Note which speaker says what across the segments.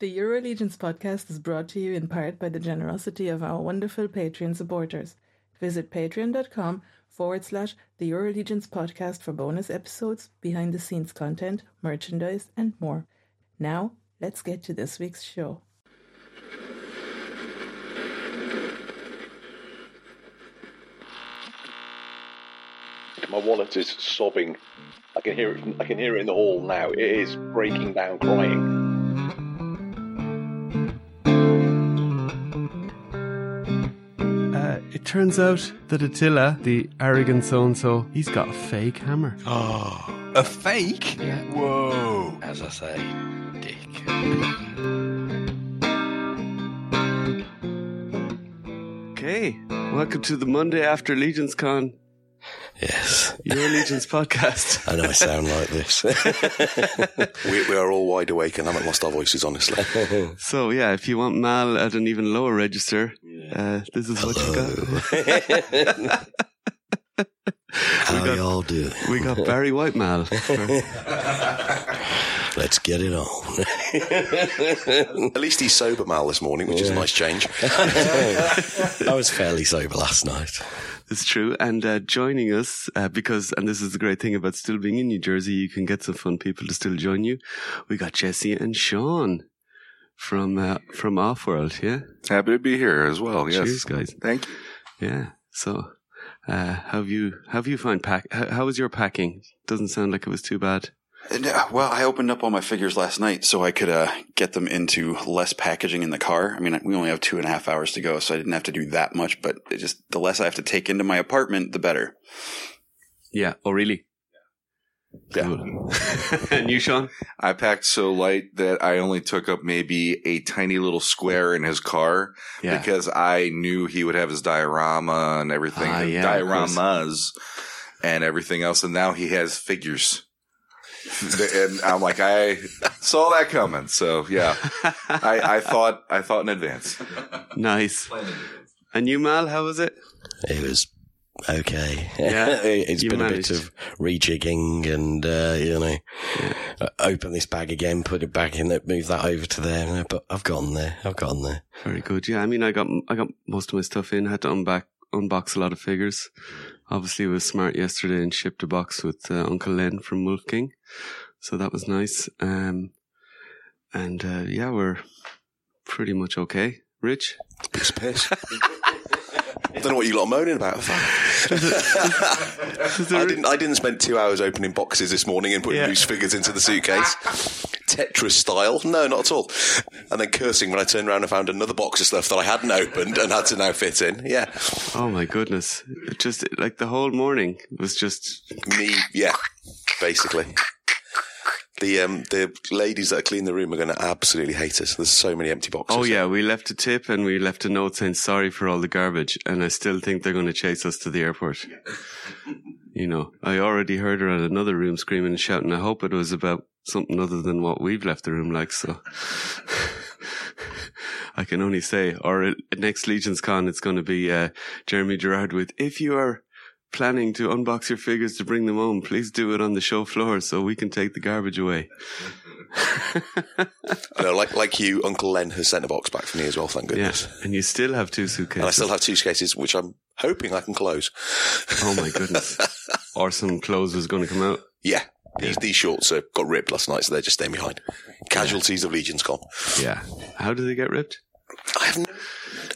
Speaker 1: The EuroLegions podcast is brought to you in part by the generosity of our wonderful Patreon supporters. Visit patreon.com forward slash the EuroLegions podcast for bonus episodes, behind the scenes content, merchandise, and more. Now, let's get to this week's show.
Speaker 2: My wallet is sobbing. I can hear it. I can hear it in the hall now. It is breaking down, crying.
Speaker 3: Uh, it turns out that Attila, the arrogant so and so, he's got a fake hammer.
Speaker 4: Oh, a fake? Yeah. Whoa. As I say, dick.
Speaker 3: Okay, welcome to the Monday after Legions Con,
Speaker 4: Yes.
Speaker 3: your Legions podcast.
Speaker 5: I know I sound like this.
Speaker 6: We, we are all wide awake and haven't lost our voices, honestly.
Speaker 3: So yeah, if you want Mal at an even lower register, uh, this is what you
Speaker 5: Oh.
Speaker 3: got.
Speaker 5: How
Speaker 3: got-
Speaker 5: y'all do?
Speaker 3: We got Barry White Mal.
Speaker 5: Let's get it on.
Speaker 6: At least he's sober, Mal, this morning, which is a nice change.
Speaker 5: I was fairly sober last night.
Speaker 3: It's true. And uh, joining us, uh, because, and this is the great thing about still being in New Jersey, you can get some fun people to still join you. We got Jesse and Sean from uh, from Offworld, yeah?
Speaker 7: Happy to be here as well. Yes.
Speaker 3: Cheers, guys.
Speaker 7: Thank you.
Speaker 3: Yeah. So, uh, how have you how have you found pack? How, how was your packing? Doesn't sound like it was too bad.
Speaker 7: And, uh, well, I opened up all my figures last night so I could uh, get them into less packaging in the car. I mean, we only have two and a half hours to go, so I didn't have to do that much. But it just the less I have to take into my apartment, the better.
Speaker 3: Yeah. Oh, really?
Speaker 6: Yeah.
Speaker 3: Cool. and you, Sean?
Speaker 8: I packed so light that I only took up maybe a tiny little square in his car
Speaker 3: Yeah.
Speaker 8: because I knew he would have his diorama and everything,
Speaker 3: Ah, yeah, of course.
Speaker 8: dioramas and everything else. And now he has figures. and I'm like, I saw that coming. So yeah, I, I thought, I thought in advance.
Speaker 3: nice. And you, Mal? How was it?
Speaker 5: It was okay.
Speaker 3: Yeah,
Speaker 5: it's
Speaker 3: you
Speaker 5: been
Speaker 3: managed.
Speaker 5: a bit of rejigging and, uh, you know, uh, open this bag again, put it back in it, move that over to there. But I've gotten there. I've gotten there.
Speaker 3: Very good. Yeah, I mean, I got I got most of my stuff in. Had to unback unbox a lot of figures. Obviously, was smart yesterday and shipped a box with uh, Uncle Len from Wolf King, so that was nice. Um, and uh, yeah, we're pretty much okay. Rich,
Speaker 6: Piss, piss.
Speaker 5: I
Speaker 6: don't know what you lot are moaning about. I didn't. I didn't spend two hours opening boxes this morning and putting
Speaker 3: Yeah.
Speaker 6: loose figures into the suitcase, Tetris style. No, not at all. And then cursing when I turned around and found another box of stuff that I hadn't opened and had to now fit in. Yeah,
Speaker 3: Oh my goodness! It just like the whole morning was just
Speaker 6: me. Yeah, basically. The um, the ladies that clean the room are going to absolutely hate us. There's so many empty boxes.
Speaker 3: Oh yeah, we left a tip and we left a note saying sorry for all the garbage, and I still think they're going to chase us to the airport. you know, I already heard her at another room screaming and shouting. I hope it was about something other than what we've left the room like. So. I can only say, or at next Legion's Con, it's going to be uh, Jeremy Gerard with, if you are planning to unbox your figures to bring them home, please do it on the show floor so we can take the garbage away.
Speaker 6: No, like like you, Uncle Len has sent a box back for me as well. Thank goodness.
Speaker 3: Yes. And you still have two suitcases.
Speaker 6: And I still have two suitcases, which I'm hoping I can close.
Speaker 3: Oh my goodness. or some clothes was going to come out.
Speaker 6: Yeah. These, these shorts uh, got ripped last night, so they're just staying behind. Casualties of Legion's Con.
Speaker 3: Yeah. How did they get ripped?
Speaker 6: I have no.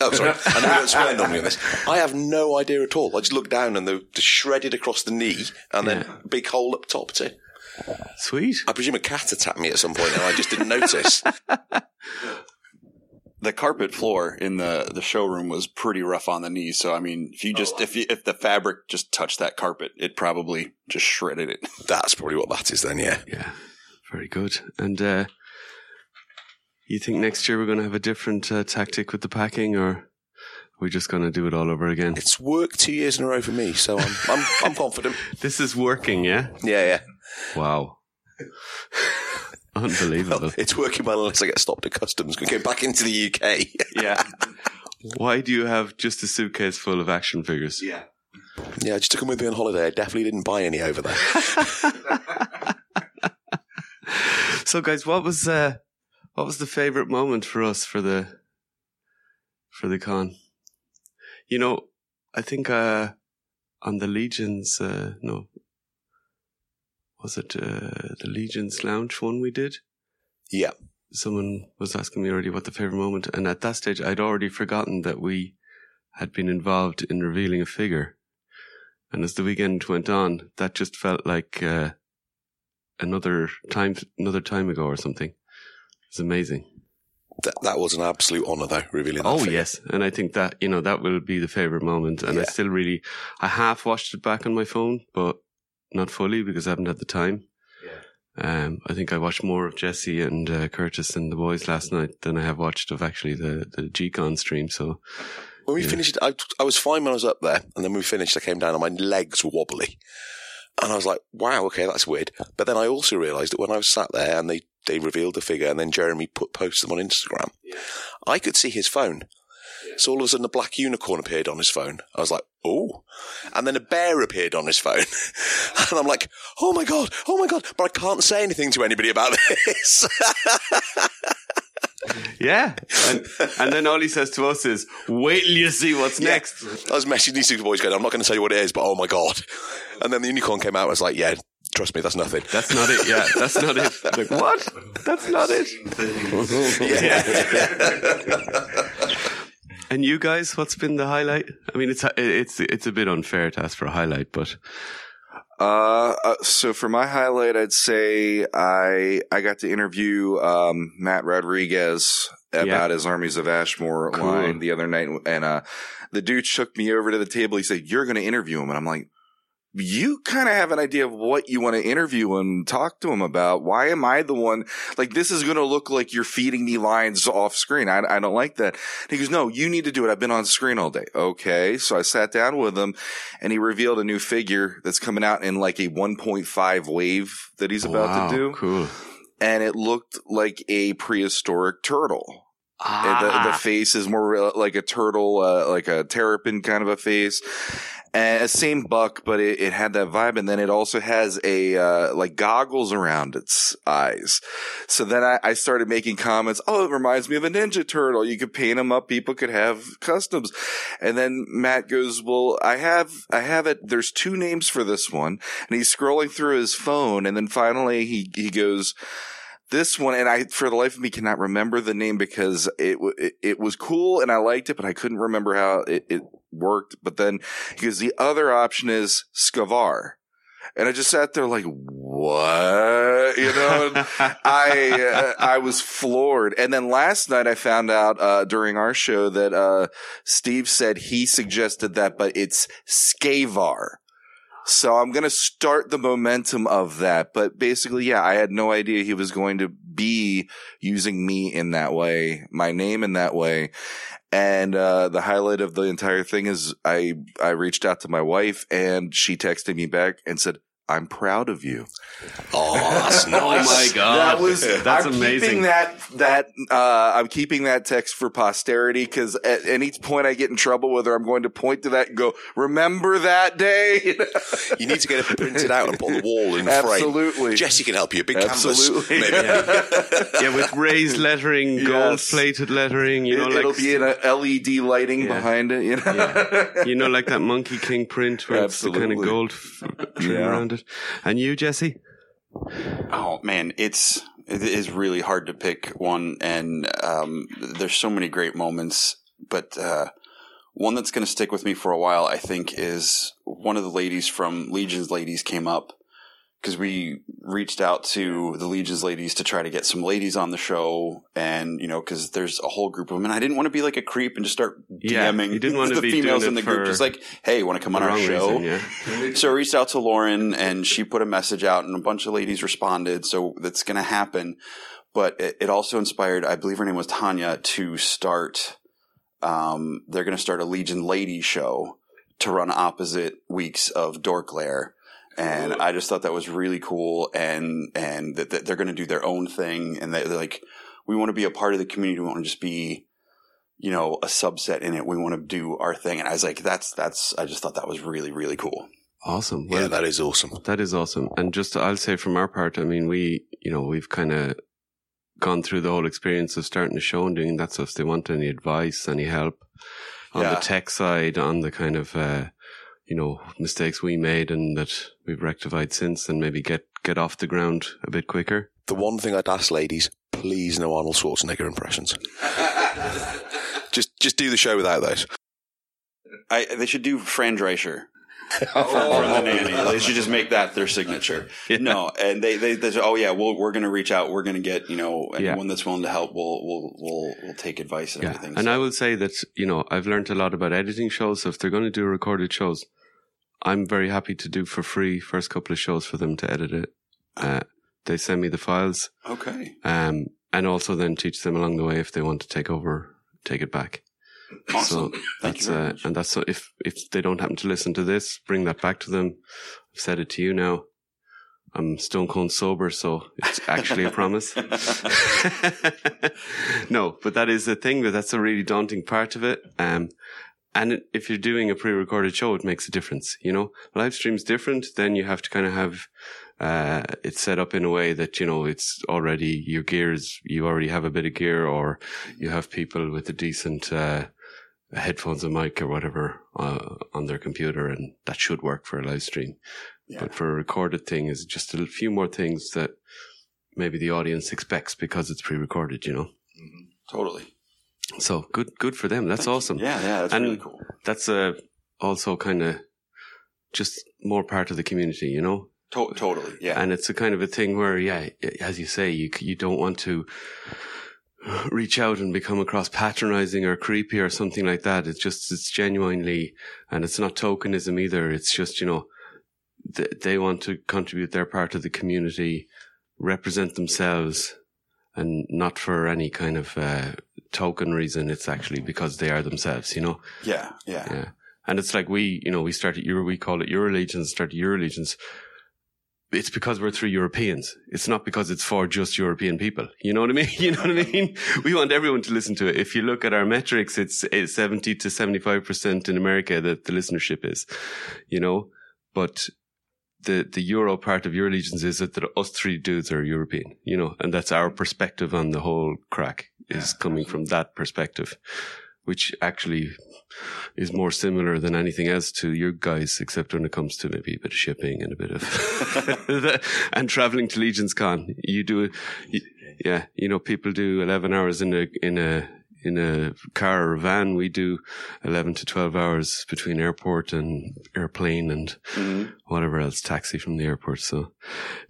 Speaker 6: Oh, sorry. I know that's swear normally on this. I have no idea at all. I just looked down and they're just shredded across the knee and then
Speaker 3: Yeah.
Speaker 6: a big hole up top, too.
Speaker 3: Sweet.
Speaker 6: I presume a cat attacked me at some point and I just didn't notice.
Speaker 7: The carpet floor in the the showroom was pretty rough on the knees. So I mean, if you just
Speaker 6: Oh.
Speaker 7: if you, if the fabric just touched that carpet, it probably just shredded it.
Speaker 6: That's probably what that is then, yeah.
Speaker 3: Yeah. Very good. And uh, you think next year we're going to have a different uh, tactic with the packing or are we just going to do it all over again?
Speaker 6: It's worked two years in a row for me, so I'm, I'm, I'm confident.
Speaker 3: This is working, yeah?
Speaker 6: Yeah, yeah.
Speaker 3: Wow. Unbelievable.
Speaker 6: It's working well unless I get stopped at customs. We go back into the UK.
Speaker 3: yeah. Why do you have just a suitcase full of action figures? Yeah.
Speaker 6: Yeah, I just took them with me on holiday. I definitely didn't buy any over there.
Speaker 3: so guys what was uh What was the favorite moment for us for the for the con? You know, I think uh on the Legion's uh no was it uh the Legion's Lounge one we did?
Speaker 6: Yeah.
Speaker 3: Someone was asking me already what the favorite moment and at that stage I'd already forgotten that we had been involved in revealing a figure. And as the weekend went on, that just felt like uh another time another time ago or something. It's amazing.
Speaker 6: That, that was an absolute honour, though, revealing that
Speaker 3: Oh
Speaker 6: figure.
Speaker 3: yes, and I think that you know that will be the favorite moment. And I
Speaker 6: Yeah.
Speaker 3: still really, I half watched it back on my phone, but not fully because I haven't had the time. Um, I think I watched more of Jesse and uh, Curtis and the boys last
Speaker 8: Mm-hmm.
Speaker 3: night than I have watched of actually the the GCon stream. So
Speaker 6: When we
Speaker 3: Yeah.
Speaker 6: finished, I, I was fine when I was up there, and then when we finished, I came down and my legs were wobbly, and I was like, "Wow, okay, that's weird." But then I also realised that when I was sat there and they they revealed the figure, and then Jeremy put posted them on Instagram, I could see his phone. So all of a sudden, a black unicorn appeared on his phone. I was like, "Oh!" And then a bear appeared on his phone, and I'm like, "Oh my god! Oh my god!" But I can't say anything to anybody about this.
Speaker 3: yeah, and, and then all he says to us is, "Wait till you see what's next."
Speaker 6: I was messaging these two boys going, I'm not going to tell you what it is, but oh my God. And then the unicorn came out. I was like, yeah, trust me, that's nothing.
Speaker 3: That's not it. Yeah, that's not it. Like what? That's not it. And you guys, what's been the highlight? I mean, it's it's it's a bit unfair to ask for a highlight, but
Speaker 8: Uh, uh, so for my highlight, I'd say I I got to interview um, Matt Rodriguez about
Speaker 3: Yeah.
Speaker 8: his Armies of Ashmore
Speaker 3: Cool.
Speaker 8: line the other night, and uh, the dude shook me over to the table. He said, "You're going to interview him," and I'm like. You kind of have an idea of what you want to interview and talk to him about. Why am I the one? Like, this is going to look like you're feeding me lines off screen. I, I don't like that. And he goes, No, you need to do it. I've been on screen all day. Okay. So I sat down with him and he revealed a new figure that's coming out in like a 1.5 wave that he's about
Speaker 3: Wow,
Speaker 8: to do.
Speaker 3: cool.
Speaker 8: And it looked like a prehistoric turtle. And Eh, The,
Speaker 3: Ah.
Speaker 8: the face is more real- like a turtle, uh, like a terrapin kind of a face. And a same buck, but it, it had that vibe. And then it also has a, uh, like goggles around its eyes. So then I, I started making comments. Oh, it reminds me of a Ninja Turtle. You could paint them up. People could have customs. And then Matt goes, well, I have, I have it. There's two names for this one. And he's scrolling through his phone. And then finally he, he goes, this one, and I, for the life of me, cannot remember the name because it, w- it, it was cool and I liked it, but I couldn't remember how it, it worked. But then, because the other option is Scavar. And I just sat there like, what? You know, and I, uh, I was floored. And then last night I found out, uh, during our show that, uh, Steve said he suggested that, but it's Scavar. So I'm going to start the momentum of that. But basically, yeah, I had no idea he was going to be using me in that way, my name in that way. And uh, the highlight of the entire thing is I, I reached out to my wife and she texted me back and said, I'm proud of you.
Speaker 6: oh, that's
Speaker 3: oh
Speaker 6: nice.
Speaker 3: my god,
Speaker 8: That was
Speaker 3: that's
Speaker 8: I'm Keeping
Speaker 3: amazing.
Speaker 8: that that uh, I'm keeping that text for posterity because at any point I get in trouble with her, I'm going to point to that and go, "Remember that day."
Speaker 6: You need to get it printed out and put on the wall in the frame.
Speaker 8: Absolutely.
Speaker 6: Jesse can help you. Big
Speaker 8: Absolutely.
Speaker 6: canvas. Maybe.
Speaker 3: yeah, with raised lettering,
Speaker 8: Yes.
Speaker 3: gold-plated lettering. You know,
Speaker 8: it,
Speaker 3: like
Speaker 8: will be in a LED lighting
Speaker 3: Yeah.
Speaker 8: behind it. You know?
Speaker 3: you know, like that Monkey King print where it's the kind
Speaker 8: Absolutely.
Speaker 3: of gold f- trim
Speaker 8: Yeah.
Speaker 3: around it. And you, Jesse?
Speaker 7: Oh man, it's it is really hard to pick one, and um, there's so many great moments. But uh, one that's going to stick with me for a while, I think, is one of the ladies from Legion's Ladies came up because we reached out to the Legion's Ladies to try to get some ladies on the show, and you know, because there's a whole group of them, and I didn't want to be like a creep and just start
Speaker 3: Yeah,
Speaker 7: DMing
Speaker 3: you didn't want to
Speaker 7: the
Speaker 3: be
Speaker 7: females
Speaker 3: doing
Speaker 7: in
Speaker 3: it
Speaker 7: the group,
Speaker 3: for
Speaker 7: just like, hey, want to come on
Speaker 3: the
Speaker 7: our
Speaker 3: wrong
Speaker 7: show?
Speaker 3: reason, yeah.
Speaker 7: So I reached out to Lauren and she put a message out and a bunch of ladies responded. So that's going to happen. But it, it also inspired, I believe her name was Tanya, to start, um, they're going to start a Legion Lady show to run opposite weeks of Dork Lair. And I just thought that was really cool and, and that, that they're going to do their own thing. And that, they're like, we want to be a part of the community. We want to just be, you know, a subset in it. We want to do our thing. And I was like, that's, that's, I just thought that was really, really cool.
Speaker 3: Awesome. Well,
Speaker 6: yeah, that is awesome.
Speaker 3: That is awesome. And just I'll say from our part, I mean, we, you know, we've kind of gone through the whole experience of starting a show and doing that stuff, if they want any advice, any help on
Speaker 8: Yeah.
Speaker 3: the tech side, on the kind of uh, you know mistakes we made and that we've rectified since, and maybe get get off the ground a bit quicker.
Speaker 6: The one thing I'd ask, ladies, please no Arnold Schwarzenegger impressions. just just do the show without those.
Speaker 7: I, they should do Fran Drescher.
Speaker 3: Oh.
Speaker 7: from the nanny. They should just make that their signature. No, and they, they they say, oh yeah, we'll, we're going to reach out. We're going to get you know
Speaker 3: Yeah.
Speaker 7: anyone that's willing to help. We'll we'll we'll, we'll take advice and
Speaker 3: Yeah,
Speaker 7: everything.
Speaker 3: and
Speaker 7: So-
Speaker 3: I will say that you know I've learned a lot about editing shows. So if they're going to do recorded shows, I'm very happy to do for free first couple of shows for them to edit it. Uh, they send me the files,
Speaker 7: okay,
Speaker 3: um, and also then teach them along the way if they want to take over, take it back.
Speaker 7: awesome. Thank you
Speaker 3: That's
Speaker 7: very
Speaker 3: uh,
Speaker 7: much.
Speaker 3: and that's so if if they don't happen to listen to this, bring that back to them. I've said it to you now. I'm stone cold sober, so it's actually a promise. no, but that is the thing that that's a really daunting part of it. Um, and it- if you're doing a pre-recorded show, it makes a difference. You know, live stream's different. Then you have to kind of have uh, it set up in a way that you know it's already your gear is you already have a bit of gear, or you have people with a decent. Uh, headphones and mic or whatever uh, on their computer, and that should work for a live stream.
Speaker 7: Yeah.
Speaker 3: But for a recorded thing, is just a few more things that maybe the audience expects because it's pre-recorded. You know,
Speaker 7: totally.
Speaker 3: so good, good for them. That's awesome.
Speaker 7: Yeah, yeah, that's
Speaker 3: And-
Speaker 7: really cool.
Speaker 3: That's uh, also kind of just more part of the community. You know,
Speaker 7: To- totally. Yeah.
Speaker 3: and it's a kind of a thing where, yeah, i- as you say, you c- you don't want to reach out and become across patronizing or creepy or something like that. It's just it's genuinely, and it's not tokenism either. It's just you know, th- they want to contribute their part of the community, represent themselves, and not for any kind of uh, token reason. It's actually because they are themselves, you know.
Speaker 7: yeah. Yeah.
Speaker 3: Yeah. And it's like we, you know, we started Euro, we call it Eurolegions, started Eurolegions. It's because we're three Europeans. It's not because it's for just European people. You know what I mean? You know what I mean? We want everyone to listen to it. If you look at our metrics, it's, it's 70 to 75% in America that the listenership is, you know, but the, the Euro part of Eurolegions is that, that us three dudes are European, you know, and that's our perspective on the whole crack is coming from that perspective, which actually is more similar than anything else to your guys, except when it comes to maybe a bit of shipping and a bit of and traveling to Legion's Con. You do, you, yeah, you know, people do eleven hours in a in a in a car or van. We do eleven to twelve hours between airport and airplane and whatever else, taxi from the airport. So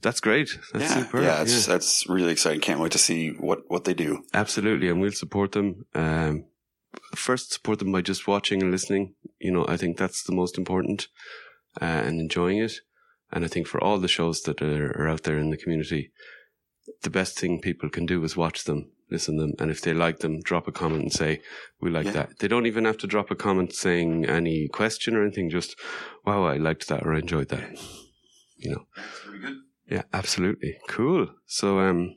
Speaker 3: that's great. That's
Speaker 7: yeah,
Speaker 3: superb.
Speaker 7: yeah, it's,
Speaker 3: Yeah.
Speaker 7: that's really exciting. Can't wait to see what, what they do.
Speaker 3: Absolutely, and we'll support them. Um, first, support them by just watching and listening. You know, I think that's the most important, uh, and enjoying it. And I think for all the shows that are, are out there in the community, the best thing people can do is watch them, listen to them, and if they like them, drop a comment and say, "We like
Speaker 7: Yeah.
Speaker 3: that." They don't even have to drop a comment saying any question or anything. Just, "Wow, I liked that," or "I enjoyed that." You know. Yeah, absolutely. Cool. So, um,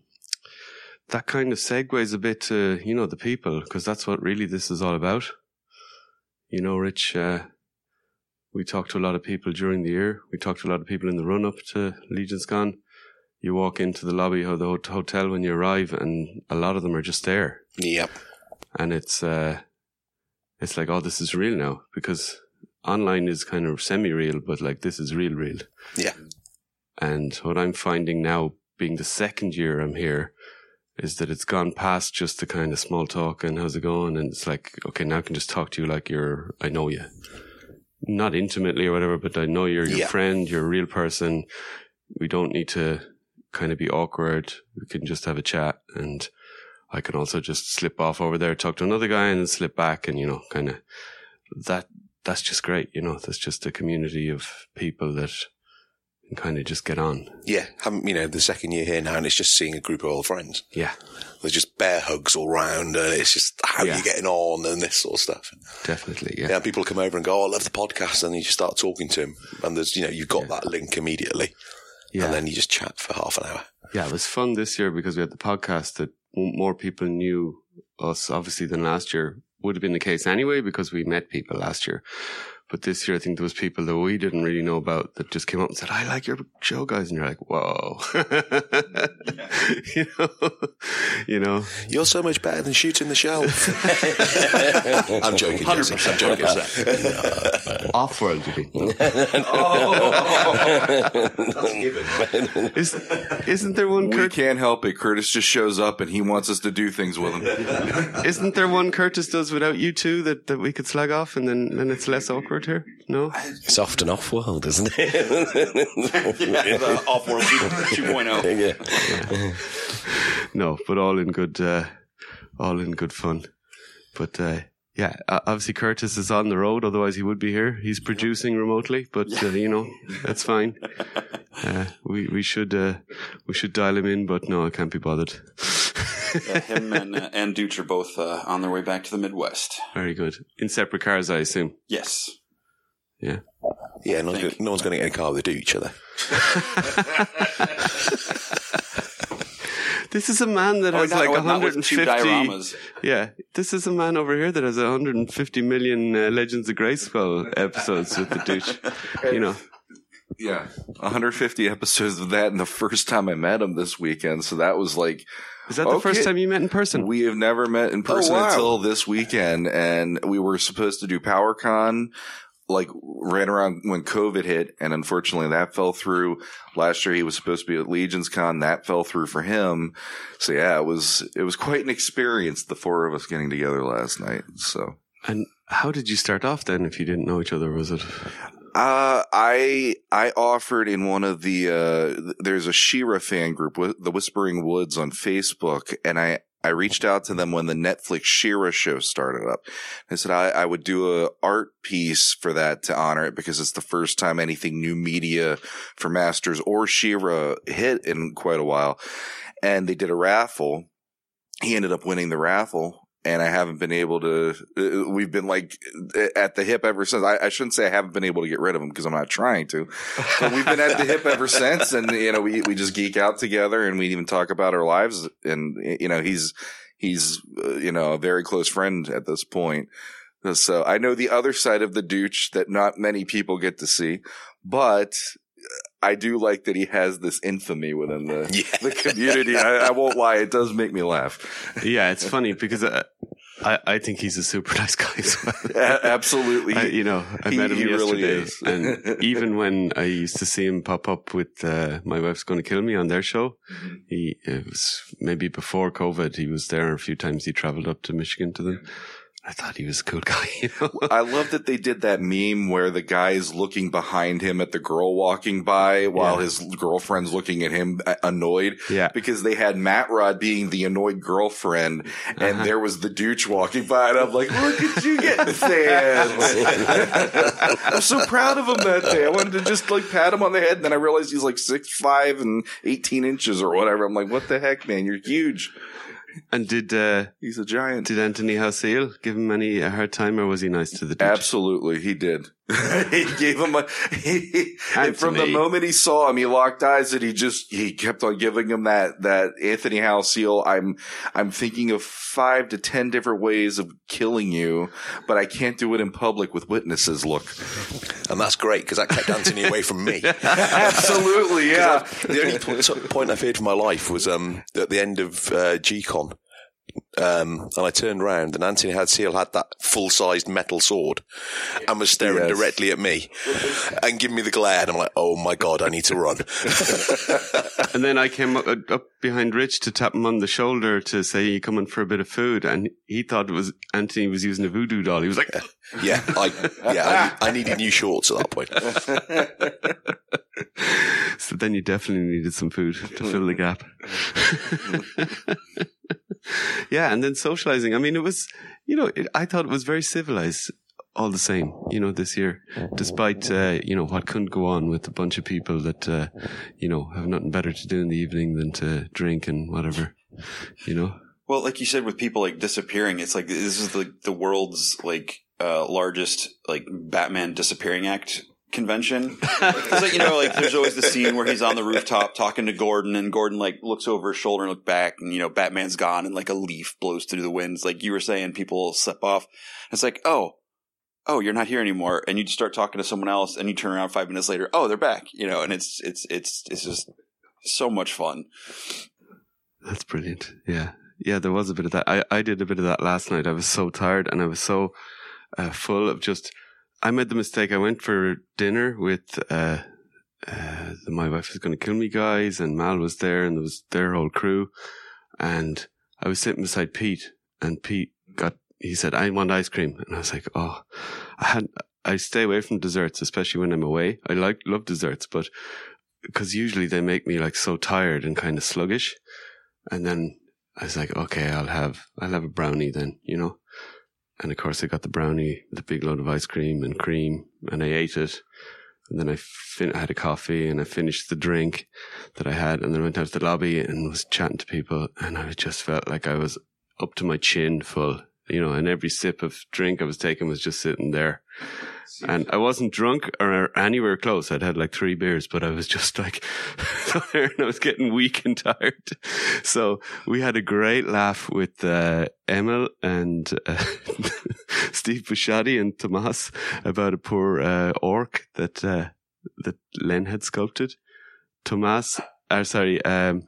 Speaker 3: that kind of segues a bit to, you know, the people, because that's what really this is all about. You know, Rich, uh, we talked to a lot of people during the year. We talked to a lot of people in the run up to Legion's Gone. You walk into the lobby of the hot- hotel when you arrive, and a lot of them are just there.
Speaker 6: Yep.
Speaker 3: And it's, uh, it's like, oh, this is real now, because online is kind of semi real, but like this is real, real.
Speaker 6: Yeah.
Speaker 3: And what I'm finding now, being the second year I'm here, is that it's gone past just the kind of small talk and how's it going, and it's like, okay, now I can just talk to you like you're, I know you, not intimately or whatever, but I know you're your
Speaker 6: Yeah.
Speaker 3: friend, you're a real person. We don't need to kind of be awkward. We can just have a chat, and I can also just slip off over there, talk to another guy, and then slip back, and you know, kind of that. That's just great, you know. That's just a community of people that can kind of just get on.
Speaker 6: Yeah. Haven't you know the second year here now, and it's just seeing a group of old friends.
Speaker 3: Yeah,
Speaker 6: There's just bear hugs all round, and it's just how
Speaker 3: Yeah.
Speaker 6: you getting on and this sort of stuff.
Speaker 3: definitely. Yeah,
Speaker 6: Yeah. and people come over and go, oh, "I love the podcast," and you just start talking to them, and there's you know you've got that link immediately,
Speaker 3: yeah.
Speaker 6: and then you just chat for half an hour.
Speaker 3: Yeah, it was fun this year because we had the podcast that m- more people knew us, obviously, than last year would have been the case anyway because we met people last year. But this year, I think there was people that we didn't really know about that just came up and said, "I like your show, guys," and you're like, "Whoa," you know, you know.
Speaker 6: You're so much better than shooting the shelf. I'm joking, Jesse. I'm joking.
Speaker 3: Off-world, you mean? Is, isn't there one
Speaker 8: We
Speaker 3: Kurt?
Speaker 8: can't help it. Curtis just shows up and he wants us to do things with him.
Speaker 3: Isn't there one Curtis does without you two that, that we could slag off and then then it's less awkward here? No,
Speaker 5: It's often off world, isn't it?
Speaker 7: off world 2.0.
Speaker 5: yeah.
Speaker 3: no, but all in good, uh, all in good fun. But uh, yeah, uh, obviously Curtis is on the road, otherwise he would be here. He's producing remotely, but uh, you know that's fine. Uh, we we should uh, we should dial him in, but no, I can't be bothered.
Speaker 7: Yeah, him and, uh, and Dooch are both uh, on their way back to the Midwest.
Speaker 3: Very good. In separate cars, I assume.
Speaker 7: Yes.
Speaker 6: Yeah, no one's, gonna, no one's going to get in a car with a douche, are they?
Speaker 3: This is a man that has
Speaker 7: Oh, not-
Speaker 3: like
Speaker 7: not with
Speaker 3: 150
Speaker 7: two dioramas.
Speaker 3: Yeah, this is a man over here that has 150 million uh, Legends of Grayskull episodes with the douche. You know,
Speaker 8: yeah. 150 episodes of that. And the first time I met him this weekend. So that was like,
Speaker 3: is that the first
Speaker 8: Okay.
Speaker 3: time you met in person? Oh,
Speaker 8: We have never met in person
Speaker 6: wow.
Speaker 8: until this weekend, and we were supposed to do PowerCon like right around when COVID hit, and unfortunately that fell through. Last year he was supposed to be at Legions Con, that fell through for him. So yeah, it was it was quite an experience, the four of us getting together last night. So
Speaker 3: and how did you start off then if you didn't know each other? Was it?
Speaker 8: Uh, I I offered in one of the uh, th- there's a Shira fan group, Whi- the Whispering Woods, on Facebook, and I I reached out to them when the Netflix Shira show started up. I said I, I would do a art piece for that to honor it because it's the first time anything new media for Masters or Shira hit in quite a while, and they did a raffle. He ended up winning the raffle. And I haven't been able to. uh, We've been like uh, at the hip ever since. I, I shouldn't say I haven't been able to get rid of him because I'm not trying to. But we've been at the hip ever since, and you know, we we just geek out together, and we even talk about our lives. And you know, he's he's uh, you know a very close friend at this point. So I know the other side of the douche that not many people get to see, but I do like that he has this infamy within the
Speaker 6: Yeah.
Speaker 8: the community. I, I won't lie; it does make me laugh.
Speaker 3: Yeah, it's funny because uh, I, I, I think he's a super nice guy as well.
Speaker 8: A- Absolutely,
Speaker 3: I, you know, I
Speaker 8: He-
Speaker 3: met him
Speaker 8: he really
Speaker 3: yesterday,
Speaker 8: is.
Speaker 3: and even when I used to see him pop up with uh, "My Wife's Going to Kill Me" on their show,
Speaker 7: Mm-hmm.
Speaker 3: he it was maybe before COVID. He was there a few times. He traveled up to Michigan to them. I thought he was a cool guy. You know?
Speaker 8: I love that they did that meme where the guy is looking behind him at the girl walking by while
Speaker 3: Yeah.
Speaker 8: his girlfriend's looking at him uh, annoyed.
Speaker 3: Yeah.
Speaker 8: Because they had Matt Rod being the annoyed girlfriend and
Speaker 3: Uh-huh.
Speaker 8: there was the douche walking by and I'm like, look at you getting fans. I'm so proud of him that day. I wanted to just like pat him on the head. And then I realized he's like six, five and 18 inches or whatever. I'm like, what the heck, man? You're huge.
Speaker 3: And did uh,
Speaker 8: He's a giant.
Speaker 3: did Anthony Hausil give him any a hard time, or was he nice to the dude?
Speaker 8: Absolutely, he did. he gave him a. He, and from the
Speaker 3: Anthony.
Speaker 8: moment he saw him, he locked eyes, and he just he kept on giving him that that Anthony Howe seal. I'm I'm thinking of five to ten different ways of killing you, but I can't do it in public with witnesses. Look,
Speaker 6: And that's great because that kept Anthony away from me.
Speaker 8: absolutely, yeah.
Speaker 6: the only po- sort of point I feared for my life was um, at the end of uh, GCon. Um, and I turned round and Anthony Hadseal had that full sized metal sword and was staring
Speaker 8: Yes.
Speaker 6: directly at me and giving me the glare. And I'm like, oh my God, I need to run.
Speaker 3: And then I came up, uh, up behind Rich to tap him on the shoulder to say, "You coming for a bit of food?" And he thought it was Anthony was using a voodoo doll. He was like,
Speaker 6: yeah, I, yeah, I, I needed new shorts at that point.
Speaker 3: so then you definitely needed some food to fill the gap. yeah, and then socializing. I mean, it was, you know, it, I thought it was very civilized all the same, you know, this year, despite, uh, you know, what couldn't go on with a bunch of people that, uh, you know, have nothing better to do in the evening than to drink and whatever, you know.
Speaker 7: Well, like you said, with people like disappearing, it's like this is like the world's like uh, largest like Batman disappearing act convention. It's like you know, like there's always the scene where he's on the rooftop talking to Gordon, and Gordon like looks over his shoulder and look back, and you know Batman's gone, and like a leaf blows through the winds. Like you were saying, people slip off. It's like oh. oh, you're not here anymore, and you just start talking to someone else, and you turn around five minutes later, oh, they're back, you know, and it's it's it's it's just so much fun.
Speaker 3: That's brilliant. Yeah. Yeah, there was a bit of that. I, I did a bit of that last night. I was so tired and I was so uh, full of just. I made the mistake. I went for dinner with uh, uh, the My Wife is Going to Kill Me guys, and Mal was there, and there was their whole crew. And I was sitting beside Pete, and Pete got. He said, "I want ice cream," and I was like, "Oh, I had." I stay away from desserts, especially when I'm away. I like love desserts, but because usually they make me like so tired and kind of sluggish. And then I was like, okay, I'll have I'll have a brownie then, you know. And of course, I got the brownie, the big load of ice cream and cream, and I ate it. And then I, fin- I had a coffee and I finished the drink that I had, and then went out to the lobby and was chatting to people, and I just felt like I was up to my chin full, you know. And every sip of drink I was taking was just sitting there. And I wasn't drunk or anywhere close. I'd had like three beers, but I was just like, and I was getting weak and tired. So we had a great laugh with uh, Emil and uh, Steve Buscati and Tomas about a poor uh, orc that uh, that Len had sculpted. Tomas, or sorry, um,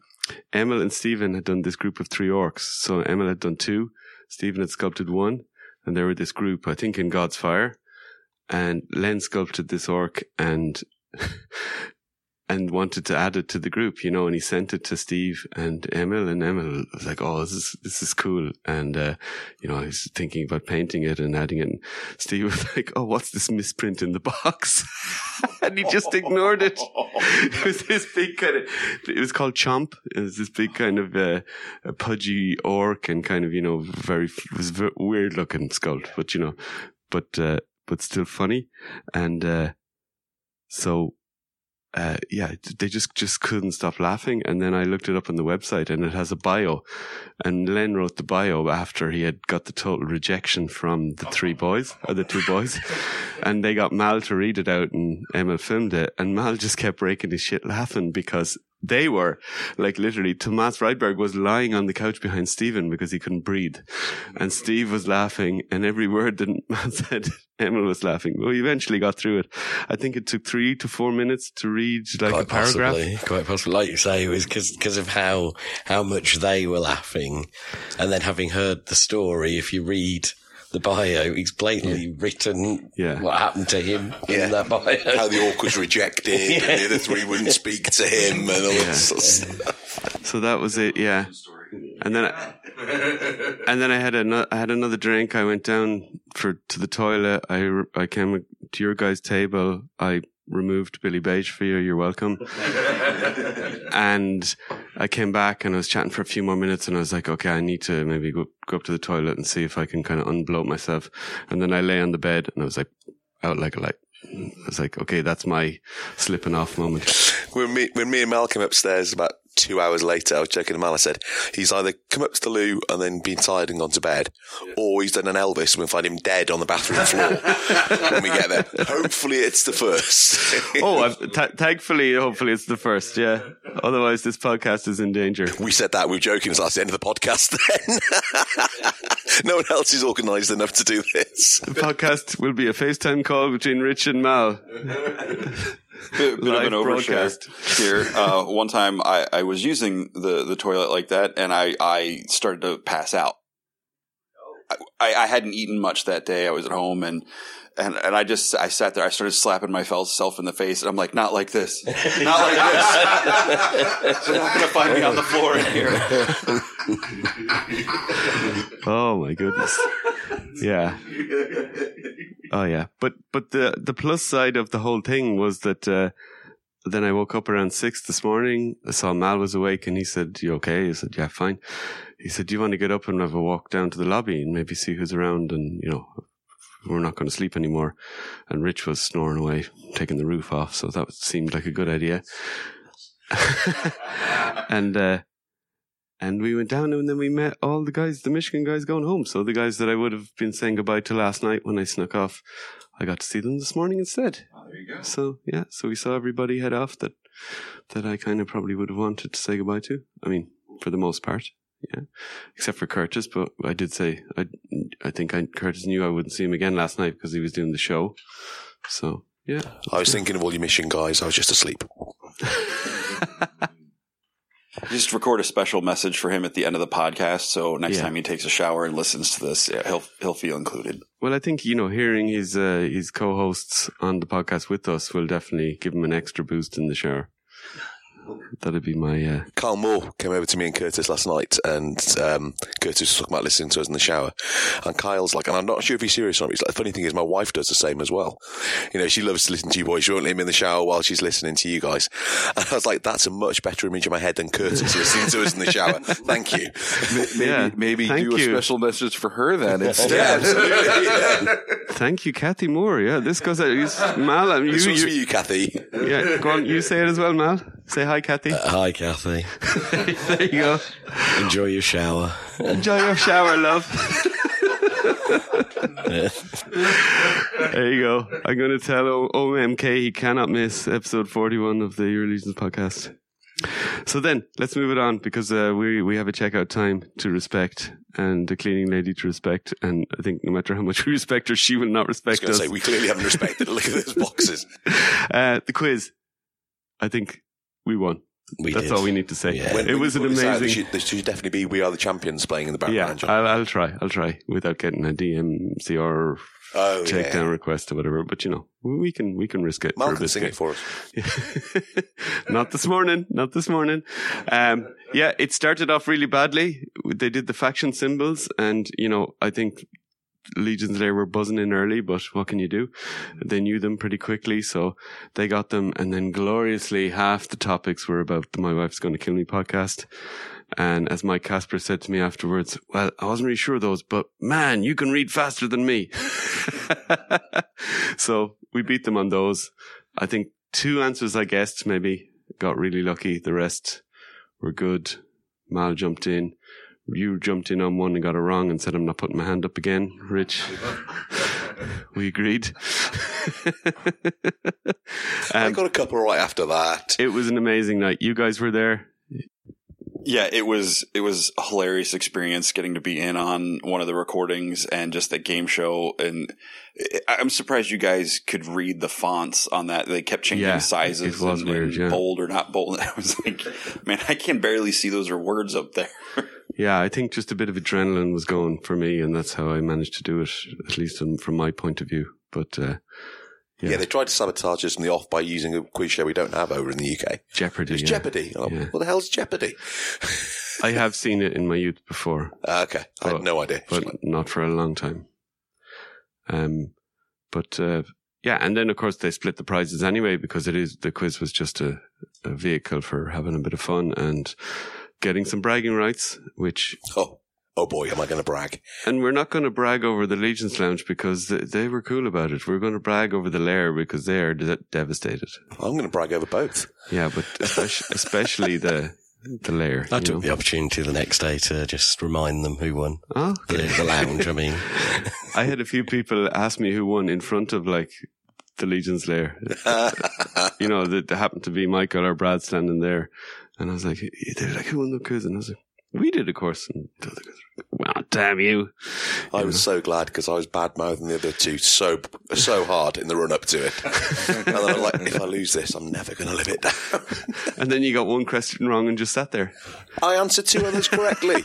Speaker 3: Emil and Stephen had done this group of three orcs. So Emil had done two, Stephen had sculpted one, and they were this group, I think, in God's Fire and Len sculpted this orc and and wanted to add it to the group, you know, and he sent it to Steve and Emil, and Emil was like, "Oh, this is this is cool," and uh, you know, I was thinking about painting it and adding it. And Steve was like, "Oh, what's this misprint in the box?" and he just ignored it. It was this big kind of, it was called Chomp. It was this big kind of uh, a pudgy orc and kind of you know very it was very weird looking sculpt, but you know, but. Uh, but still funny. And uh, so, uh, yeah, they just just couldn't stop laughing. And then I looked it up on the website, and it has a bio. And Len wrote the bio after he had got the total rejection from the three boys or the two boys, and they got Mal to read it out, and Emma filmed it, and Mal just kept breaking his shit laughing because. They were like literally Tomas Rydberg was lying on the couch behind Stephen because he couldn't breathe. And Steve was laughing, and every word that Mal said, Emil was laughing. We eventually got through it. I think it took three to four minutes to read like a
Speaker 5: quite
Speaker 3: paragraph.
Speaker 5: possibly, quite possibly. Like you say, it was because of how how much they were laughing, and then having heard the story. If you read the bio, he's blatantly written
Speaker 3: Yeah.
Speaker 5: what happened to him
Speaker 6: Yeah.
Speaker 5: in that
Speaker 6: How
Speaker 5: bio.
Speaker 6: the orc was rejected, and the other three wouldn't speak to him, and all that sort of stuff.
Speaker 3: So that was it, yeah. And then, I, and then I had another. I had another drink. I went down for to the toilet. I re- I came to your guys' table. I removed Billy Beige for you. You're welcome. and I came back and I was chatting for a few more minutes. And I was like, okay, I need to maybe go go up to the toilet and see if I can kind of unbloat myself. And then I lay on the bed and I was like, out like a light. I was like, okay, that's my slipping off moment.
Speaker 6: When me, when me and Mal came upstairs about two hours later, I was joking to Mal. I said, he's either come up to the loo and then been tired and gone to bed, or he's done an Elvis and we'll find him dead on the bathroom floor when we get there. Hopefully, it's the first.
Speaker 3: oh, I've, th- thankfully, hopefully it's the first. Yeah. Otherwise, this podcast is in danger.
Speaker 6: we said that, we were joking, so that's the end of the podcast then. no one else is organised enough to do this.
Speaker 3: The podcast will be a FaceTime call between Rich and Mal.
Speaker 7: bit, bit of
Speaker 3: Live
Speaker 7: an
Speaker 3: broadcast.
Speaker 7: overshare here. Uh, one time I, I was using the, the toilet like that and I, I started to pass out. I, I hadn't eaten much that day. I was at home and, and, and I just, I sat there, I started slapping myself in the face and I'm like, not like this, not like this. They're not going to find me on the floor in here.
Speaker 3: Oh my goodness. Yeah. Oh yeah. But but the the plus side of the whole thing was that uh, then I woke up around six this morning. I saw Mal was awake and he said, You okay? I said, Yeah, fine. He said, Do you want to get up and have a walk down to the lobby and maybe see who's around and you know we're not going to sleep anymore. And Rich was snoring away, taking the roof off, so that seemed like a good idea. and uh and we went down and then we met all the guys, the Michigan guys going home. So the guys that I would have been saying goodbye to last night when I snuck off, I got to see them this morning instead.
Speaker 7: There you go.
Speaker 3: So yeah, so we saw everybody head off that that I kind of probably would have wanted to say goodbye to. I mean, for the most part, yeah, except for Curtis. But I did say I I think I, Curtis knew I wouldn't see him again last night because he was doing the show. So yeah,
Speaker 6: I was thinking of all your mission guys. I was just asleep.
Speaker 7: Just record a special message for him at the end of the podcast. So next
Speaker 3: Yeah.
Speaker 7: time he takes a shower and listens to this, yeah, he'll he'll feel included.
Speaker 3: Well, I think you know, hearing his uh, his co-hosts on the podcast with us will definitely give him an extra boost in the shower. That'd be my uh,
Speaker 6: Carl Moore came over to me and Curtis last night, and um, Curtis was talking about listening to us in the shower. And Kyle's like, and I'm not sure if he's serious or not. but He's like, the funny thing is, my wife does the same as well. You know, she loves to listen to you boys. She won't let him in the shower while she's listening to you guys. And I was like, that's a much better image in my head than Curtis listening to us in the shower. Thank you.
Speaker 8: Maybe,
Speaker 3: Yeah,
Speaker 8: maybe
Speaker 3: thank
Speaker 8: do a
Speaker 3: you.
Speaker 8: special message for her then instead.
Speaker 6: Yeah, absolutely. Yeah.
Speaker 3: thank you, Kathy Moore. Yeah, this goes out. You, Mal, um, you,
Speaker 6: This one's for
Speaker 3: you,
Speaker 6: you, Kathy.
Speaker 3: yeah, go on. You say it as well, Mal. Say hi, Kathy.
Speaker 5: Hi, Kathy.
Speaker 3: there you go.
Speaker 5: Enjoy your shower.
Speaker 3: Enjoy your shower, love. there you go. I'm going to tell o- OMK he cannot miss episode 41 of the Your Allegiance podcast. So then, let's move it on because uh, we we have a checkout time to respect and a cleaning lady to respect, and I think no matter how much we respect her, she will not
Speaker 6: I was
Speaker 3: respect
Speaker 6: going
Speaker 3: us.
Speaker 6: to say, we clearly haven't respected the look of those boxes.
Speaker 3: uh, the quiz, I think we won.
Speaker 5: We
Speaker 3: That's
Speaker 5: did.
Speaker 3: all we need to say.
Speaker 5: Yeah.
Speaker 6: When
Speaker 3: It
Speaker 6: we
Speaker 3: was an
Speaker 6: put this out,
Speaker 3: amazing.
Speaker 6: There should, there should definitely be We Are the Champions playing in the
Speaker 3: Yeah,
Speaker 6: background. John.
Speaker 3: I'll, I'll try. I'll try without getting a DMCR
Speaker 6: oh,
Speaker 3: check
Speaker 6: yeah.
Speaker 3: down request or whatever. But you know, we can we can risk it
Speaker 6: Mal
Speaker 3: for a
Speaker 6: can sing
Speaker 3: biscuit.
Speaker 6: it for us.
Speaker 3: not this morning. Not this morning. Um, yeah, it started off really badly. They did the faction symbols, and you know, I think legions there were buzzing in early, but what can you do? They knew them pretty quickly, so they got them. And then gloriously, half the topics were about the My Wife's Going to Kill Me podcast. And as Mike Casper said to me afterwards, well, I wasn't really sure of those, but man, you can read faster than me. so we beat them on those. I think two answers I guessed maybe got really lucky. The rest were good. Mal jumped in. You jumped in on one and got it wrong and said, I'm not putting my hand up again, Rich. we agreed.
Speaker 6: I
Speaker 3: um,
Speaker 6: got a couple right after that.
Speaker 3: it was an amazing night. You guys were there.
Speaker 7: Yeah, it was it was a hilarious experience getting to be in on one of the recordings and just the game show. And I- I'm surprised you guys could read the fonts on that. They kept changing
Speaker 3: Yeah,
Speaker 7: sizes.
Speaker 3: it was
Speaker 7: and,
Speaker 3: weird,
Speaker 7: and
Speaker 3: yeah.
Speaker 7: bold or not bold. I was like, man, I can barely see those are words up there.
Speaker 3: Yeah, I think just a bit of adrenaline was going for me, and that's how I managed to do it, at least from, from my point of view. But uh,
Speaker 6: Yeah. they tried to sabotage us from the off by using a quiz show we don't have over in the UK.
Speaker 3: Jeopardy.
Speaker 6: It's
Speaker 3: yeah.
Speaker 6: Jeopardy. Oh,
Speaker 3: Yeah.
Speaker 6: What the hell's Jeopardy?
Speaker 3: I have seen it in my youth before,
Speaker 6: Uh, okay, I
Speaker 3: But-
Speaker 6: had no idea.
Speaker 3: but not for a long time. Um, but uh, yeah, and then of course they split the prizes anyway because it is the quiz was just a, a vehicle for having a bit of fun and getting some bragging rights, which
Speaker 6: oh, oh boy, am I going to brag?
Speaker 3: And we're not going to brag over the Legions Lounge because th- they were cool about it. We're going to brag over the Lair because they are de- devastated.
Speaker 6: I'm going to brag over both.
Speaker 3: Yeah, but especially, especially the the Lair.
Speaker 5: I
Speaker 3: you
Speaker 5: took
Speaker 3: know.
Speaker 5: the opportunity the next day to just remind them who won.
Speaker 3: Oh,
Speaker 5: The,
Speaker 3: okay.
Speaker 5: the lounge, I mean.
Speaker 3: I had a few people ask me who won in front of like the Legion's Lair. you know, that that happened to be Michael or Brad standing there, and I was like, they're like, who won the quiz? And I was like, we did, of course. And the other guys were like, well, damn you.
Speaker 6: I was so glad because I was bad mouthing the other two so so hard in the run up to it. and then I was like, if I lose this, I'm never going to live it down.
Speaker 3: And then you got one question wrong and just sat there.
Speaker 6: I answered two others correctly.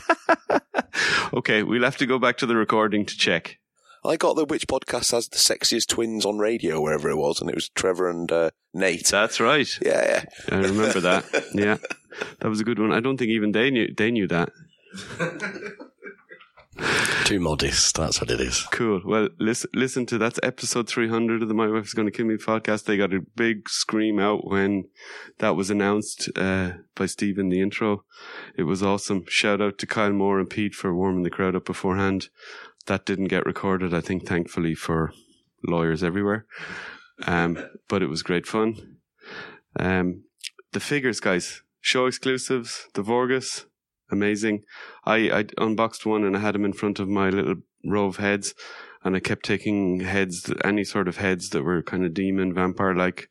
Speaker 3: Okay, we'll have to go back to the recording to check.
Speaker 6: I got the which podcast has the sexiest twins on radio, wherever it was, and it was Trevor and uh, Nate.
Speaker 3: That's right.
Speaker 6: Yeah, yeah.
Speaker 3: I remember that. Yeah, that was a good one. I don't think even they knew they knew that.
Speaker 5: Too modest. That's what it is.
Speaker 3: Cool. Well, listen listen to that's episode three hundred of the My Wife's Gonna Kill Me podcast. They got a big scream out when that was announced uh, by Steve in the intro. It was awesome. Shout out to Kyle Moore and Pete for warming the crowd up beforehand. That didn't get recorded, I think, thankfully for lawyers everywhere. Um, but it was great fun. Um, the figures, guys, show exclusives, the Vorgas, amazing. I, I unboxed one and I had them in front of my little row of heads, and I kept taking heads, any sort of heads that were kind of demon, vampire like,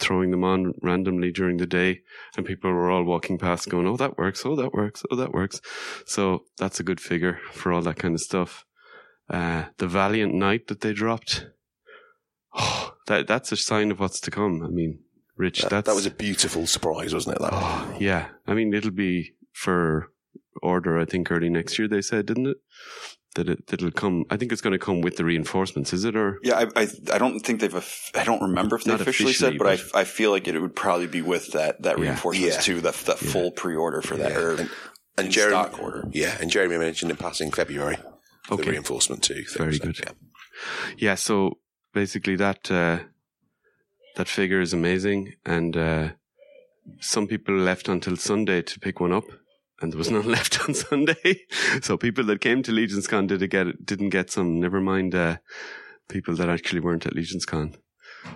Speaker 3: throwing them on randomly during the day. And people were all walking past going, Oh, that works. Oh, that works. Oh, that works. So that's a good figure for all that kind of stuff. uh, the Valiant Knight that they dropped. Oh, that that's a sign of what's to come. I mean, Rich,
Speaker 6: That,
Speaker 3: that's
Speaker 6: that was a beautiful surprise, wasn't it? That one?
Speaker 3: Oh, yeah. I mean, it'll be for order, I think, early next year, they said, didn't it? That, it, that it'll come. I think it's going to come with the reinforcements, is it? Or
Speaker 7: Yeah, I, I I don't think they've. Off- I don't remember if they
Speaker 3: Not
Speaker 7: officially, said,
Speaker 3: officially,
Speaker 7: but, I I feel like it, would probably be with that that
Speaker 3: Yeah.
Speaker 7: reinforcements
Speaker 6: Yeah.
Speaker 7: too. That that
Speaker 3: Yeah.
Speaker 7: full pre order for that
Speaker 6: Yeah.
Speaker 7: or
Speaker 6: And-
Speaker 7: in
Speaker 6: and Jeremy,
Speaker 7: stock order.
Speaker 6: yeah, and Jeremy mentioned in passing February the
Speaker 3: okay,
Speaker 6: reinforcement too. thing,
Speaker 3: Very
Speaker 6: so,
Speaker 3: good.
Speaker 6: yeah.
Speaker 3: yeah. So basically, that uh, that figure is amazing, and uh, some people left until Sunday to pick one up, and there was none left on Sunday. so people that came to LegionsCon did get didn't get some. Never mind uh, people that actually weren't at LegionsCon.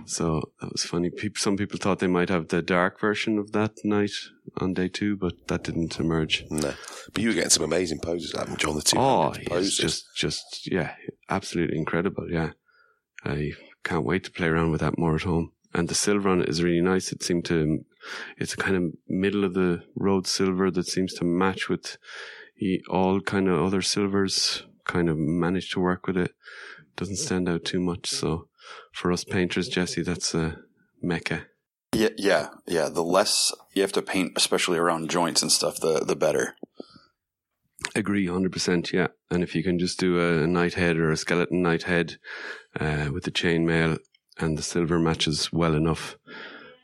Speaker 3: So that was funny. Peop some people thought they might have the dark version of that night on day two, but that didn't emerge.
Speaker 6: No, but you were getting some amazing poses, haven't you, John? The two
Speaker 3: Oh,
Speaker 6: poses.
Speaker 3: it's just, just, yeah, absolutely incredible. Yeah. I can't wait to play around with that more at home. And the silver on it is really nice. It seemed to, it's a kind of middle of the road silver that seems to match with e- all kind of other silvers, kind of managed to work with it. Doesn't stand out too much. So for us painters, Jesse, that's a mecca.
Speaker 7: Yeah, yeah, yeah. The less you have to paint, especially around joints and stuff, the the better.
Speaker 3: Agree, hundred percent. Yeah, and if you can just do a, a knight head or a skeleton knight head uh, with the chainmail and the silver matches well enough,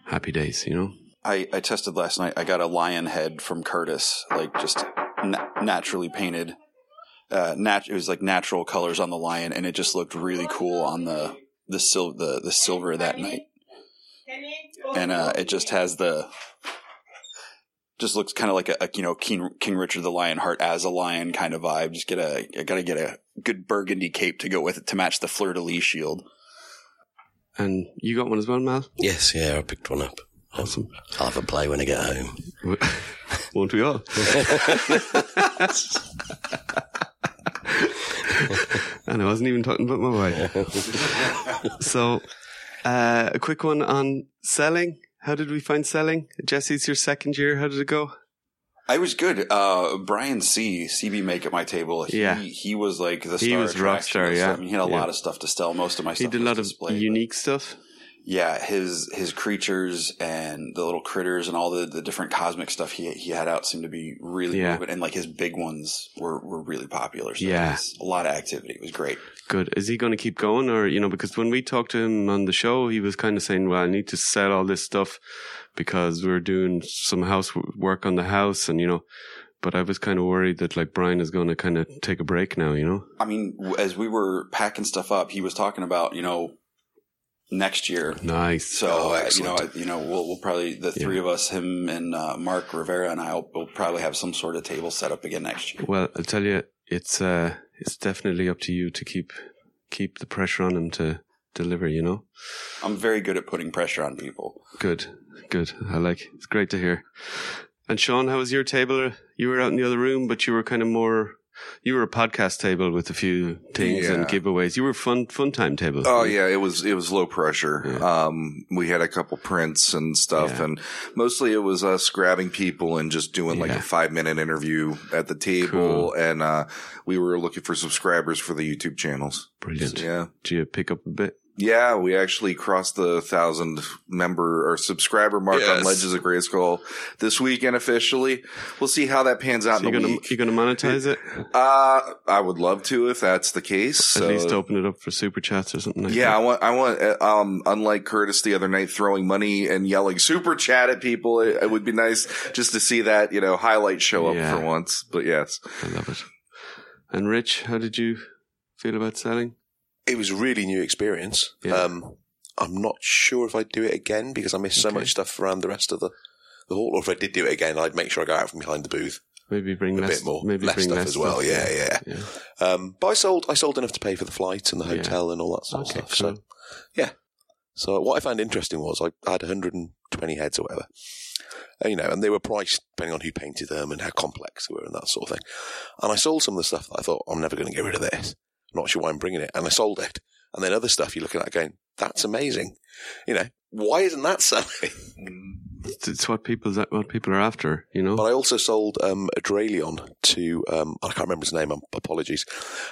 Speaker 3: happy days. You know,
Speaker 7: I, I tested last night. I got a lion head from Curtis, like just na- naturally painted. Uh, nat- it was like natural colors on the lion, and it just looked really cool on the the sil- the, the silver that night. And uh, it just has the just looks kind of like a, a, you know King King Richard the Lionheart as a lion kind of vibe. Just get a I gotta get a good burgundy cape to go with it to match the fleur de lis shield.
Speaker 3: and you got one as well, Mal.
Speaker 5: Yes, yeah, I picked one up.
Speaker 3: Awesome,
Speaker 5: I'll have a play when I get home.
Speaker 3: won't we all? and I wasn't even talking about my wife. so, uh, a quick one on selling. How did we find selling? Jesse's your second year. How did it go?
Speaker 7: I was good. Uh, Brian C. CB Make at my table. He,
Speaker 3: Yeah.
Speaker 7: he was like the star.
Speaker 3: He was rock
Speaker 7: attraction
Speaker 3: star,
Speaker 7: of
Speaker 3: yeah.
Speaker 7: stuff. I mean, he had a
Speaker 3: Yeah.
Speaker 7: lot of stuff to sell. Most of my
Speaker 3: He
Speaker 7: stuff
Speaker 3: did a
Speaker 7: was
Speaker 3: lot of
Speaker 7: displayed, but-
Speaker 3: unique stuff.
Speaker 7: yeah, his his creatures and the little critters and all the, the different cosmic stuff he he had out seemed to be really
Speaker 3: Yeah.
Speaker 7: moving. And like his big ones were were really popular. So
Speaker 3: Yeah.
Speaker 7: yeah, a lot of activity. It was great.
Speaker 3: Good. Is he going to keep going, or you know, because when we talked to him on the show, he was kind of saying, "Well, I need to sell all this stuff because we're doing some house w- work on the house," and you know. But I was kind of worried that like Brian is going to kind of take a break now, you know.
Speaker 7: I mean, w- as we were packing stuff up, he was talking about you know next year
Speaker 3: Nice.
Speaker 7: So
Speaker 6: Oh,
Speaker 7: uh, you know,
Speaker 6: excellent.
Speaker 7: I- you know, we'll, we'll probably the three of us, him and uh, Mark Rivera and I, will will probably have some sort of table set up again next year.
Speaker 3: Well, I'll tell you, it's uh, it's definitely up to you to keep keep the pressure on him to deliver. You know.
Speaker 7: I'm very good at putting pressure on people.
Speaker 3: Good, good. I like. It's great to hear. And Sean, how was your table? You were out in the other room, but you were kind of more. You were a podcast table with a few things and
Speaker 8: Yeah.
Speaker 3: giveaways. You were fun, fun time table.
Speaker 8: Oh yeah, it was it was low pressure. Um, we had a couple prints and stuff,
Speaker 3: Yeah.
Speaker 8: and mostly it was us grabbing people and just doing like
Speaker 3: Yeah.
Speaker 8: a five minute interview at the table, and uh, we were looking for subscribers for the YouTube channels.
Speaker 3: brilliant.
Speaker 8: Yeah,
Speaker 3: Did you pick up a bit?
Speaker 8: yeah, we actually crossed the thousand member or subscriber mark on
Speaker 6: Yes.
Speaker 8: Legends of Grayskull this weekend officially. We'll see how that pans out
Speaker 3: So you're
Speaker 8: in a
Speaker 3: gonna
Speaker 8: week.
Speaker 3: you're gonna monetize it?
Speaker 8: uh, I would love to if that's the case. so-
Speaker 3: At least open it up for super chats or something. Like
Speaker 8: yeah, I
Speaker 3: that.
Speaker 8: want. I want. uh, Um, unlike Curtis the other night, throwing money and yelling super chat at people, it, it would be nice just to see that you know highlight show up
Speaker 3: Yeah.
Speaker 8: for once. But yes,
Speaker 3: I love it. And Rich, how did you feel about selling?
Speaker 6: it was a really new experience.
Speaker 3: Yeah.
Speaker 6: Um, I'm not sure if I'd do it again because I missed so
Speaker 3: Okay.
Speaker 6: much stuff around the rest of the, the hall. Or if I did do it again, I'd make sure I go out from behind the booth
Speaker 3: Maybe bring
Speaker 6: a
Speaker 3: less,
Speaker 6: bit more,
Speaker 3: Maybe
Speaker 6: less
Speaker 3: bring
Speaker 6: stuff
Speaker 3: less
Speaker 6: as well.
Speaker 3: stuff.
Speaker 6: Yeah, yeah.
Speaker 3: yeah.
Speaker 6: Um, but I sold, I sold enough to pay for the flight and the
Speaker 3: Yeah.
Speaker 6: hotel and all that sort
Speaker 3: Okay,
Speaker 6: of stuff.
Speaker 3: cool.
Speaker 6: So, so what I found interesting was I had 120 heads or whatever, And, Uh, you know, and they were priced depending on who painted them and how complex they were and that sort of thing. And I sold some of the stuff that I thought I'm never going to get rid of this. I'm not sure why I'm bringing it, and I sold it. And then other stuff you're looking at going, that's amazing. You know, why isn't that selling?
Speaker 3: It's, it's what people what people are after. You know.
Speaker 6: But I also sold um, a Dralion to um, I can't remember his name. um, Apologies.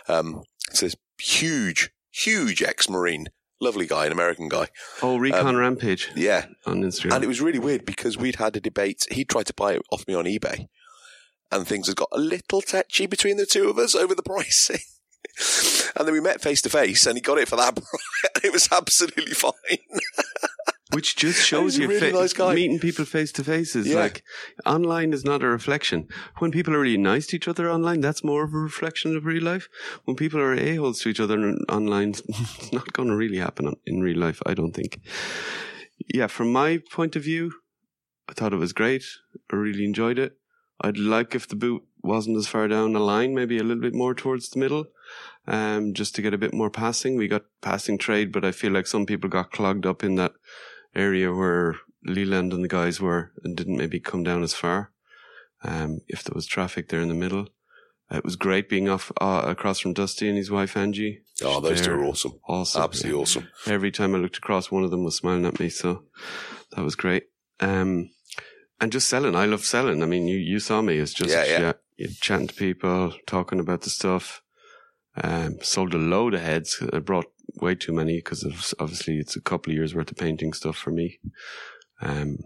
Speaker 6: Um, It's this huge, huge ex-marine, lovely guy, an American guy.
Speaker 3: Oh, Recon
Speaker 6: Um,
Speaker 3: Rampage
Speaker 6: Yeah,
Speaker 3: on Instagram.
Speaker 6: and it was really weird because we'd had a debate. He tried to buy it off me on eBay, and things had got a little touchy between the two of us over the pricing. and then we met face to face, and he got it for that. price. it was absolutely fine.
Speaker 3: Which just shows
Speaker 6: a
Speaker 3: you
Speaker 6: really
Speaker 3: fa-
Speaker 6: nice guy.
Speaker 3: meeting people face to face is
Speaker 6: Yeah.
Speaker 3: like online is not a reflection. When people are really nice to each other online, that's more of a reflection of real life. When people are a holes to each other on- online, it's not going to really happen on- in real life, I don't think. Yeah, from my point of view, I thought it was great. I really enjoyed it. I'd like if the boot wasn't as far down the line, maybe a little bit more towards the middle, um, just to get a bit more passing. We got passing trade, but I feel like some people got clogged up in that area where Leland and the guys were and didn't maybe come down as far. Um, if there was traffic there in the middle, it was great being off uh, across from Dusty and his wife Angie.
Speaker 6: Oh, those two
Speaker 3: They're
Speaker 6: are awesome.
Speaker 3: Awesome,
Speaker 6: Absolutely
Speaker 3: yeah.
Speaker 6: awesome.
Speaker 3: Every time I looked across, one of them was smiling at me, so that was great. Um, and just selling, I love selling. I mean, you you saw me. It's just
Speaker 6: Yeah, yeah.
Speaker 3: chat- you're chatting to people, talking about the stuff. Um, sold a load of heads. I brought way too many because obviously it's a couple of years worth of painting stuff for me. Um,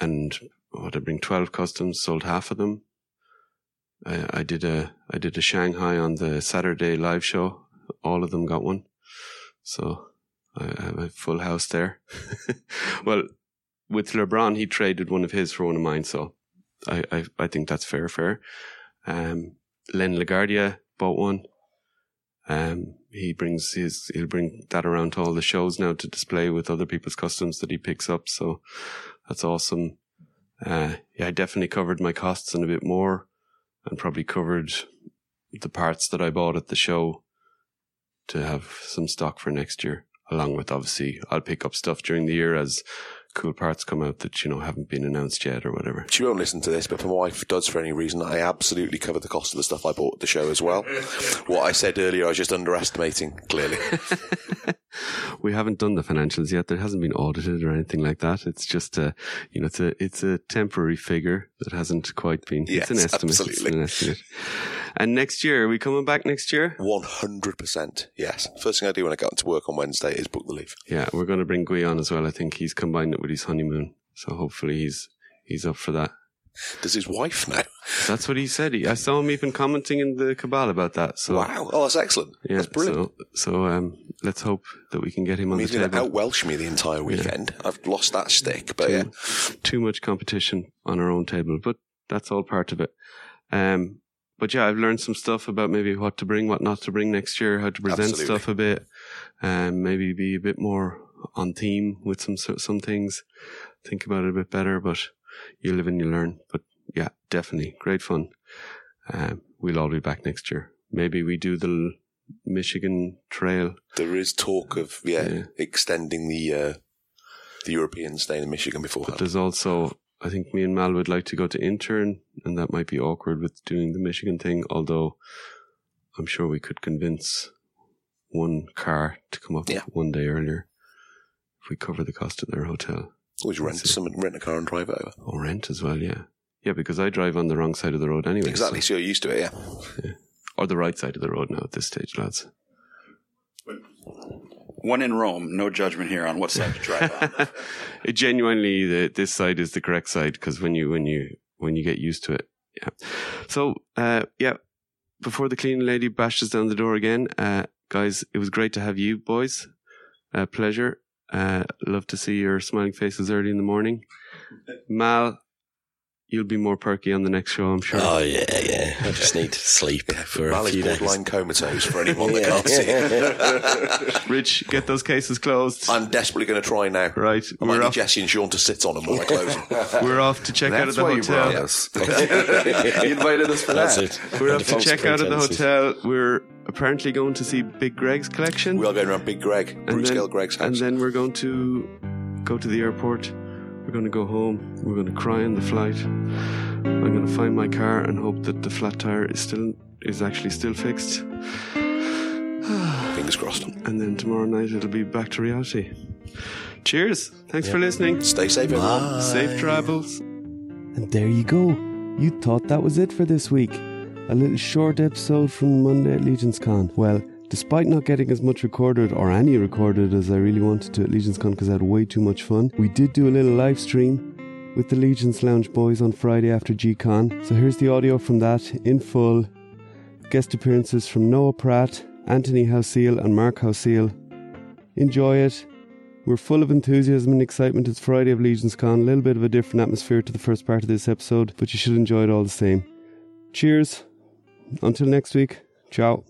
Speaker 3: and what did I bring? Twelve customs. Sold half of them. I, I did a I did a Shanghai on the Saturday live show. All of them got one, so I I have a full house there. well, with LeBron, he traded one of his for one of mine, so I I, I think that's fair, fair. Um, Len Laguardia bought one. Um, he brings his he'll bring that around to all the shows now to display with other people's customs that he picks up. So that's awesome. Uh, yeah, I definitely covered my costs and a bit more, and probably covered the parts that I bought at the show to have some stock for next year. Along with obviously, I'll pick up stuff during the year as cool parts come out that you know haven't been announced yet or whatever.
Speaker 6: She won't listen to this, but for my wife does for any reason, I absolutely covered the cost of the stuff I bought at the show as well. what I said earlier, I was just underestimating, clearly.
Speaker 3: we haven't done the financials yet. There hasn't been audited or anything like that. It's just a, you know, it's a it's a temporary figure that hasn't quite been.
Speaker 6: Yes,
Speaker 3: it's an estimate. It's
Speaker 6: absolutely.
Speaker 3: an estimate. And next year, are we coming back next year?
Speaker 6: 100%. Yes. First thing I do when I get into work on Wednesday is book the leave.
Speaker 3: Yeah, we're going to bring Gui on as well. I think he's combined it with his honeymoon, so hopefully he's he's up for that.
Speaker 6: Does his wife know?
Speaker 3: That's what he said. He, I saw him even commenting in the cabal about that. So
Speaker 6: Wow. Oh, that's excellent.
Speaker 3: Yeah,
Speaker 6: that's brilliant.
Speaker 3: so so um, let's hope that we can get him
Speaker 6: I
Speaker 3: on
Speaker 6: mean,
Speaker 3: the
Speaker 6: he's going to
Speaker 3: table.
Speaker 6: out Welsh me the entire weekend. I've lost that stick, but yeah.
Speaker 3: too, too much competition on our own table, but that's all part of it. Um, but yeah, I've learned some stuff about maybe what to bring, what not to bring next year, how to present
Speaker 6: Absolutely.
Speaker 3: stuff a bit, um, maybe be a bit more on theme with some so- some things. Think about it a bit better, but you live and you learn. But yeah, definitely great fun. Um, we'll all be back next year. Maybe we do the L- Michigan Trail.
Speaker 6: There is talk of, yeah,
Speaker 3: Yeah.
Speaker 6: extending the uh, the European stay in Michigan
Speaker 3: But
Speaker 6: beforehand.
Speaker 3: there's also, I think me and Mal would like to go to intern, and that might be awkward with doing the Michigan thing. Although, I'm sure we could convince one car to come up
Speaker 6: Yeah.
Speaker 3: one day earlier if we cover the cost of their hotel
Speaker 6: Always rent
Speaker 3: That's it.
Speaker 6: some, rent a car and drive it over.
Speaker 3: or rent as well. Yeah, yeah, because I drive on the wrong side of the road anyway,
Speaker 6: Exactly. So you're used to it, yeah.
Speaker 3: so- or the right side of the road now at this stage, lads.
Speaker 7: When in Rome, no judgment here on what side to drive on.
Speaker 3: it genuinely the, this side is the correct side because when you when you when you get used to it yeah so uh yeah before the cleaning lady bashes down the door again uh guys it was great to have you boys uh pleasure uh love to see your smiling faces early in the morning mal you'll be more perky on the next show i'm sure
Speaker 5: Oh yeah, yeah. I just need to sleep for a
Speaker 6: Mal is
Speaker 5: few days.
Speaker 6: borderline comatose for anyone that
Speaker 5: Yeah.
Speaker 6: can't see it.
Speaker 3: rich get those cases closed
Speaker 6: I'm desperately going to try now.
Speaker 3: right
Speaker 6: I might
Speaker 3: we're
Speaker 6: need
Speaker 3: off
Speaker 6: Jesse and Sean to sit on them when I close them.
Speaker 3: we're off to check out
Speaker 8: That's
Speaker 3: of the
Speaker 8: why you
Speaker 3: hotel
Speaker 8: brought us. you invited us for
Speaker 5: That's
Speaker 8: that.
Speaker 5: it.
Speaker 3: We're
Speaker 5: Under
Speaker 3: off to
Speaker 5: false
Speaker 3: check out of the
Speaker 5: pretenses.
Speaker 3: hotel. We're apparently going to see Big Greg's collection.
Speaker 6: we are going around Big Greg,
Speaker 3: And
Speaker 6: Bruce
Speaker 3: then-
Speaker 6: Gale Greg's
Speaker 3: and
Speaker 6: house.
Speaker 3: then we're going to go to the airport. We're going to go home. We're going to cry on the flight. I'm going to find my car and hope that the flat tire is still is actually still fixed.
Speaker 6: Fingers crossed.
Speaker 3: And then tomorrow night it'll be back to reality. Cheers. Thanks for listening.
Speaker 6: Stay safe, everyone.
Speaker 5: Bye.
Speaker 3: Safe travels.
Speaker 9: And there you go. You thought that was it for this week. a little short episode from Monday at Legion's Con. Well, despite not getting as much recorded or any recorded as I really wanted to at Legion's Con because I had way too much fun, we did do a little live stream with the Legion's Lounge boys on Friday after G-Con. So here's the audio from that in full. Guest appearances from Noah Pratt, Anthony Houseel, and Mark Houseel. Enjoy it. We're full of enthusiasm and excitement. It's Friday of Legion's Con, a little bit of a different atmosphere to the first part of this episode, but you should enjoy it all the same. Cheers. Until next week. Ciao.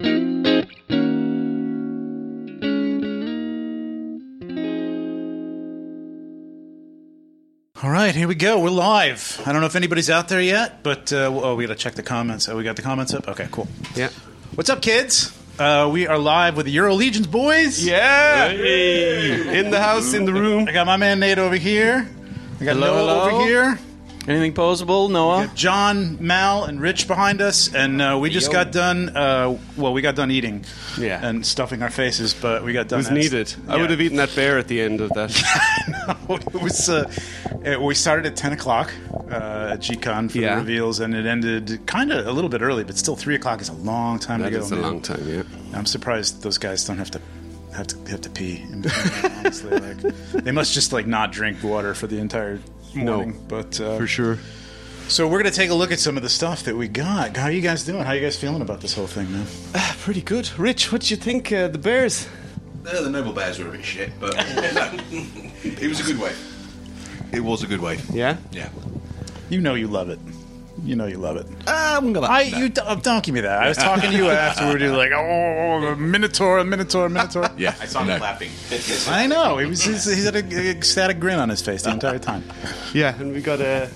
Speaker 10: All right, here we go. We're live. I don't know if anybody's out there yet, but uh, oh, we got to check the comments. Oh, we got the comments up. Okay, cool.
Speaker 3: Yeah.
Speaker 10: What's up, kids? Uh, we are live with the Euro Legions boys.
Speaker 3: Yeah, in the house, in the room.
Speaker 10: I got my man Nate over here. I got
Speaker 11: Hello,
Speaker 10: Noah
Speaker 11: hello.
Speaker 10: over here.
Speaker 11: Anything posable, Noah?
Speaker 10: John, Mal, and Rich behind us, and uh, we just
Speaker 11: Yo.
Speaker 10: got done. Uh, well, we got done eating,
Speaker 3: Yeah.
Speaker 10: and stuffing our faces, but we got
Speaker 3: It
Speaker 10: done.
Speaker 3: was needed. I would have eaten that bear at the end of that.
Speaker 10: it was. Uh, it, we started at ten o'clock uh, at GCon for
Speaker 3: Yeah.
Speaker 10: the reveals, and it ended kind of a little bit early, but still three o'clock is a long time
Speaker 3: That
Speaker 10: to go.
Speaker 3: is a
Speaker 10: man.
Speaker 3: long time, yeah.
Speaker 10: I'm surprised those guys don't have to have to have to pee. in between, honestly, like they must just like not drink water for the entire morning. but uh,
Speaker 3: For sure.
Speaker 10: So we're gonna take a look at some of the stuff that we got. How are you guys doing? How are you guys feeling about this whole thing, man?
Speaker 3: Pretty good. Rich, what do you think? Uh, the Bears?
Speaker 4: Uh, the Noble Bears were a bit shit, but it was a good wave. It was a good wave.
Speaker 3: Yeah?
Speaker 4: Yeah.
Speaker 10: You know you love it. You know you love it.
Speaker 3: Uh,
Speaker 4: I wouldn't go that.
Speaker 10: I you d- oh, don't give me that. I was talking to you afterward. You're like, oh, Minotaur, Minotaur, Minotaur.
Speaker 4: yeah. I saw no.
Speaker 10: I know. He was he's, he's had a ecstatic grin on his face the entire time.
Speaker 3: Yeah, and we got a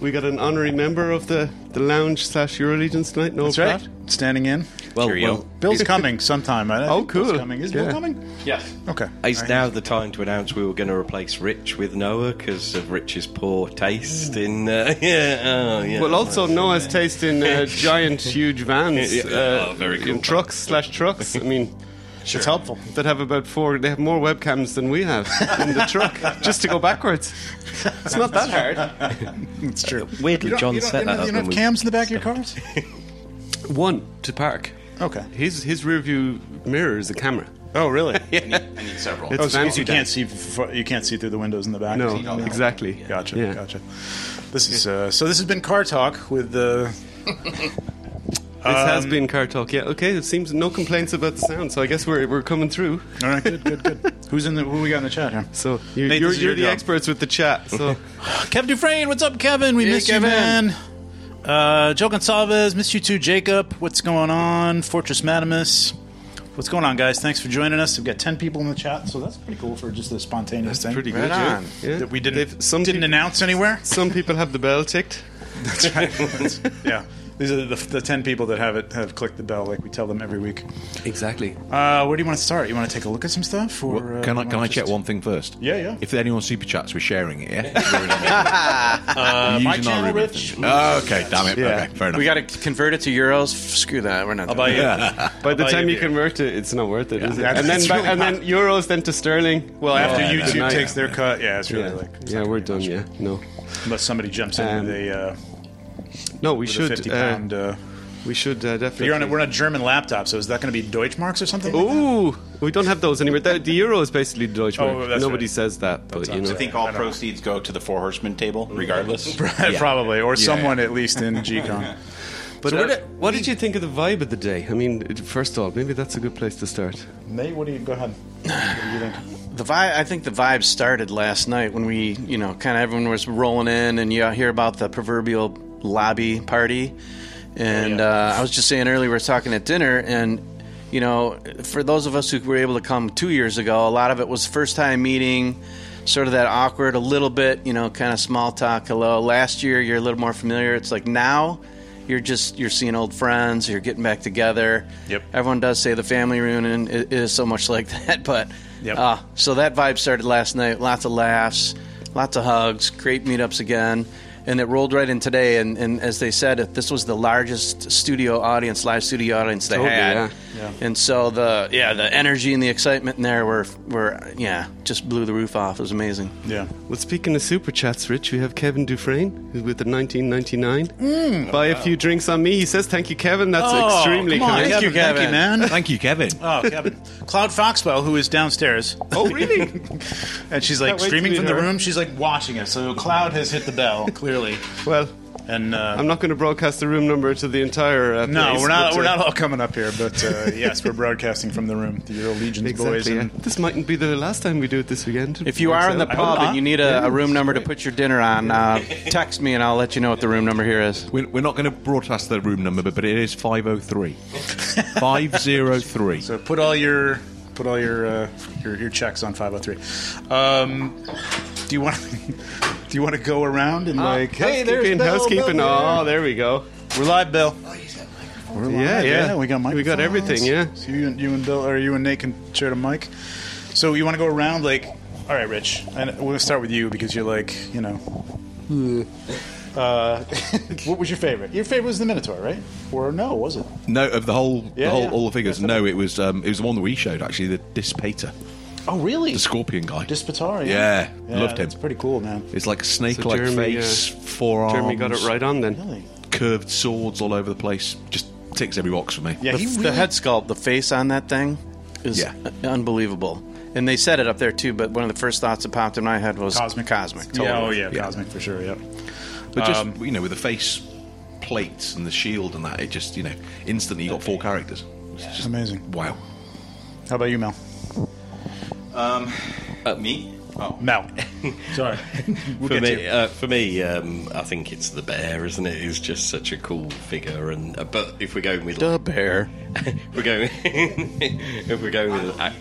Speaker 3: we got an honorary member of the the lounge slash Eurolegions tonight. No,
Speaker 10: That's right. Standing in.
Speaker 5: Well, well
Speaker 10: Bill's coming sometime. I- I
Speaker 3: Oh,
Speaker 10: think Bill's
Speaker 3: cool.
Speaker 10: coming. Is
Speaker 3: Yeah.
Speaker 10: Bill coming?
Speaker 11: Yes.
Speaker 10: Okay.
Speaker 5: it's
Speaker 10: All right.
Speaker 5: now the time to announce we were going to replace Rich with Noah because of Rich's poor taste in. Uh, yeah, oh, yeah.
Speaker 3: Well, also Noah's taste in uh, giant, huge vans,
Speaker 5: Yeah, yeah.
Speaker 3: uh,
Speaker 5: Oh, very
Speaker 3: in
Speaker 5: cool.
Speaker 3: trucks slash trucks. I mean,
Speaker 10: It's helpful.
Speaker 3: that have about four. They have more webcams than we have in the truck, just to go backwards. It's not that hard.
Speaker 10: It's true.
Speaker 5: Weirdly,
Speaker 10: You don't-
Speaker 5: John
Speaker 10: you don't-
Speaker 5: set
Speaker 10: you
Speaker 5: that
Speaker 10: don't-
Speaker 5: up.
Speaker 10: You
Speaker 5: when
Speaker 10: don't have
Speaker 5: we-
Speaker 10: cams in the back of your cars?
Speaker 3: One to park.
Speaker 10: Okay.
Speaker 3: His his rear view mirror is a camera.
Speaker 10: Oh, really?
Speaker 3: It's
Speaker 10: Oh, so you
Speaker 3: fancy.
Speaker 10: can't see f- you can't see through the windows in the back.
Speaker 3: No, exactly.
Speaker 10: Gotcha.
Speaker 3: Yeah.
Speaker 10: Gotcha. This is uh, so. This has been car talk with uh, um, the.
Speaker 3: This has been car talk. Yeah. Okay. It seems no complaints about the sound. So I guess we're we're coming through.
Speaker 10: All right. Good. Good. Good. Who's in the? Who we got in the chat here?
Speaker 3: So you,
Speaker 10: Nate,
Speaker 3: you're,
Speaker 10: this is your
Speaker 3: you're the
Speaker 10: job.
Speaker 3: experts with the chat. So
Speaker 10: Kev Dufresne, what's up, Kevin? We miss you, man. Uh, Joe Gonsalves, miss you too, Jacob. What's going on, Fortress Madamus? What's going on, guys? Thanks for joining us. We've got ten people in the chat, so that's pretty cool for just a spontaneous thing.
Speaker 3: pretty good. yeah. Yeah.
Speaker 10: That we
Speaker 3: They've-
Speaker 10: didn't
Speaker 3: some
Speaker 10: didn't
Speaker 3: peop-
Speaker 10: announce anywhere.
Speaker 3: Some people have the bell ticked.
Speaker 10: yeah. These are the, the 10 people that have it have clicked the bell like we tell them every week.
Speaker 3: Exactly.
Speaker 10: Uh, where do you want to start? You want to take a look at some stuff? Or, uh,
Speaker 4: Can I
Speaker 10: you
Speaker 4: can I
Speaker 10: wanna
Speaker 4: check
Speaker 10: just-
Speaker 4: one thing first?
Speaker 10: Yeah, yeah.
Speaker 4: If anyone super chats, we're sharing it. Yeah.
Speaker 10: Uh, my
Speaker 4: Using our
Speaker 10: channel,
Speaker 4: ribbon
Speaker 10: Rich.
Speaker 4: thing. Oh, okay, damn it.
Speaker 3: Yeah.
Speaker 4: Okay, fair enough.
Speaker 11: We got to convert it to euros. F- Screw that. We're not.
Speaker 10: I'll buy you.
Speaker 3: By the
Speaker 10: Buy
Speaker 3: time
Speaker 10: you
Speaker 3: you
Speaker 10: beer.
Speaker 3: convert it, it's not worth it, is it?
Speaker 10: Yeah,
Speaker 3: And then
Speaker 10: it's
Speaker 3: ba-
Speaker 10: really
Speaker 3: and
Speaker 10: not.
Speaker 3: then euros, then to sterling.
Speaker 10: Well, after
Speaker 4: yeah,
Speaker 10: YouTube
Speaker 4: yeah.
Speaker 10: takes their cut, yeah, it's really
Speaker 3: Yeah,
Speaker 10: like
Speaker 3: yeah we're done. Yeah, no,
Speaker 10: unless somebody jumps in
Speaker 3: Um,
Speaker 10: with a, uh,
Speaker 3: no, we
Speaker 10: with a
Speaker 3: should.
Speaker 10: fifty
Speaker 3: Uh,
Speaker 10: pound. Uh,
Speaker 3: we should uh, definitely.
Speaker 10: you're on a, we're on a German laptop, so is that going to be Deutschmarks or something?
Speaker 3: Ooh, we don't have those anymore. The, the euro is basically the Deutschmark.
Speaker 10: Oh, that's
Speaker 3: Nobody
Speaker 10: right.
Speaker 3: says that, but you know.
Speaker 10: I Mm-hmm. think
Speaker 12: all proceeds go to the Four Horsemen table, regardless.
Speaker 10: probably, or someone at least in GCon.
Speaker 3: But what, did- what did you think of the vibe of the day? I mean, it- first of all, maybe that's a good place to start.
Speaker 10: Nate, what do you go ahead? What do you think?
Speaker 11: The vibe. I think the vibe started last night when we, you know, kind of everyone was rolling in, and you hear about the proverbial lobby party.
Speaker 10: Oh,
Speaker 11: And uh, I was just saying earlier, we were talking at dinner, and you know, for those of us who were able to come two years ago, a lot of it was first time meeting, sort of that awkward, a little bit, you know, kind of small talk. Hello. Last year, you're a little more familiar. It's like now. You're just you're seeing old friends. You're getting back together.
Speaker 10: Yep.
Speaker 11: Everyone does say the family reunion i- is so much like that, but
Speaker 10: Yep.
Speaker 11: uh, so that vibe started last night. Lots of laughs, lots of hugs, great meetups again. and it rolled right in today. And, and as they said, if this was the largest studio audience, live studio audience they
Speaker 3: Totally,
Speaker 11: had.
Speaker 3: yeah. Yeah.
Speaker 11: And so the yeah the energy and the excitement in there were were yeah just blew the roof off. It was amazing.
Speaker 10: Yeah.
Speaker 3: Well, speaking of super chats, Rich, we have Kevin Dufresne who's with the 1999.
Speaker 10: Mm.
Speaker 3: Buy a few drinks on me. He says, "Thank you, Kevin. That's
Speaker 10: Oh,
Speaker 3: extremely
Speaker 10: come on,
Speaker 3: kind."
Speaker 10: Kevin, Thank you, man.
Speaker 13: Thank you, Kevin.
Speaker 10: Oh, Kevin. Cloud Foxwell, who is downstairs.
Speaker 13: Oh, really?
Speaker 10: and she's like
Speaker 3: Can't wait to
Speaker 10: streaming
Speaker 3: meet
Speaker 10: from the
Speaker 3: her.
Speaker 10: room. She's like watching us. So Cloud has hit the bell, clearly.
Speaker 3: well,
Speaker 10: and uh,
Speaker 3: I'm not going to broadcast the room number to the entire. Uh,
Speaker 10: no,
Speaker 3: place,
Speaker 10: we're not.
Speaker 3: but, uh,
Speaker 10: we're not all coming up here, but uh, yes, we're broadcasting from the room. The Euro Legions
Speaker 3: Exactly.
Speaker 10: boys. And,
Speaker 3: yeah. This mightn't be the last time we do it this weekend.
Speaker 11: If you are in the
Speaker 3: I hope
Speaker 11: pub
Speaker 14: Uh,
Speaker 11: and
Speaker 3: not.
Speaker 11: you need a,
Speaker 3: Yeah.
Speaker 11: a room number to put your dinner on, uh, text me and I'll let you know what the room number here is.
Speaker 13: We're, we're not going to broadcast the room number, but but it is 503. 503.
Speaker 10: So put all your put all your uh, your, your checks on 503. Um, do you want do you want to go around
Speaker 3: Ah,
Speaker 10: and like Uh, hey there's
Speaker 3: housekeeping,
Speaker 10: Bill,
Speaker 3: housekeeping.
Speaker 10: Bill there.
Speaker 3: oh, there we go.
Speaker 10: We're live, Bill.
Speaker 3: Oh,
Speaker 10: We're live,
Speaker 3: Yeah, yeah.
Speaker 10: We got mic.
Speaker 3: We got everything, yeah.
Speaker 10: So you and you and Bill or you and Nate can share the mic. So you want to go around like all right, Rich, and we'll start with you because you're like you know. Uh, what was your favorite? Your favorite was the Minotaur, right? Or no, was it?
Speaker 13: No, of the whole,
Speaker 10: Yeah,
Speaker 13: the whole
Speaker 10: yeah.
Speaker 13: all the figures. No, it was um, it was the one that we showed actually, the Dispater,
Speaker 10: Oh, really?
Speaker 13: the Scorpion guy.
Speaker 10: Dispatari.
Speaker 13: Yeah, loved him.
Speaker 10: It's pretty cool, man.
Speaker 13: It's like a snake-like
Speaker 3: Jeremy,
Speaker 13: face,
Speaker 3: uh,
Speaker 13: forearms.
Speaker 3: Jeremy got it right on then.
Speaker 10: Really?
Speaker 13: Curved swords all over the place. Just ticks every box for me.
Speaker 11: the, the head sculpt, the face on that thing is
Speaker 13: Yeah.
Speaker 11: unbelievable. And they said it up there too, but one of the first thoughts that popped in my head was
Speaker 10: Cosmic.
Speaker 11: Cosmic.
Speaker 10: Yeah,
Speaker 11: Totally.
Speaker 10: oh, yeah, Cosmic for sure. Yep.
Speaker 13: But just
Speaker 10: Um,
Speaker 13: you know, with the face plates and the shield and that, it just you know instantly you got four characters. It's just
Speaker 10: amazing.
Speaker 13: Wow.
Speaker 10: How about you, Mel?
Speaker 14: Um,
Speaker 12: Uh,
Speaker 14: me? Oh.
Speaker 10: Mel. Sorry. We'll get to
Speaker 14: for, me,
Speaker 10: you.
Speaker 14: uh, for me, um, I think it's the bear, isn't it? It's just such a cool figure. And uh, but if we're going with
Speaker 11: the bear,
Speaker 14: we're going. if we're going with act-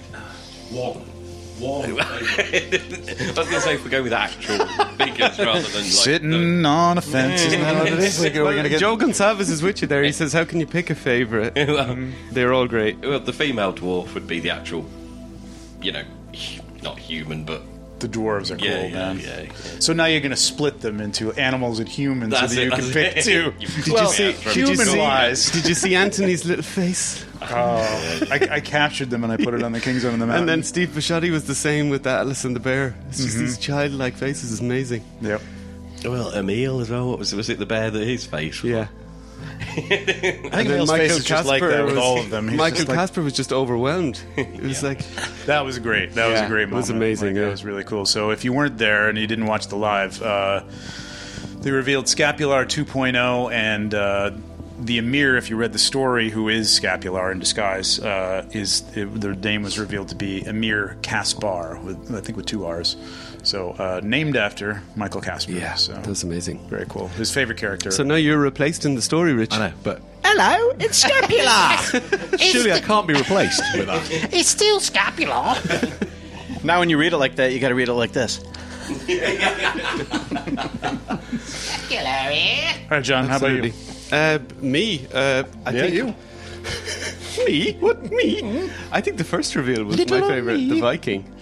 Speaker 13: one, one.
Speaker 14: I was going to say if we're going with actual figures rather than like
Speaker 10: Sitting on a fence. Isn't that what it is? Like, are we
Speaker 3: Well,
Speaker 10: gonna get?
Speaker 3: Joe Gonsalves is with you there. He says, "How can you pick a favorite?"
Speaker 10: Mm-hmm.
Speaker 3: They're all great.
Speaker 14: Well, the female dwarf would be the actual, you know, hu- not human, but
Speaker 10: The dwarves are cool,
Speaker 14: Yeah, yeah,
Speaker 10: man.
Speaker 14: yeah, yeah.
Speaker 10: So now you're going to split them into animals and humans
Speaker 14: That's
Speaker 10: so that
Speaker 14: it,
Speaker 10: you can
Speaker 14: that's
Speaker 10: pick
Speaker 14: it.
Speaker 10: two.
Speaker 14: You
Speaker 3: Did you see? Did you
Speaker 10: human
Speaker 3: see,
Speaker 10: wise?
Speaker 3: did you see Anthony's little face?
Speaker 10: Oh, I, I captured them and I put it on the King's Zone in the Mountain.
Speaker 3: And then Steve Buscemi was the same with that Alice and the Bear. It's just
Speaker 14: Mhm.
Speaker 3: these childlike faces. It's amazing.
Speaker 10: Mm-hmm. Yep.
Speaker 14: Well, Emil as well. What was it? Was it the bear that his face?
Speaker 3: Yeah.
Speaker 10: I think Emil's face is just like that with all of them. He's
Speaker 3: Michael
Speaker 10: just like-
Speaker 3: Casper was just overwhelmed. It was like
Speaker 10: That was great. That was
Speaker 3: Yeah,
Speaker 10: a great
Speaker 3: it
Speaker 10: moment.
Speaker 3: was
Speaker 10: amazing. That was really cool. So if you weren't there and you didn't watch the live, uh, they revealed Scapular 2.0 and uh, the Emir. If you read the story, who is Scapular in disguise, uh, is it, their name was revealed to be Emir Caspar, with I think with two R's. So uh, named after Michael Caspar. Yeah, so. that
Speaker 3: was amazing.
Speaker 10: Very cool. His favorite character.
Speaker 3: So now you're replaced in the story, Rich. I
Speaker 13: know, but
Speaker 15: Hello, it's Scapular.
Speaker 13: surely I can't be replaced with that.
Speaker 15: it's still Scapular.
Speaker 11: Now, when you read it like that, you got to read it like this.
Speaker 15: Scapular here.
Speaker 10: All right, John,
Speaker 3: how about you? Uh, me? Uh, I
Speaker 10: Yeah,
Speaker 3: think
Speaker 10: you.
Speaker 3: me? What me? I think the first reveal was
Speaker 10: Little
Speaker 3: my
Speaker 10: old
Speaker 3: favorite,
Speaker 10: me.
Speaker 3: the Viking.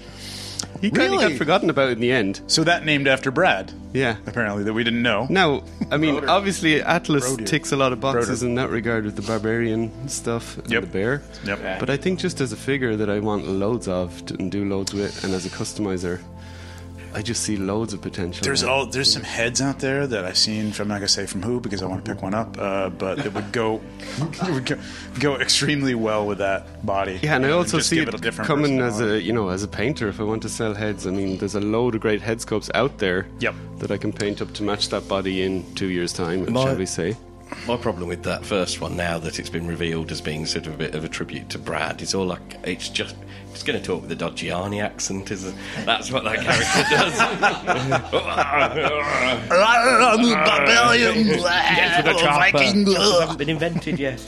Speaker 3: He kind of
Speaker 10: Really?
Speaker 3: got forgotten about in the end.
Speaker 10: So that named after Brad.
Speaker 3: Yeah.
Speaker 10: Apparently, that we didn't know.
Speaker 3: Now, I mean, obviously, Atlas
Speaker 10: Broder.
Speaker 3: ticks a lot of boxes
Speaker 10: Broder.
Speaker 3: in that regard with the barbarian stuff and the bear.
Speaker 10: Yep.
Speaker 3: But I think just as a figure that I want loads of t- and do loads with, and as a customizer, I just see loads of potential.
Speaker 10: There's
Speaker 3: there.
Speaker 10: all there's some heads out there that I've seen. From, I'm not gonna say from who because I want to pick one up, uh, but it would go it would go, go extremely well with that body.
Speaker 3: Yeah, and I also
Speaker 10: just
Speaker 3: see
Speaker 10: give it a
Speaker 3: it
Speaker 10: different
Speaker 3: coming as a you know as a painter. If I want to sell heads, I mean, there's a load of great head sculpts out there.
Speaker 10: Yep.
Speaker 3: That I can paint up to match that body in two years' time.
Speaker 14: My-
Speaker 3: Shall we say?
Speaker 14: My problem with that first one, now that it's been revealed as being sort of a bit of a tribute to Brad, it's all like it's just it's going to talk with a dodgy Arnie accent, isn't it? That's what that character does.
Speaker 15: I'm a barbarian.
Speaker 14: Get to the chopper.
Speaker 15: Viking.
Speaker 14: Hasn't been invented yet.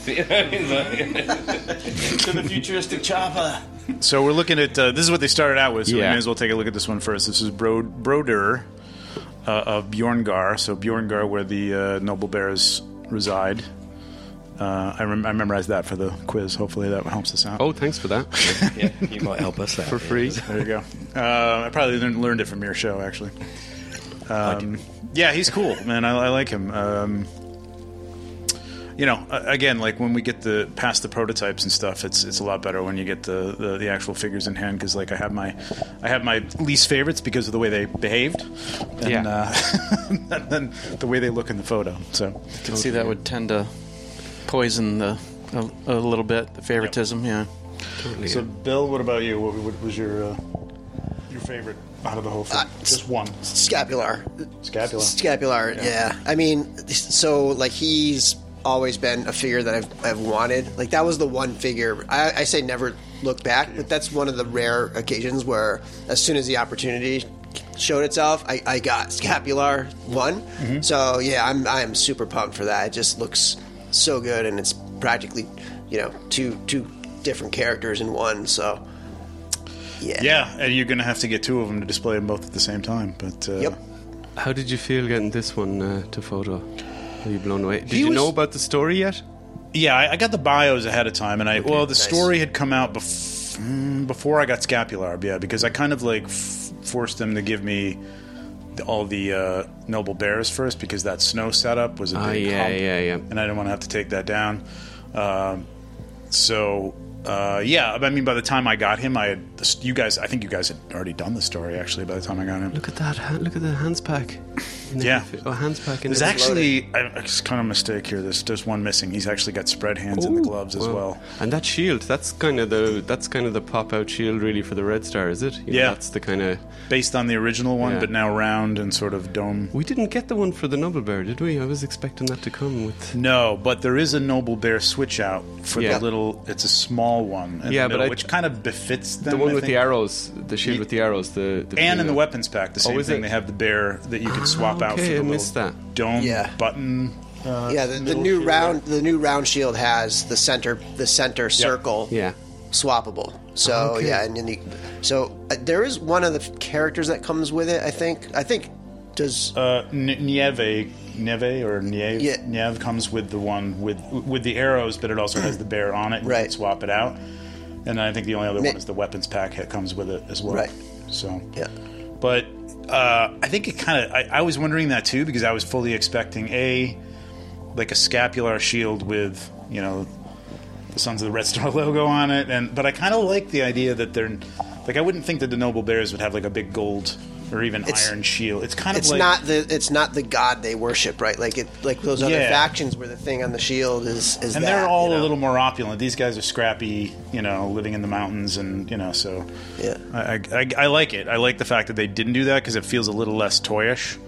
Speaker 14: to the futuristic chopper.
Speaker 10: So we're looking at uh, this is what they started out with. So we
Speaker 14: Yeah.
Speaker 10: may as well take a look at this one first. This is Brod- Broder uh, of Bjorngar. So Bjorngar, where the uh, noble bears reside. Uh, I, rem- I memorized that for the quiz. Hopefully that helps us out.
Speaker 3: Oh, thanks for that.
Speaker 14: yeah, you might help us out
Speaker 3: for free.
Speaker 10: There you go. Uh, I probably learned- learned it from your show, actually. Um, yeah, he's cool, man. I, I like him. Um, you know, a- again, like when we get the past the prototypes and stuff, it's it's a lot better when you get the the, the actual figures in hand because like I have my I have my least favorites because of the way they behaved, and,
Speaker 11: Yeah.
Speaker 10: uh, and then the way they look in the photo. So
Speaker 11: I can see that would tend to poison the a, a little bit the favoritism. Yeah.
Speaker 10: So Bill, what about you? What, what was your uh, your favorite out of the whole thing? Just one.
Speaker 16: Uh, Scapular.
Speaker 10: Scapular.
Speaker 16: Scapular, yeah. I mean, so like he's always been a figure that I've, I've wanted. Like that was the one figure I, I say never look back, but that's one of the rare occasions where as soon as the opportunity showed itself, I, I got Scapular one.
Speaker 10: Mm-hmm.
Speaker 15: Mhm.
Speaker 16: So yeah, I'm I'm super pumped for that. It just looks so good, and it's practically you know two two different characters in one. So
Speaker 10: Yeah. and you're gonna have to get two of them to display them both at the same time. But uh,
Speaker 16: Yep.
Speaker 3: How did you feel getting this one uh, to photo? Are you blown away? Did
Speaker 10: He
Speaker 3: you
Speaker 10: was-
Speaker 3: know about the story yet?
Speaker 10: Yeah, I, I got the bios ahead of time, and I well, the story had come out bef- mm, before I got Scapular, yeah, because I kind of like f- forced them to give me the, all the uh, noble bears first because that snow setup was a
Speaker 3: Ah,
Speaker 10: big
Speaker 3: yeah,
Speaker 10: hump,
Speaker 3: yeah, yeah.
Speaker 10: and I didn't want to have to take that down. Um, so. Uh, yeah, I mean, by the time I got him, I had you guys. I think you guys had already done the story actually. By the time I got him,
Speaker 3: Look at that! ha- Look at the hands pack. In
Speaker 10: Yeah.
Speaker 3: every fi- Oh, hands pack. in
Speaker 10: There's
Speaker 3: every-
Speaker 10: actually I, I just kind of a mistake here. There's there's one missing. He's actually got spread hands in the
Speaker 3: Ooh,
Speaker 10: gloves as
Speaker 3: wow.
Speaker 10: well.
Speaker 3: And that shield, that's kind of the that's kind of the pop out shield really for the Red Star, is it? You know,
Speaker 10: Yeah.
Speaker 3: that's the kind of
Speaker 10: based on the original one,
Speaker 3: Yeah.
Speaker 10: but now round and sort of dome.
Speaker 3: We didn't get the one for the Noble Bear, did we? I was expecting that to come with.
Speaker 10: No, but there is a noble bear switch out for
Speaker 3: Yeah.
Speaker 10: the little. It's a small one. in
Speaker 3: Yeah,
Speaker 10: the
Speaker 3: but
Speaker 10: middle,
Speaker 3: I-
Speaker 10: which kind of befits them,
Speaker 3: the one
Speaker 10: I
Speaker 3: with the
Speaker 10: think.
Speaker 3: arrows, the shield with the arrows, the, the
Speaker 10: and in
Speaker 3: the
Speaker 10: the weapons pack, the
Speaker 3: Oh,
Speaker 10: same
Speaker 3: is
Speaker 10: thing.
Speaker 3: it?
Speaker 10: They have the bear that you could swap out for the
Speaker 3: okay, I
Speaker 10: little
Speaker 3: missed that.
Speaker 10: dome button. Uh,
Speaker 16: yeah, the, the
Speaker 10: middle
Speaker 16: new
Speaker 10: shield.
Speaker 16: round the new round shield has the center the center circle
Speaker 3: yeah
Speaker 16: swappable.
Speaker 10: Oh,
Speaker 16: So
Speaker 3: Okay.
Speaker 16: yeah, and then you, so uh, there is one of the f- characters that comes with it. I think I think does
Speaker 10: uh, N- Nieve, Nieve or Nieve,
Speaker 16: Yeah.
Speaker 10: Nieve comes with the one with with the arrows, but it also has the bear on it. Right. You can swap it out, and then I think the only other one is the weapons pack that comes with it as well.
Speaker 16: Right.
Speaker 10: So
Speaker 16: yeah,
Speaker 10: but uh, I think it kind of I, I was wondering that too because I was fully expecting a like a scapular shield with you know the Sons of the Red Star logo on it, and but I kind of like the idea that they're like I wouldn't think that the Noble Bears would have like a big gold or even
Speaker 16: It's-
Speaker 10: iron shield. It's kind of
Speaker 16: it's
Speaker 10: like
Speaker 16: not the it's not the god they worship, right? Like it like those other
Speaker 10: Yeah.
Speaker 16: factions where the thing on the shield is is
Speaker 10: and
Speaker 16: that.
Speaker 10: they're all a little more opulent. These guys are scrappy, you know, living in the mountains, and you know, so
Speaker 16: yeah,
Speaker 10: I, I, I like it. I like the fact that they didn't do that because it feels a little less toyish.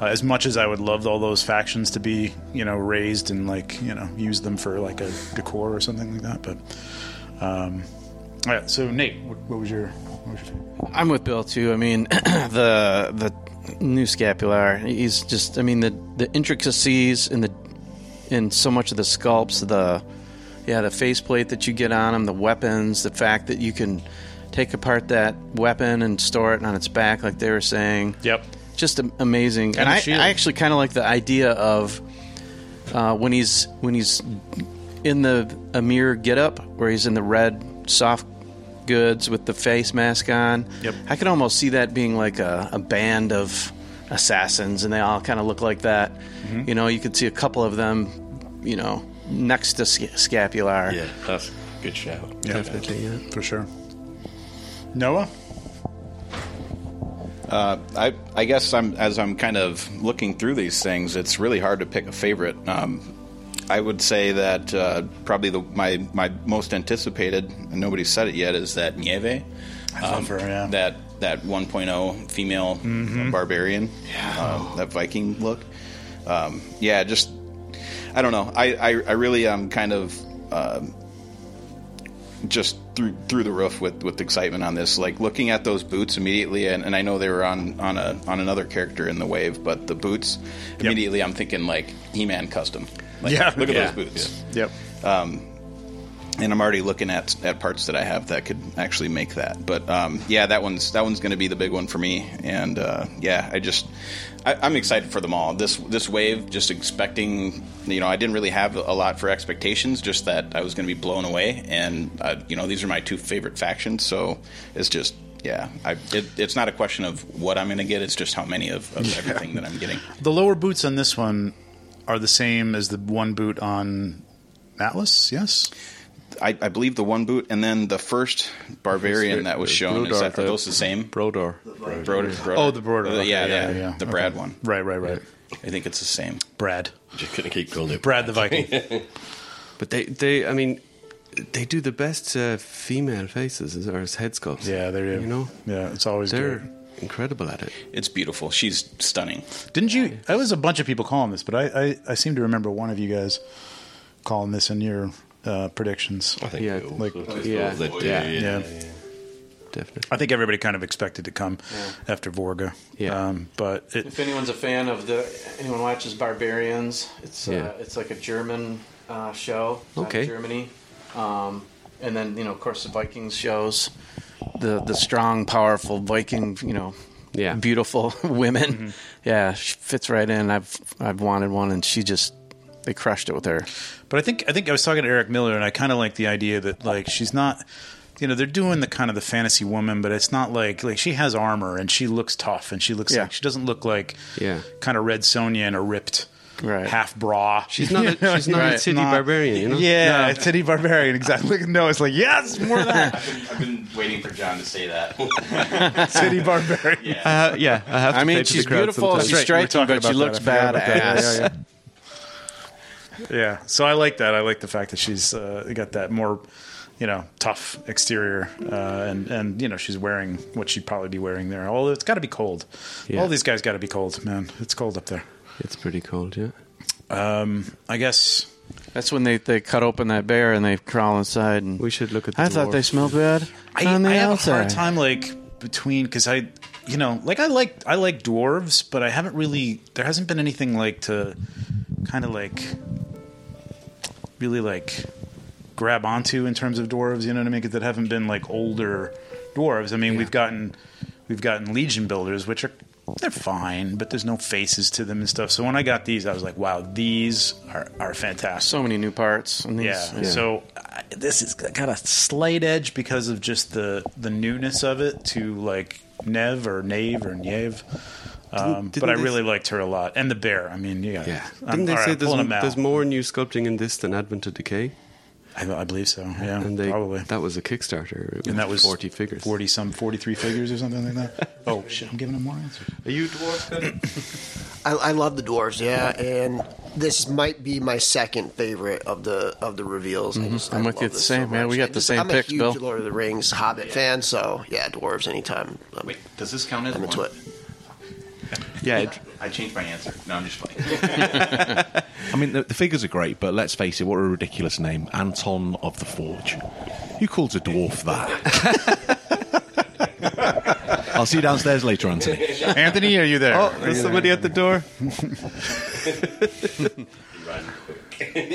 Speaker 10: Uh, as much as I would love all those factions to be, you know, raised and like you know, use them for like a decor or something like that, but. Um, all right, so Nate, what, what was your? What was your favorite?
Speaker 11: I'm with Bill too. I mean, the the new scapular. He's just. I mean, the the intricacies in the in so much of the sculpts, the yeah, the faceplate that you get on him, the weapons, the fact that you can take apart that weapon and store it on its back, like they were saying.
Speaker 10: Yep.
Speaker 11: Just am- amazing.
Speaker 10: And
Speaker 11: And,
Speaker 10: the
Speaker 11: I,
Speaker 10: shield.
Speaker 11: I actually kind of like the idea of uh, when he's when he's in the Amir getup, where he's in the red soft goods with the face mask on. Yep. I could almost see that being like a, a band of assassins, and they all kind of look like that.
Speaker 14: Mhm.
Speaker 11: You know, you could see a couple of them, you know, next to sc- Scapular.
Speaker 14: Yeah, that's a good shout.
Speaker 11: Definitely,
Speaker 10: yeah. For sure. Noah.
Speaker 12: Uh, I I guess I'm as I'm kind of looking through these things, it's really hard to pick a favorite. Um, I would say that uh, probably the, my my most anticipated, and nobody said it yet, is that Nieve. I
Speaker 10: love her, yeah.
Speaker 12: That that 1.0 female
Speaker 10: Mhm.
Speaker 12: barbarian, um, that Viking look. Um, yeah, just I don't know. I I, I really am kind of. Um, just through through the roof with with excitement on this. Like looking at those boots immediately, and, and I know they were on on a on another character in the wave, but the boots immediately, I'm thinking like He Man custom. Like,
Speaker 10: Yeah.
Speaker 12: look at
Speaker 10: Yeah.
Speaker 12: those boots.
Speaker 10: Yep.
Speaker 12: Um, and I'm already looking at at parts that I have that could actually make that. But um, yeah, that one's that one's going to be the big one for me. And uh, yeah, I just I, I'm excited for them all. This this wave, just expecting. You know, I didn't really have a lot for expectations. Just that I was going to be blown away. And uh, you know, these are my two favorite factions, so it's just yeah, I, it, it's not a question of what I'm going to get; it's just how many of, of everything that I'm getting.
Speaker 10: The lower boots on this one are the same as the one boot on Atlas. Yes,
Speaker 12: I, I believe the one boot, and then the first barbarian
Speaker 10: It's the-
Speaker 12: that was
Speaker 10: the
Speaker 12: shown. Is
Speaker 10: Brodor,
Speaker 12: that, are
Speaker 10: the-
Speaker 12: those the same?
Speaker 11: Brodor.
Speaker 12: Brodor.
Speaker 10: Oh, the Brodor.
Speaker 12: The- yeah,
Speaker 10: Okay, yeah,
Speaker 12: yeah,
Speaker 10: yeah, yeah.
Speaker 12: The Brad
Speaker 10: Okay.
Speaker 12: one.
Speaker 10: Right, right, right.
Speaker 12: I think it's the same.
Speaker 10: Brad.
Speaker 14: Just gonna keep calling it
Speaker 10: Brad the Viking.
Speaker 3: But they, they, I mean, they do the best uh, female faces as- or as head sculpts.
Speaker 10: Yeah, they do.
Speaker 3: You know,
Speaker 10: yeah, it's always
Speaker 3: they're incredible at it.
Speaker 12: It's beautiful. She's stunning.
Speaker 10: Didn't you? That was a bunch of people calling this, but I, I, I seem to remember one of you guys calling this in your uh, predictions. I
Speaker 14: think
Speaker 10: yeah,
Speaker 14: we all
Speaker 10: like,
Speaker 14: sort of Yeah. thought that, yeah, yeah, yeah.
Speaker 3: Definitely.
Speaker 10: I think everybody kind of expected to come after Vorga. Yeah, um, but it,
Speaker 11: If anyone's a fan of the, anyone watches Barbarians, it's
Speaker 10: Yeah.
Speaker 11: uh, it's like a German uh, show. It's out of
Speaker 10: Okay.
Speaker 11: Germany, um, and then you know, of course, the Vikings shows the the strong, powerful Viking, you know,
Speaker 3: yeah,
Speaker 11: beautiful women. Yeah, she fits right in. I've I've wanted one, and she just they crushed it with her.
Speaker 10: But I think I think I was talking to Eric Miller, and I kind of like the idea that like she's not, you know, they're doing the kind of the fantasy woman, but it's not like like she has armor and she looks tough and she looks
Speaker 11: Yeah.
Speaker 10: like she doesn't look like
Speaker 3: Yeah.
Speaker 10: kind of Red Sonia in a ripped
Speaker 11: Right.
Speaker 10: half bra.
Speaker 3: She's not a-
Speaker 10: You know,
Speaker 3: she's not a
Speaker 10: right.
Speaker 3: titty barbarian, you know?
Speaker 10: Yeah,
Speaker 3: No.
Speaker 10: a titty barbarian exactly. No, it's like yes, more of that
Speaker 12: I've been waiting for John to say that.
Speaker 10: titty barbarian.
Speaker 3: Uh, yeah, I have. To
Speaker 11: I mean,
Speaker 3: pay for the
Speaker 11: she's
Speaker 3: crowd
Speaker 11: beautiful,
Speaker 3: sometimes.
Speaker 11: she's That's right, we were striking, talking but she about looks that. I forgot about that. badass.
Speaker 10: Yeah, yeah, yeah. Yeah, so I like that. I like the fact that she's uh, got that more, you know, tough exterior, uh, and and you know she's wearing what she'd probably be wearing there. Although it's got to be cold.
Speaker 3: Yeah.
Speaker 10: All these guys got to be cold, man. It's cold up there.
Speaker 3: It's pretty cold, yeah.
Speaker 10: Um, I guess
Speaker 11: that's when they, they cut open that bear and they crawl inside. And we
Speaker 3: should look at.
Speaker 10: the
Speaker 11: I thought they
Speaker 10: dwarf.
Speaker 11: smelled bad
Speaker 10: I,
Speaker 11: on the
Speaker 10: I have
Speaker 11: outside.
Speaker 10: a hard time like between because I, you know, like I like I like dwarves, but I haven't really there hasn't been anything like to kind of like really like grab onto in terms of dwarves. You know what I mean? 'Cause that haven't been like older dwarves. I mean, we've gotten we've gotten legion builders, which are they're fine, but there's no faces to them and stuff. So when I got these, I was like, wow, these are are fantastic.
Speaker 11: So many new parts. And these,
Speaker 10: Yeah. So I, this has got a slight edge because of just the the newness of it to like Nev or Nave or Nieve. Um,
Speaker 3: Didn't- didn't
Speaker 10: but I
Speaker 3: they-
Speaker 10: really liked her a lot, and the bear. I mean, you got
Speaker 3: Yeah.
Speaker 10: I'm-
Speaker 3: Didn't they
Speaker 10: all right,
Speaker 3: say
Speaker 10: I'm
Speaker 3: there's,
Speaker 10: pulling 'em out.
Speaker 3: there's more new sculpting in this than Advent of Decay?
Speaker 10: I, I believe so. Yeah,
Speaker 3: and they,
Speaker 10: probably.
Speaker 3: That was a Kickstarter,
Speaker 10: And that was
Speaker 3: forty figures,
Speaker 10: forty some, forty three figures or something like that. Oh shit! I'm giving him more answers.
Speaker 3: Are you dwarf?
Speaker 16: I, I love the dwarves, yeah, and this might be my second favorite of the of the reveals. I
Speaker 10: Mm-hmm.
Speaker 11: Mhm.
Speaker 16: just,
Speaker 11: I'm
Speaker 16: I
Speaker 11: with
Speaker 16: love
Speaker 11: you. It's
Speaker 16: this
Speaker 11: the same.
Speaker 16: so
Speaker 11: Yeah,
Speaker 16: much.
Speaker 11: we got
Speaker 16: And
Speaker 11: the
Speaker 16: just-
Speaker 11: same
Speaker 16: I'm
Speaker 11: picks,
Speaker 16: a huge
Speaker 11: Bill.
Speaker 16: Lord of the Rings Hobbit fan, so yeah, dwarves anytime. Wait,
Speaker 12: does this count as
Speaker 16: I'm into
Speaker 12: one?
Speaker 16: it.
Speaker 3: Yeah,
Speaker 12: I changed my answer. No, I'm just playing.
Speaker 13: I mean, the, the figures are great, but let's face it, what a ridiculous name. Anton of the Forge. Who calls a dwarf that? I'll see you downstairs later, Anthony.
Speaker 10: Anthony, are you there?
Speaker 3: Oh, there's somebody at the door.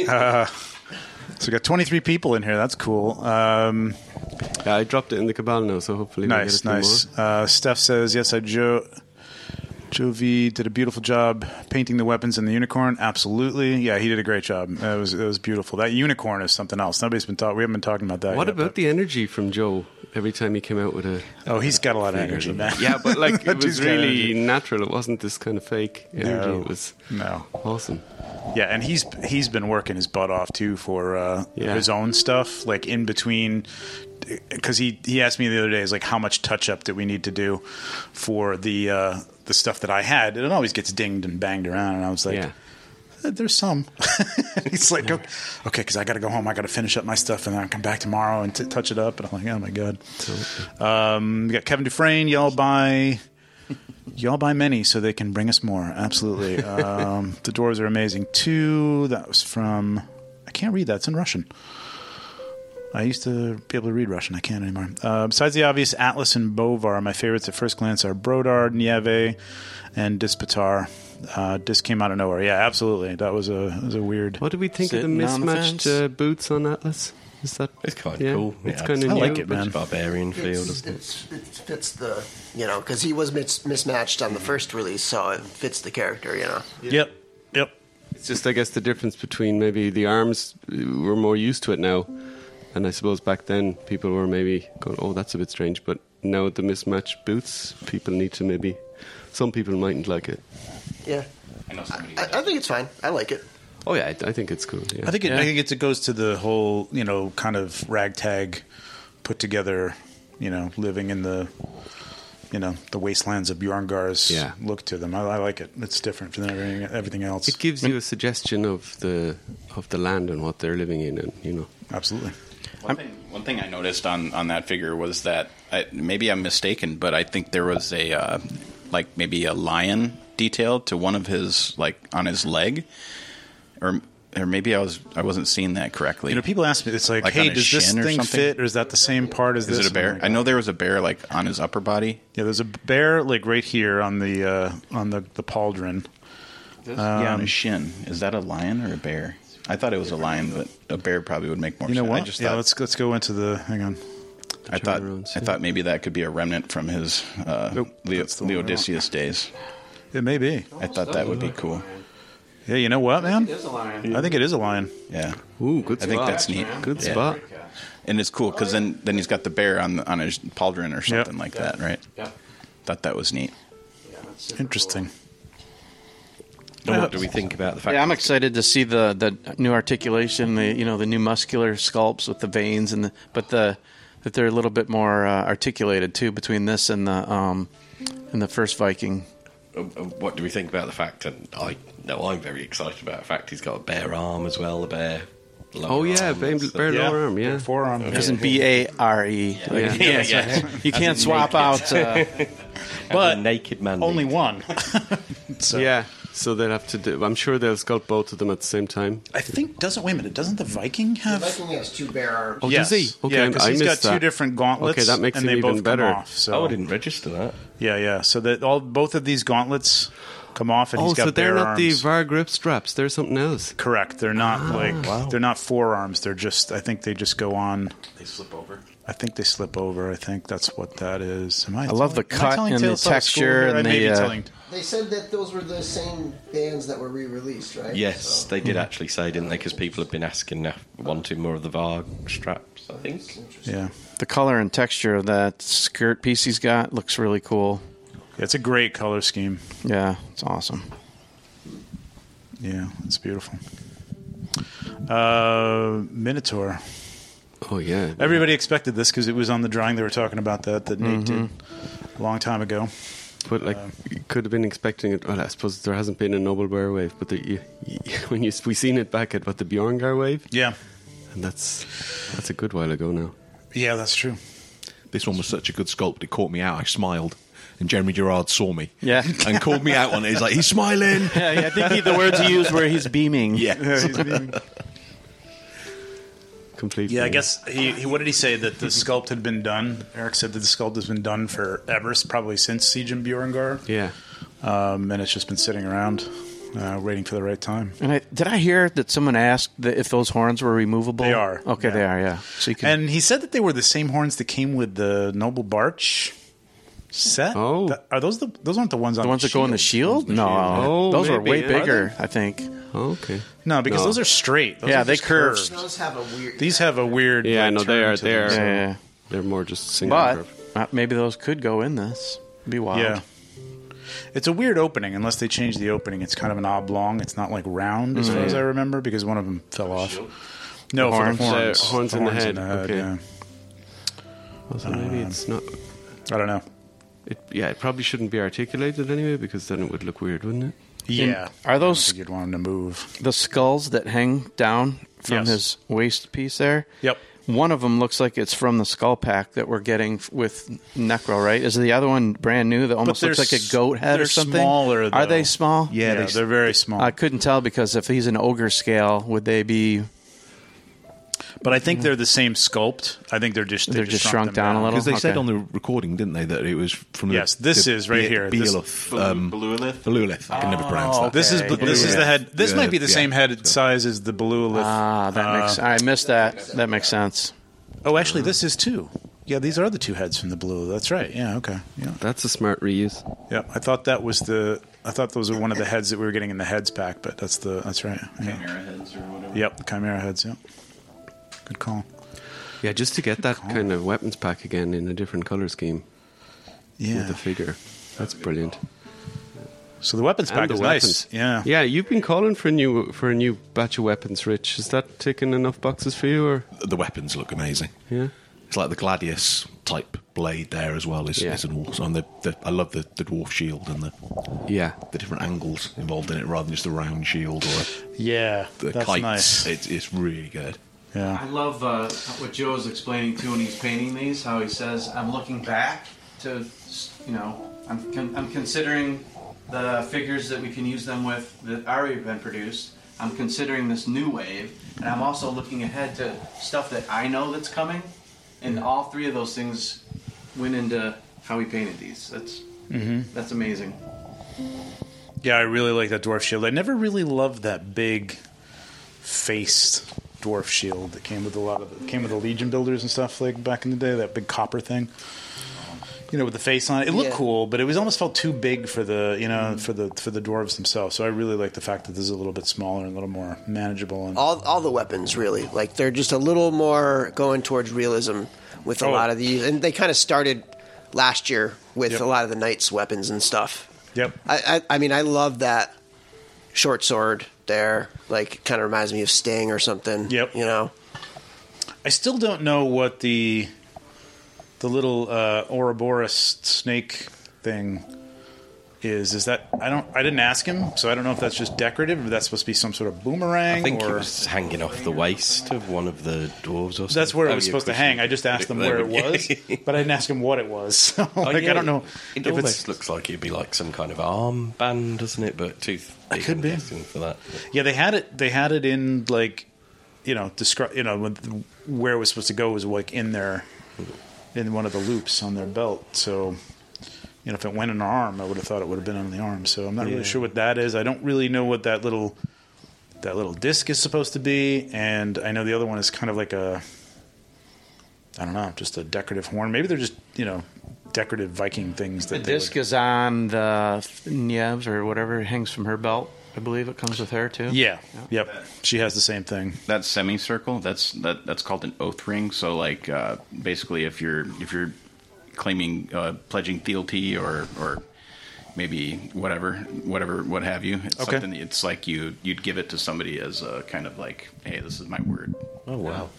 Speaker 10: Uh, so we got 23 people in here. That's cool. Um,
Speaker 3: I dropped it in the cabal now, so hopefully we
Speaker 10: nice,
Speaker 3: get a few
Speaker 10: nice. Uh, Steph says, "Yes, I Joe Jovi did a beautiful job painting the weapons and the unicorn. Absolutely, yeah, he did a great job. It was it was beautiful. That unicorn is something else. Nobody's been talking. We haven't been talking about that.
Speaker 3: What
Speaker 10: yet,
Speaker 3: about the energy from Joe every time he came out with a?
Speaker 10: Oh, he's got a lot of
Speaker 3: figure?
Speaker 10: energy, man.
Speaker 3: Yeah, but like it
Speaker 10: That
Speaker 3: was
Speaker 10: dude's got
Speaker 3: really
Speaker 10: energy.
Speaker 3: natural. It wasn't this kind of fake energy.
Speaker 10: No.
Speaker 3: It was
Speaker 10: no
Speaker 3: awesome.
Speaker 10: Yeah, and he's he's been working his butt off too for uh,
Speaker 3: Yeah.
Speaker 10: his own stuff, like in between. Because he he asked me the other day, is like, how much touch up did we need to do for the uh, the stuff that I had? And it always gets dinged and banged around, and I was like. "Eh, There's some. He's like, okay, because I got to go home. I got to finish up my stuff, and then I'll come back tomorrow and t- touch it up. And I'm like, oh my god. Um, we got Kevin Dufresne. Y'all buy, y'all buy many, so they can bring us more. Absolutely. Um, the doors are amazing too. That was from. I can't read that. It's in Russian. I used to be able to read Russian. I can't anymore. Uh, besides the obvious Atlas and Bovar, my favorites at first glance are Brodar, Nieve, and Dispatar. Uh, Dis came out of nowhere. Yeah, absolutely. That was a that was a weird.
Speaker 3: What did we think of the mismatched uh, boots on Atlas? Is that? It's kind
Speaker 14: of cool,
Speaker 3: It's
Speaker 14: yeah.
Speaker 3: kind of
Speaker 14: I
Speaker 3: new.
Speaker 14: like it,
Speaker 3: but-
Speaker 14: man. Barbarian
Speaker 16: It's, it's, it fits the you know because he was mis- mismatched on the first release, so it fits the character. You know,
Speaker 10: Yep. Yep.
Speaker 3: It's just, I guess, the difference between maybe the arms, uh, we're more used to it now. And I suppose back then people were maybe going, oh, that's a bit strange. But now with the mismatched boots, people need to maybe. Some people mightn't like it.
Speaker 16: Yeah. I, I think it's fine. I like it.
Speaker 3: Oh yeah, I, I think it's cool. Yeah.
Speaker 10: I think it,
Speaker 3: Yeah.
Speaker 10: I think it's, it goes to the whole you know kind of ragtag, put together, you know, living in the, you know, the wastelands of Bjorngar's
Speaker 3: Yeah.
Speaker 10: look to them. I, I like it. It's different from everything, everything else.
Speaker 3: It gives you a suggestion of the of the land and what they're living in, and you know.
Speaker 10: Absolutely.
Speaker 12: One thing, one thing I noticed on, on that figure was that I, maybe I'm mistaken, but I think there was a uh, like maybe a lion detail to one of his like on his leg, or or maybe I was I wasn't seeing that correctly.
Speaker 10: You know, people ask me, it's like,
Speaker 12: Like on
Speaker 10: hey,
Speaker 12: a
Speaker 10: does this
Speaker 12: shin or
Speaker 10: thing
Speaker 12: something?
Speaker 10: fit, or is that the same part as
Speaker 12: Is
Speaker 10: this? Oh
Speaker 12: it a bear? I know there was a bear like on his upper body.
Speaker 10: Yeah, there's a bear like right here on the uh, on the the pauldron.
Speaker 12: yeah, on
Speaker 10: Um,
Speaker 12: his shin. Is that a lion or a bear? I thought it was a lion, but a bear probably would make more
Speaker 10: you know
Speaker 12: sense.
Speaker 10: what?
Speaker 12: I just
Speaker 10: yeah,
Speaker 12: thought-
Speaker 10: let's let's go into the. Hang on.
Speaker 12: I thought I thought maybe that could be a remnant from his uh, Leo,
Speaker 10: one I want.
Speaker 12: Leodicius days.
Speaker 10: It may be.
Speaker 12: I thought that would be cool.
Speaker 10: Yeah, you know what, man?
Speaker 12: it is a lion.
Speaker 10: I think it is a lion.
Speaker 12: Yeah.
Speaker 3: Ooh, good
Speaker 12: I think
Speaker 10: spot.
Speaker 12: that's neat.
Speaker 10: Good
Speaker 12: Yeah.
Speaker 10: spot.
Speaker 12: And it's cool because then then he's got the bear on on his pauldron or something like that, right?
Speaker 10: Yep.
Speaker 12: Thought that was neat.
Speaker 10: Interesting.
Speaker 12: And what do we think about the fact?
Speaker 11: Yeah, I'm excited to see the, the new articulation, the you know the new muscular sculpts with the veins and the, but the that they're a little bit more uh, articulated too between this and the um and the first Viking.
Speaker 14: Uh, uh, What do we think about the fact? And I know I'm very excited about the fact he's got a bare arm as well. A bare. lower
Speaker 3: Oh, yeah,
Speaker 14: arm,
Speaker 3: bare-
Speaker 14: that's uh, the-
Speaker 3: bare Yeah, lower arm, yeah. bare
Speaker 10: forearm.
Speaker 11: It Isn't B A R E?
Speaker 14: Yeah.
Speaker 11: Like,
Speaker 14: Yeah,
Speaker 11: it's
Speaker 14: yeah.
Speaker 11: like- You
Speaker 14: As
Speaker 11: can't
Speaker 14: in
Speaker 11: swap out.
Speaker 14: naked.
Speaker 11: Uh,
Speaker 14: but naked man.
Speaker 10: Only one.
Speaker 3: Yeah, so they'll have to. Do, I'm sure they'll sculpt both of them at the same time.
Speaker 10: I think doesn't wait a minute. Doesn't the Viking have?
Speaker 16: Viking has two bare arms.
Speaker 3: Oh, does he? Okay,
Speaker 10: yeah,
Speaker 3: I-
Speaker 10: because
Speaker 3: I
Speaker 10: he's got
Speaker 3: missed
Speaker 10: two
Speaker 3: that.
Speaker 10: different gauntlets.
Speaker 3: Okay, that makes
Speaker 10: and
Speaker 3: him
Speaker 10: they
Speaker 3: even
Speaker 10: both
Speaker 3: better.
Speaker 10: Come off, so.
Speaker 14: Oh, I didn't register that.
Speaker 10: Yeah, yeah. So that all both of these gauntlets come off, and
Speaker 3: oh,
Speaker 10: he's got
Speaker 3: so they're
Speaker 10: bare
Speaker 3: not
Speaker 10: arms.
Speaker 3: the var grip straps. They're something else. Ah,
Speaker 10: Correct. They're not like they're not forearms. They're just. I think they just go on. They slip over. I think they slip over. I think that's what that is. Am I?
Speaker 11: I love the
Speaker 10: telling- am I
Speaker 11: cut
Speaker 10: telling
Speaker 11: and the
Speaker 10: Tales out of school here?
Speaker 11: texture
Speaker 10: I
Speaker 11: and
Speaker 10: may
Speaker 11: the,
Speaker 10: be
Speaker 11: uh,
Speaker 10: telling-
Speaker 16: They said that those were the same bands that were re-released, right?
Speaker 14: Yes, they did
Speaker 16: Hmm.
Speaker 14: actually say, didn't they? Because people have been asking, uh, wanting more of the Varg straps. I think.
Speaker 10: Yeah.
Speaker 11: The color and texture of that skirt piece he's got looks really cool.
Speaker 10: It's a great color scheme.
Speaker 11: Yeah, it's awesome.
Speaker 10: Yeah, it's beautiful. Uh, Minotaur.
Speaker 3: Oh yeah.
Speaker 10: Everybody expected this because it was on the drawing they were talking about that that Nate did
Speaker 11: Mm-hmm.
Speaker 10: a long time ago.
Speaker 3: But like, you could have been expecting it. Well, I suppose there hasn't been a noble bear wave, but the, you, you- when you we seen it back at what the Bjorngar wave.
Speaker 10: Yeah,
Speaker 3: and that's that's a good while ago now.
Speaker 10: Yeah, that's true.
Speaker 13: This one was such a good sculpt; it caught me out. I smiled, and Jeremy Gerard saw me.
Speaker 11: Yeah,
Speaker 13: and called me out on it. He's like, "He's smiling."
Speaker 11: Yeah, yeah, I think he- the words he used were he's beaming.
Speaker 13: Yeah,
Speaker 10: he's beaming.
Speaker 3: Completely.
Speaker 10: Yeah, I guess he, he. What did he say that the sculpt had been done? Eric said that the sculpt has been done forever, probably since Siege and Bjorngar.
Speaker 3: Yeah,
Speaker 10: um, and it's just been sitting around, uh, waiting for the right time.
Speaker 11: And I, did I hear that someone asked that if those horns were removable? They are. Okay, they are. Yeah. So you can.
Speaker 10: And he said that they were the same horns that came with the Noble Barch set. Oh, are those the those aren't the ones on
Speaker 11: the ones that go in the shield? No, uh,
Speaker 10: Oh,
Speaker 11: those were
Speaker 10: maybe,
Speaker 11: way
Speaker 10: yeah.
Speaker 11: bigger.
Speaker 10: Are
Speaker 11: I think.
Speaker 3: Okay.
Speaker 10: No, because those are straight. Those
Speaker 11: yeah,
Speaker 10: are
Speaker 11: they
Speaker 10: just
Speaker 11: curve.
Speaker 10: curved.
Speaker 16: Those have a weird.
Speaker 10: These have a weird.
Speaker 3: Yeah,
Speaker 10: like,
Speaker 3: no, they
Speaker 10: turn
Speaker 3: are.
Speaker 10: to
Speaker 3: They
Speaker 10: them,
Speaker 3: are.
Speaker 10: so-
Speaker 3: They're more just single.
Speaker 11: But
Speaker 3: curve.
Speaker 11: uh, maybe those could go in this. It'd be wild.
Speaker 10: Yeah. It's a weird opening, unless they change the opening. It's kind of an oblong. It's not like round, as
Speaker 3: Mm.
Speaker 11: Mm-hmm.
Speaker 10: far as I remember, because one of them fell off. No,
Speaker 3: The
Speaker 10: for
Speaker 3: Oh, horns?
Speaker 10: the horns.
Speaker 3: The horns in the head, Um, okay.
Speaker 10: yeah. Uh,
Speaker 3: Well, so maybe it's not.
Speaker 10: I don't know.
Speaker 3: It, yeah, it probably shouldn't be articulated anyway, because then it would look weird, wouldn't it?
Speaker 11: And are those?
Speaker 10: You'd want him to move.
Speaker 11: The skulls that hang down from
Speaker 10: Yes.
Speaker 11: his waist piece there.
Speaker 10: Yep.
Speaker 11: One of them looks like it's from the skull pack that we're getting f- with Necro, right? Is the other one brand new that almost
Speaker 10: they're
Speaker 11: looks like
Speaker 10: s-
Speaker 11: a goat head
Speaker 10: they're
Speaker 11: or something?
Speaker 10: smaller,
Speaker 11: Are they
Speaker 10: though.
Speaker 11: small?
Speaker 10: Yeah, Yeah, they s- they're very small.
Speaker 11: I couldn't tell because if he's an ogre scale, would they be?
Speaker 10: But I think they're the same sculpt. I think they're just they
Speaker 11: They're just shrunk
Speaker 10: them
Speaker 11: down a little?
Speaker 13: Because they said
Speaker 11: Okay.
Speaker 13: on the recording, didn't they, that it was from the-
Speaker 10: Yes, this
Speaker 13: the,
Speaker 10: is right
Speaker 13: Be-
Speaker 10: here. This-
Speaker 13: Beelith, um, Oh, Beluelith. I
Speaker 11: Oh,
Speaker 13: can never pronounce that.
Speaker 10: This is this is the head. This
Speaker 13: Yeah,
Speaker 10: might be the
Speaker 13: yeah.
Speaker 10: same head size as the Belulith.
Speaker 11: Ah, that makes.
Speaker 10: Uh,
Speaker 11: I missed that. That makes sense.
Speaker 10: Oh, actually, this is two. Yeah, these are the two heads from the blue. That's right. Yeah. Okay. Yeah.
Speaker 3: That's a smart reuse.
Speaker 10: Yeah. I thought that was the. I thought those were one of the heads that we were getting in the heads pack, but that's the. That's right. Yeah.
Speaker 12: Chimera heads or whatever.
Speaker 10: Yep. The chimera heads. Yep. Good call.
Speaker 3: Yeah, just to get that kind of weapons pack again in a different color scheme.
Speaker 10: Yeah.
Speaker 3: With the figure. That's brilliant.
Speaker 10: So the weapons pack is nice. Yeah.
Speaker 3: Yeah, you've been calling for a new for a new batch of weapons, Rich. Is that ticking enough boxes for you or
Speaker 13: the weapons look amazing.
Speaker 3: Yeah.
Speaker 13: It's like the gladius type blade there as well. Is,
Speaker 3: Yeah.
Speaker 13: is an awesome. and The, the, I love the, the dwarf shield and the
Speaker 3: yeah
Speaker 13: the different angles involved in it rather than just the round shield or
Speaker 10: Yeah,
Speaker 13: the
Speaker 10: that's
Speaker 13: kites.
Speaker 10: nice.
Speaker 13: It's it's really good.
Speaker 10: Yeah.
Speaker 11: I love uh, what Joe's explaining too when he's painting these. How he says, "I'm looking back to, you know, I'm con- I'm considering the figures that we can use them with that already been produced. I'm considering this new wave, and I'm also looking ahead to stuff that I know that's coming. And all three of those things went into how we painted these. That's
Speaker 10: Mhm.
Speaker 11: that's amazing.
Speaker 10: Yeah, I really like that dwarf shield. I never really loved that big faced dwarf shield that came with a lot of the, came with the legion builders and stuff like back in the day. That big copper thing, you know, with the face on it. It looked
Speaker 11: Yeah.
Speaker 10: cool, but it was almost felt too big for the you know for the for the dwarves themselves. So I really like the fact that this is a little bit smaller and a little more manageable. And
Speaker 16: all all the weapons really like they're just a little more going towards realism with a
Speaker 10: Oh.
Speaker 16: lot of these and they kind of started last year with a lot of the knights weapons and stuff
Speaker 10: yep
Speaker 16: i i, I mean i love that short sword there like kind of reminds me of sting or something yep you know
Speaker 10: I still don't know what the the little uh, Ouroboros snake thing is. Is that I don't I didn't ask him, so I don't know if that's just decorative or that's supposed to be some sort of boomerang
Speaker 14: I think
Speaker 10: or
Speaker 14: it was hanging off the waist of one of the dwarves or something.
Speaker 10: that's where it
Speaker 14: Oh,
Speaker 10: was
Speaker 14: yeah,
Speaker 10: supposed to
Speaker 14: cushion.
Speaker 10: hang. I just asked them
Speaker 14: There
Speaker 10: where it
Speaker 14: we go.
Speaker 10: was, but I didn't ask him what it was. So,
Speaker 14: Oh,
Speaker 10: like
Speaker 14: yeah,
Speaker 10: I don't know
Speaker 14: It,
Speaker 10: if
Speaker 14: almost
Speaker 10: it's
Speaker 14: looks like it'd be like some kind of arm band, doesn't it? But too big,
Speaker 10: could
Speaker 14: I'm
Speaker 10: be.
Speaker 14: guessing, for that.
Speaker 10: Yeah, they had it. They had it in like, you know, describe. You know, when, where it was supposed to go was like in their, in one of the loops on their belt. So, you know, if it went in an arm, I would have thought it would have been on the arm. So I'm not
Speaker 11: Yeah.
Speaker 10: really sure what that is. I don't really know what that little, that little disc is supposed to be. And I know the other one is kind of like a, I don't know, just a decorative horn. Maybe they're just you know, decorative Viking things that
Speaker 11: The
Speaker 10: they would-
Speaker 11: disc is on the Nievs or whatever hangs from her belt. I believe it comes with her too.
Speaker 10: Yeah. Yep. She has the same thing.
Speaker 17: That semicircle, that's that that's called an oath ring. So like uh, basically if you're if you're claiming uh, pledging fealty or or maybe whatever whatever what have you. It's
Speaker 10: Okay.
Speaker 17: something it's like you you'd give it to somebody as a kind of like, hey, this is my word.
Speaker 10: Oh wow.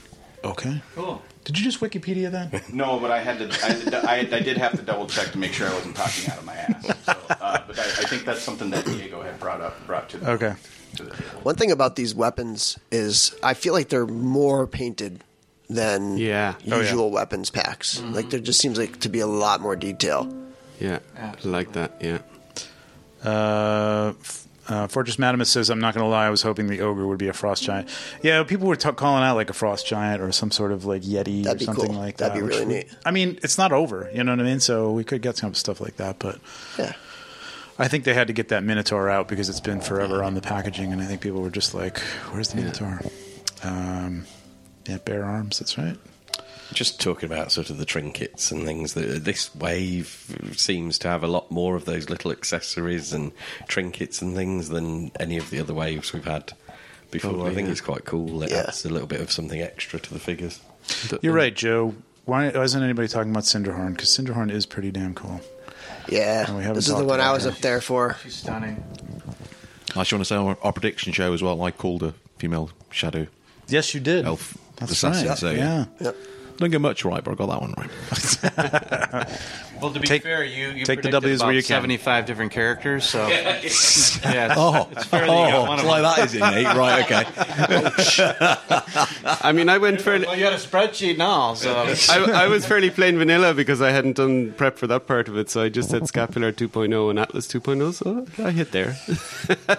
Speaker 10: Okay. Cool. Did you just Wikipedia that?
Speaker 17: No, but I had to. I, had to- I, I did have to double check to make sure I wasn't talking out of my ass. So, uh, but I, I think that's something that Diego had brought up, brought to the
Speaker 10: Okay.
Speaker 16: one thing about these weapons is i feel like they're more painted than
Speaker 3: yeah.
Speaker 16: usual weapons packs like there just seems like to be a lot more detail
Speaker 3: Yeah. Like that, yeah.
Speaker 10: Uh, f- uh, Fortress Madamus says, "I'm not going to lie. I was hoping the ogre would be a frost giant. Yeah, people were t- calling out like a frost giant or some sort of like yeti
Speaker 16: That'd be
Speaker 10: or something
Speaker 16: cool.
Speaker 10: like that.
Speaker 16: That'd be
Speaker 10: which
Speaker 16: really
Speaker 10: would-
Speaker 16: neat.
Speaker 10: I mean, it's not over. You know what I mean? So we could get some stuff like that, but
Speaker 16: yeah."
Speaker 10: I think they had to get that Minotaur out because it's been forever on the packaging, and I think people were just like, "Where's the Minotaur?" Um, yeah, bare arms. That's right.
Speaker 14: Just talking about sort of the trinkets and things. That this wave seems to have a lot more of those little accessories and trinkets and things than any of the other waves we've had before.
Speaker 10: Oh,
Speaker 14: I think
Speaker 10: yeah.
Speaker 14: it's quite cool. It adds a little bit of something extra to the figures.
Speaker 10: You're right, Joe. Why isn't anybody talking about Cinderhorn? Because Cinderhorn is pretty damn cool.
Speaker 16: Yeah,
Speaker 10: And we haven't
Speaker 16: this is the
Speaker 10: talked
Speaker 16: one
Speaker 10: about
Speaker 16: I was
Speaker 10: her.
Speaker 16: up there for.
Speaker 11: She's stunning.
Speaker 13: I just want to say on our, our prediction show as well. I called a female shadow.
Speaker 10: Yes, you did.
Speaker 13: Elf
Speaker 10: That's
Speaker 13: assassin.
Speaker 10: right.
Speaker 13: So
Speaker 10: Yeah.
Speaker 13: yeah. Don't get much right, but I got that one right.
Speaker 11: Well, to be
Speaker 10: Take-
Speaker 11: fair, you, you
Speaker 10: take the
Speaker 11: predicted
Speaker 10: W's
Speaker 11: about
Speaker 10: where you can.
Speaker 11: Seventy-five different characters, so yeah, it's,
Speaker 13: Oh,
Speaker 11: it's fair that you got
Speaker 13: oh,
Speaker 11: one
Speaker 13: it's
Speaker 11: of
Speaker 13: like
Speaker 11: them.
Speaker 13: that, is it, mate? Right, okay.
Speaker 3: I mean, I went fairly.
Speaker 11: Well, you had a spreadsheet now, so
Speaker 3: I, I was fairly plain vanilla because I hadn't done prep for that part of it, so I just said Scapular 2.0 and Atlas 2.0, so I hit there.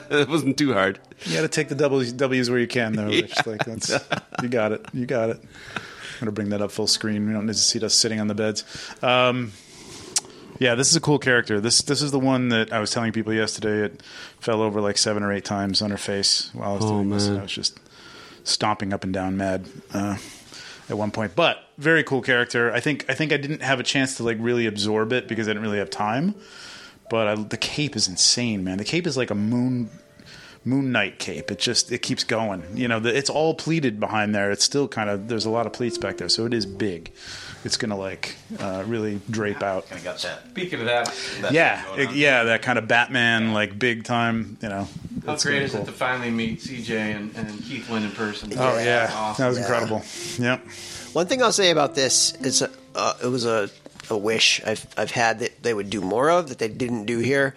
Speaker 3: it wasn't too hard.
Speaker 10: You got to take the W's, W's where you can, though. Rich. Like that's you got it. You got it. I'm gonna bring that up full screen. We don't need to see us sitting on the beds. Um, yeah, this is a cool character. This this is the one that I was telling people yesterday. It fell over like seven or eight times on her face while I was
Speaker 3: Oh,
Speaker 10: doing this. And I
Speaker 3: man.
Speaker 10: was just stomping up and down, mad uh, at one point. But very cool character. I think I think I didn't have a chance to like really absorb it because I didn't really have time. But I, the cape is insane, man. The cape is like a moon Moon Knight cape. It just it keeps going. You know, the, it's all pleated behind there. It's still kind of there's a lot of pleats back there, so it is big. It's gonna like uh, really drape out.
Speaker 17: I got that. Speaking of that, that
Speaker 10: yeah,
Speaker 17: thing going
Speaker 10: it-
Speaker 17: on.
Speaker 10: yeah, that kind of Batman like big time. You know,
Speaker 11: How
Speaker 10: it's
Speaker 11: great
Speaker 10: gonna
Speaker 11: is
Speaker 10: be
Speaker 11: it to finally meet CJ and, and Keith Lynn in person?
Speaker 10: cool. Oh yeah,
Speaker 11: Awesome.
Speaker 10: that was
Speaker 16: Yeah.
Speaker 10: incredible. Yep.
Speaker 16: One thing I'll say about this is uh, it was a, a wish I've, I've had that they would do more of that they didn't do here.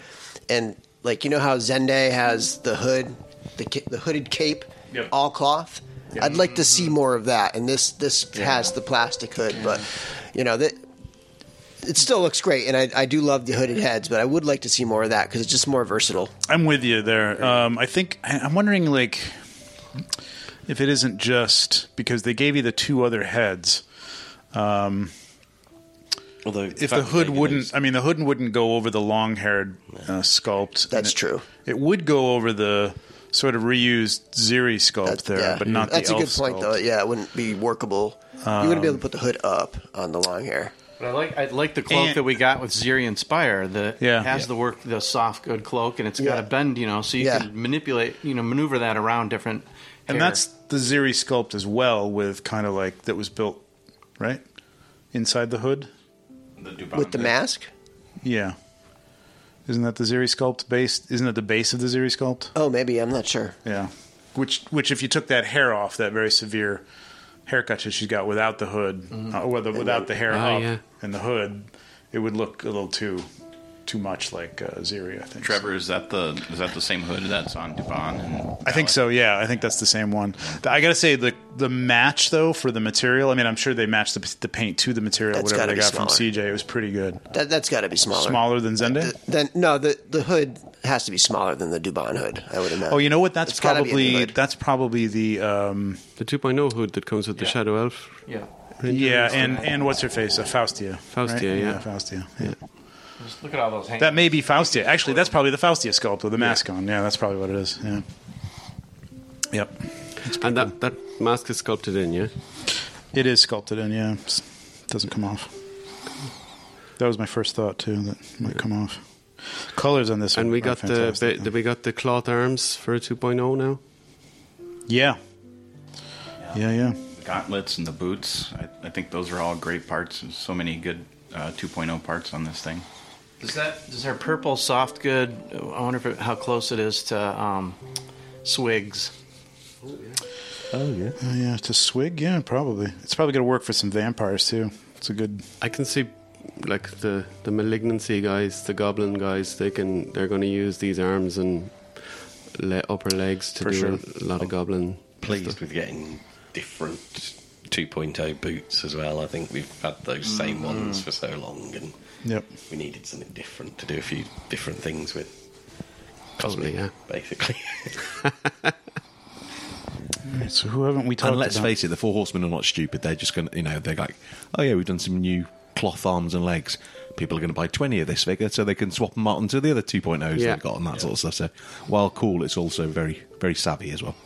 Speaker 16: And like, you know how Zenday has the hood, the, ca- the hooded cape, all cloth? I'd like to
Speaker 11: Mm-hmm.
Speaker 16: see more of that. And this, this has the plastic hood, but you know, that it still looks great. And I, I do love the hooded heads, but I would like to see more of that because it's just more versatile.
Speaker 10: I'm with you there. Um, I think I- I'm wondering like if it isn't just because they gave you the two other heads. Um,
Speaker 14: Although
Speaker 10: if the hood wouldn't, I mean, the hood wouldn't go over the long-haired uh, sculpt. That's
Speaker 16: true.
Speaker 10: It would go over the sort of reused Ziri sculpt there,
Speaker 16: yeah.
Speaker 10: but not
Speaker 16: That's
Speaker 10: the
Speaker 16: a good
Speaker 10: elf
Speaker 16: point,
Speaker 10: sculpt.
Speaker 16: though. Yeah, it wouldn't be workable. you wouldn't be able to put the hood up on the long hair.
Speaker 11: But I like I like the cloak
Speaker 16: And-
Speaker 11: that we got with Ziri Inspire that
Speaker 16: Yeah.
Speaker 11: has
Speaker 16: Yeah.
Speaker 11: the work the soft good cloak and it's got
Speaker 10: Yeah.
Speaker 11: a bend, you know, so you
Speaker 10: Yeah.
Speaker 11: can manipulate, you know, maneuver that around different.
Speaker 10: And
Speaker 11: hair.
Speaker 10: that's the Ziri sculpt as well, with kind of like that was built right inside the hood.
Speaker 16: With the mask?
Speaker 10: Yeah. Isn't that the Ziri sculpt base? Isn't that the base of the Ziri sculpt?
Speaker 16: Oh, maybe I'm not sure.
Speaker 10: Yeah, which which if you took that hair off, that very severe haircut that she's got without the hood,
Speaker 16: Mm-hmm.
Speaker 10: uh, whether without the hair
Speaker 3: Oh,
Speaker 10: up
Speaker 3: yeah.
Speaker 10: and the hood, it would look a little too too much like uh, Ziri. I think.
Speaker 17: Trevor, is that the is that the same hood that's on Devon? And
Speaker 10: I think so. Yeah, I think that's the same one. Th- I gotta say the the match though for the material. I mean, I'm sure they matched the, the paint to the material.
Speaker 16: That's
Speaker 10: whatever
Speaker 16: gotta
Speaker 10: they
Speaker 16: be
Speaker 10: got from
Speaker 16: smaller.
Speaker 10: CJ, it was pretty good.
Speaker 16: That, that's got to be smaller.
Speaker 10: Smaller than Zenday?
Speaker 16: then no, the the hood has to be smaller than the Dubon hood. I would imagine.
Speaker 10: Oh, you know what? That's
Speaker 16: It's gotta be a new
Speaker 10: probably
Speaker 16: hood.
Speaker 10: that's probably the um,
Speaker 3: the 2.0 hood that comes with the Shadow Elf.
Speaker 11: Yeah.
Speaker 10: Yeah, and and what's her face? Uh, Faustia.
Speaker 3: Faustia, yeah.
Speaker 10: Faustia. Yeah.
Speaker 11: Just look at all those hands.
Speaker 10: That may be Faustia. Actually, that's probably the Faustia sculpt with the mask on. Yeah, that's probably what it is. Yeah. Yep.
Speaker 3: And that, that mask is sculpted in, yeah?
Speaker 10: It is sculpted in, yeah. It's- It doesn't come off. That was my first thought too. That might come off. Colors on this
Speaker 3: And
Speaker 10: one.
Speaker 3: we
Speaker 10: are
Speaker 3: got the,
Speaker 10: fantastic.
Speaker 3: the, we got the cloth arms for a 2.0 now.
Speaker 10: Yeah. Yeah, yeah.
Speaker 17: The gauntlets and the boots. I, I think those are all great parts. There's so many good uh, 2.0 parts on this thing.
Speaker 11: Does that does our purple soft good? I wonder if it, how close it is to um, Swigs.
Speaker 10: Oh yeah. Oh yeah. To swig, yeah, probably. It's probably gonna work for some vampires too. It's a good.
Speaker 3: I can see like the the malignancy guys, the goblin guys. They can they're going to use these arms and le- upper legs to
Speaker 14: For
Speaker 3: do
Speaker 14: sure.
Speaker 3: a lot of goblin.
Speaker 14: pleased with getting different 2.0 boots as well. I think we've had those same
Speaker 3: Mhm.
Speaker 14: ones for so long, and
Speaker 10: Mm. Yep.
Speaker 14: we needed something different to do a few different things with.
Speaker 3: Totally, yeah.
Speaker 14: Basically,
Speaker 10: Alright, so who haven't we talked
Speaker 13: and let's
Speaker 10: about?
Speaker 13: face it, the four horsemen are not stupid. They're just going to, you know, they're like, oh yeah, we've done some new cloth arms and legs. People are going to buy 20 of this figure so they can swap them out onto the other 2.0s
Speaker 10: Yeah.
Speaker 13: they've got and that sort of stuff. So while cool, it's also very, very savvy as well.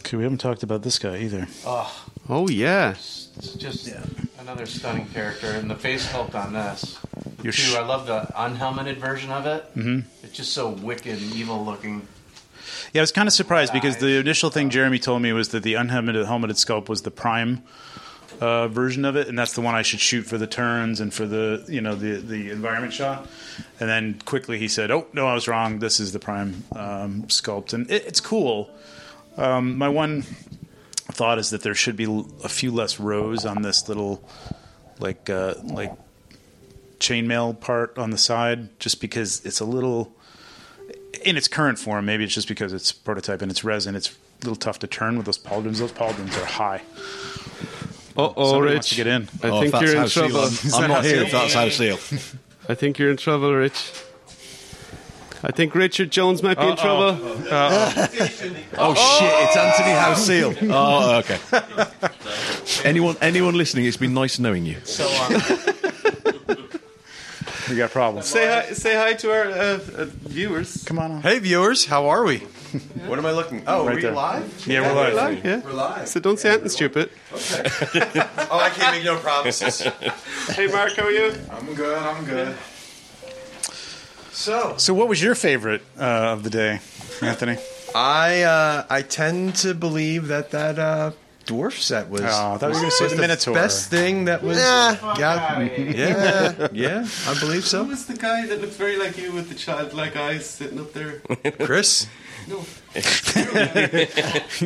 Speaker 10: Okay, we haven't talked about this guy either.
Speaker 11: Oh,
Speaker 3: Oh yeah.
Speaker 11: it's just another stunning character, and the face sculpt on this.
Speaker 10: You're
Speaker 11: too,
Speaker 10: sh-
Speaker 11: I love the unhelmeted version of it.
Speaker 10: Mhm.
Speaker 11: It's just so wicked and evil looking.
Speaker 10: Yeah, I was kind of surprised because the initial thing Jeremy told me was that the unhelmeted helmeted sculpt was the prime uh, version of it, and that's the one I should shoot for the turns and for the you know the the environment shot. And then quickly he said, "Oh no, I was wrong. This is the prime um, sculpt, and it, it's cool." Um, my one thought is that there should be l- a few less rows on this little like uh, like chainmail part on the side, just because it's a little in its current form, maybe it's just because it's prototype and it's resin, it's a little tough to turn with those pauldrons. Those pauldrons are high.
Speaker 3: Oh, oh,
Speaker 10: Somebody
Speaker 3: Rich,
Speaker 10: wants to get in.
Speaker 3: I
Speaker 10: Oh, if
Speaker 3: think you're in
Speaker 10: that's House Seal,
Speaker 3: trouble.
Speaker 10: I'm- Is I'm that not House here if Seal? that's House
Speaker 13: Seal.
Speaker 3: I think you're in trouble, Rich. I think Richard Jones might be in
Speaker 13: Uh-oh.
Speaker 3: trouble.
Speaker 13: Oh, shit! It's Anthony House Seal. Oh, okay. anyone, anyone listening? It's been nice knowing you.
Speaker 11: So um,
Speaker 18: uh,
Speaker 10: we got problems.
Speaker 3: Say hi, say hi to our uh, uh, viewers.
Speaker 10: Come on.
Speaker 18: Hey viewers, how are we? What am I looking? Oh,
Speaker 3: Right
Speaker 18: are you
Speaker 3: there.
Speaker 18: live?
Speaker 3: Yeah, we're live. Yeah.
Speaker 18: We're live.
Speaker 3: So don't say anything stupid.
Speaker 18: Oh, I can't make no promises.
Speaker 3: hey, Mark, how are you?
Speaker 18: I'm good. I'm good. So,
Speaker 10: So, what was your favorite uh, of the day, Anthony?
Speaker 18: I uh, I tend to believe that that uh, dwarf set was.
Speaker 10: Oh, I thought you were
Speaker 18: was-
Speaker 10: gonna say
Speaker 18: was
Speaker 10: the Minotaur.
Speaker 18: Best thing that was.
Speaker 10: Nah.
Speaker 18: Yeah, yeah, yeah, I believe
Speaker 19: Who
Speaker 18: so.
Speaker 19: was the guy that looked very like you with the childlike eyes sitting up there?
Speaker 18: Chris.
Speaker 19: No.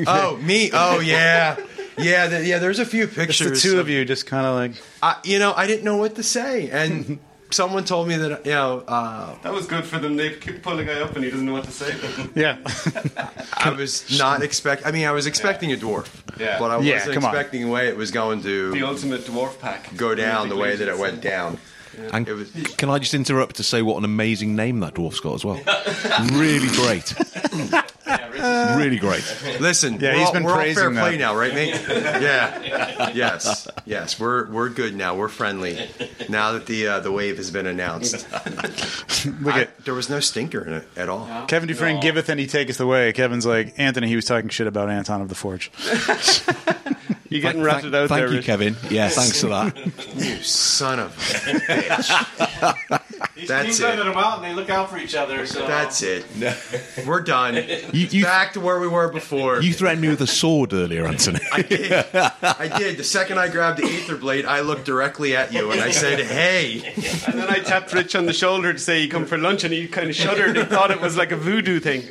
Speaker 18: oh me. Oh yeah, yeah, th- yeah. There's a few
Speaker 10: It's
Speaker 18: pictures.
Speaker 10: the two of you just kind of like.
Speaker 18: I, you know, I didn't know what to say, and someone told me that you know uh,
Speaker 19: That was good for them. They keep pulling a guy up and he doesn't know what to say. But
Speaker 10: Yeah.
Speaker 18: I was not expect. I mean, I was expecting a dwarf,
Speaker 19: Yeah.
Speaker 18: but I
Speaker 19: Yeah,
Speaker 18: wasn't
Speaker 19: come on.
Speaker 18: expecting the way it was going to
Speaker 19: the ultimate dwarf pack.
Speaker 18: go down the way that it went down.
Speaker 13: And can I just interrupt to say what an amazing name that dwarf's got as well? really great. really great.
Speaker 18: Listen,
Speaker 13: Yeah,
Speaker 18: we're
Speaker 13: he's
Speaker 18: all,
Speaker 13: been
Speaker 18: we're all
Speaker 13: praising
Speaker 18: fair play
Speaker 13: that.
Speaker 18: now, right, mate? Yeah, yes, yes. We're we're good now. We're friendly now that the uh, the wave has been announced.
Speaker 10: Look at
Speaker 18: there was no stinker in it at all.
Speaker 10: Kevin Dufresne giveth and he taketh away. Kevin's like Anthony. He was talking shit about Anton of the Forge.
Speaker 13: You're
Speaker 10: getting ratted out
Speaker 13: thank
Speaker 10: there,
Speaker 13: you,
Speaker 10: Rich.
Speaker 13: Kevin. Yeah, thanks for that.
Speaker 18: You son of a bitch. That's it.
Speaker 17: them out and they look out for each other. So
Speaker 18: That's it. We're done. Back to where we were before.
Speaker 13: You threatened me with a sword earlier, Anthony.
Speaker 18: I did. I did. The second I grabbed the ether blade, I looked directly at you and I said, "Hey."
Speaker 19: And then I tapped Rich on the shoulder to say, You come for lunch, and he kind of shuddered. He thought it was like a voodoo thing.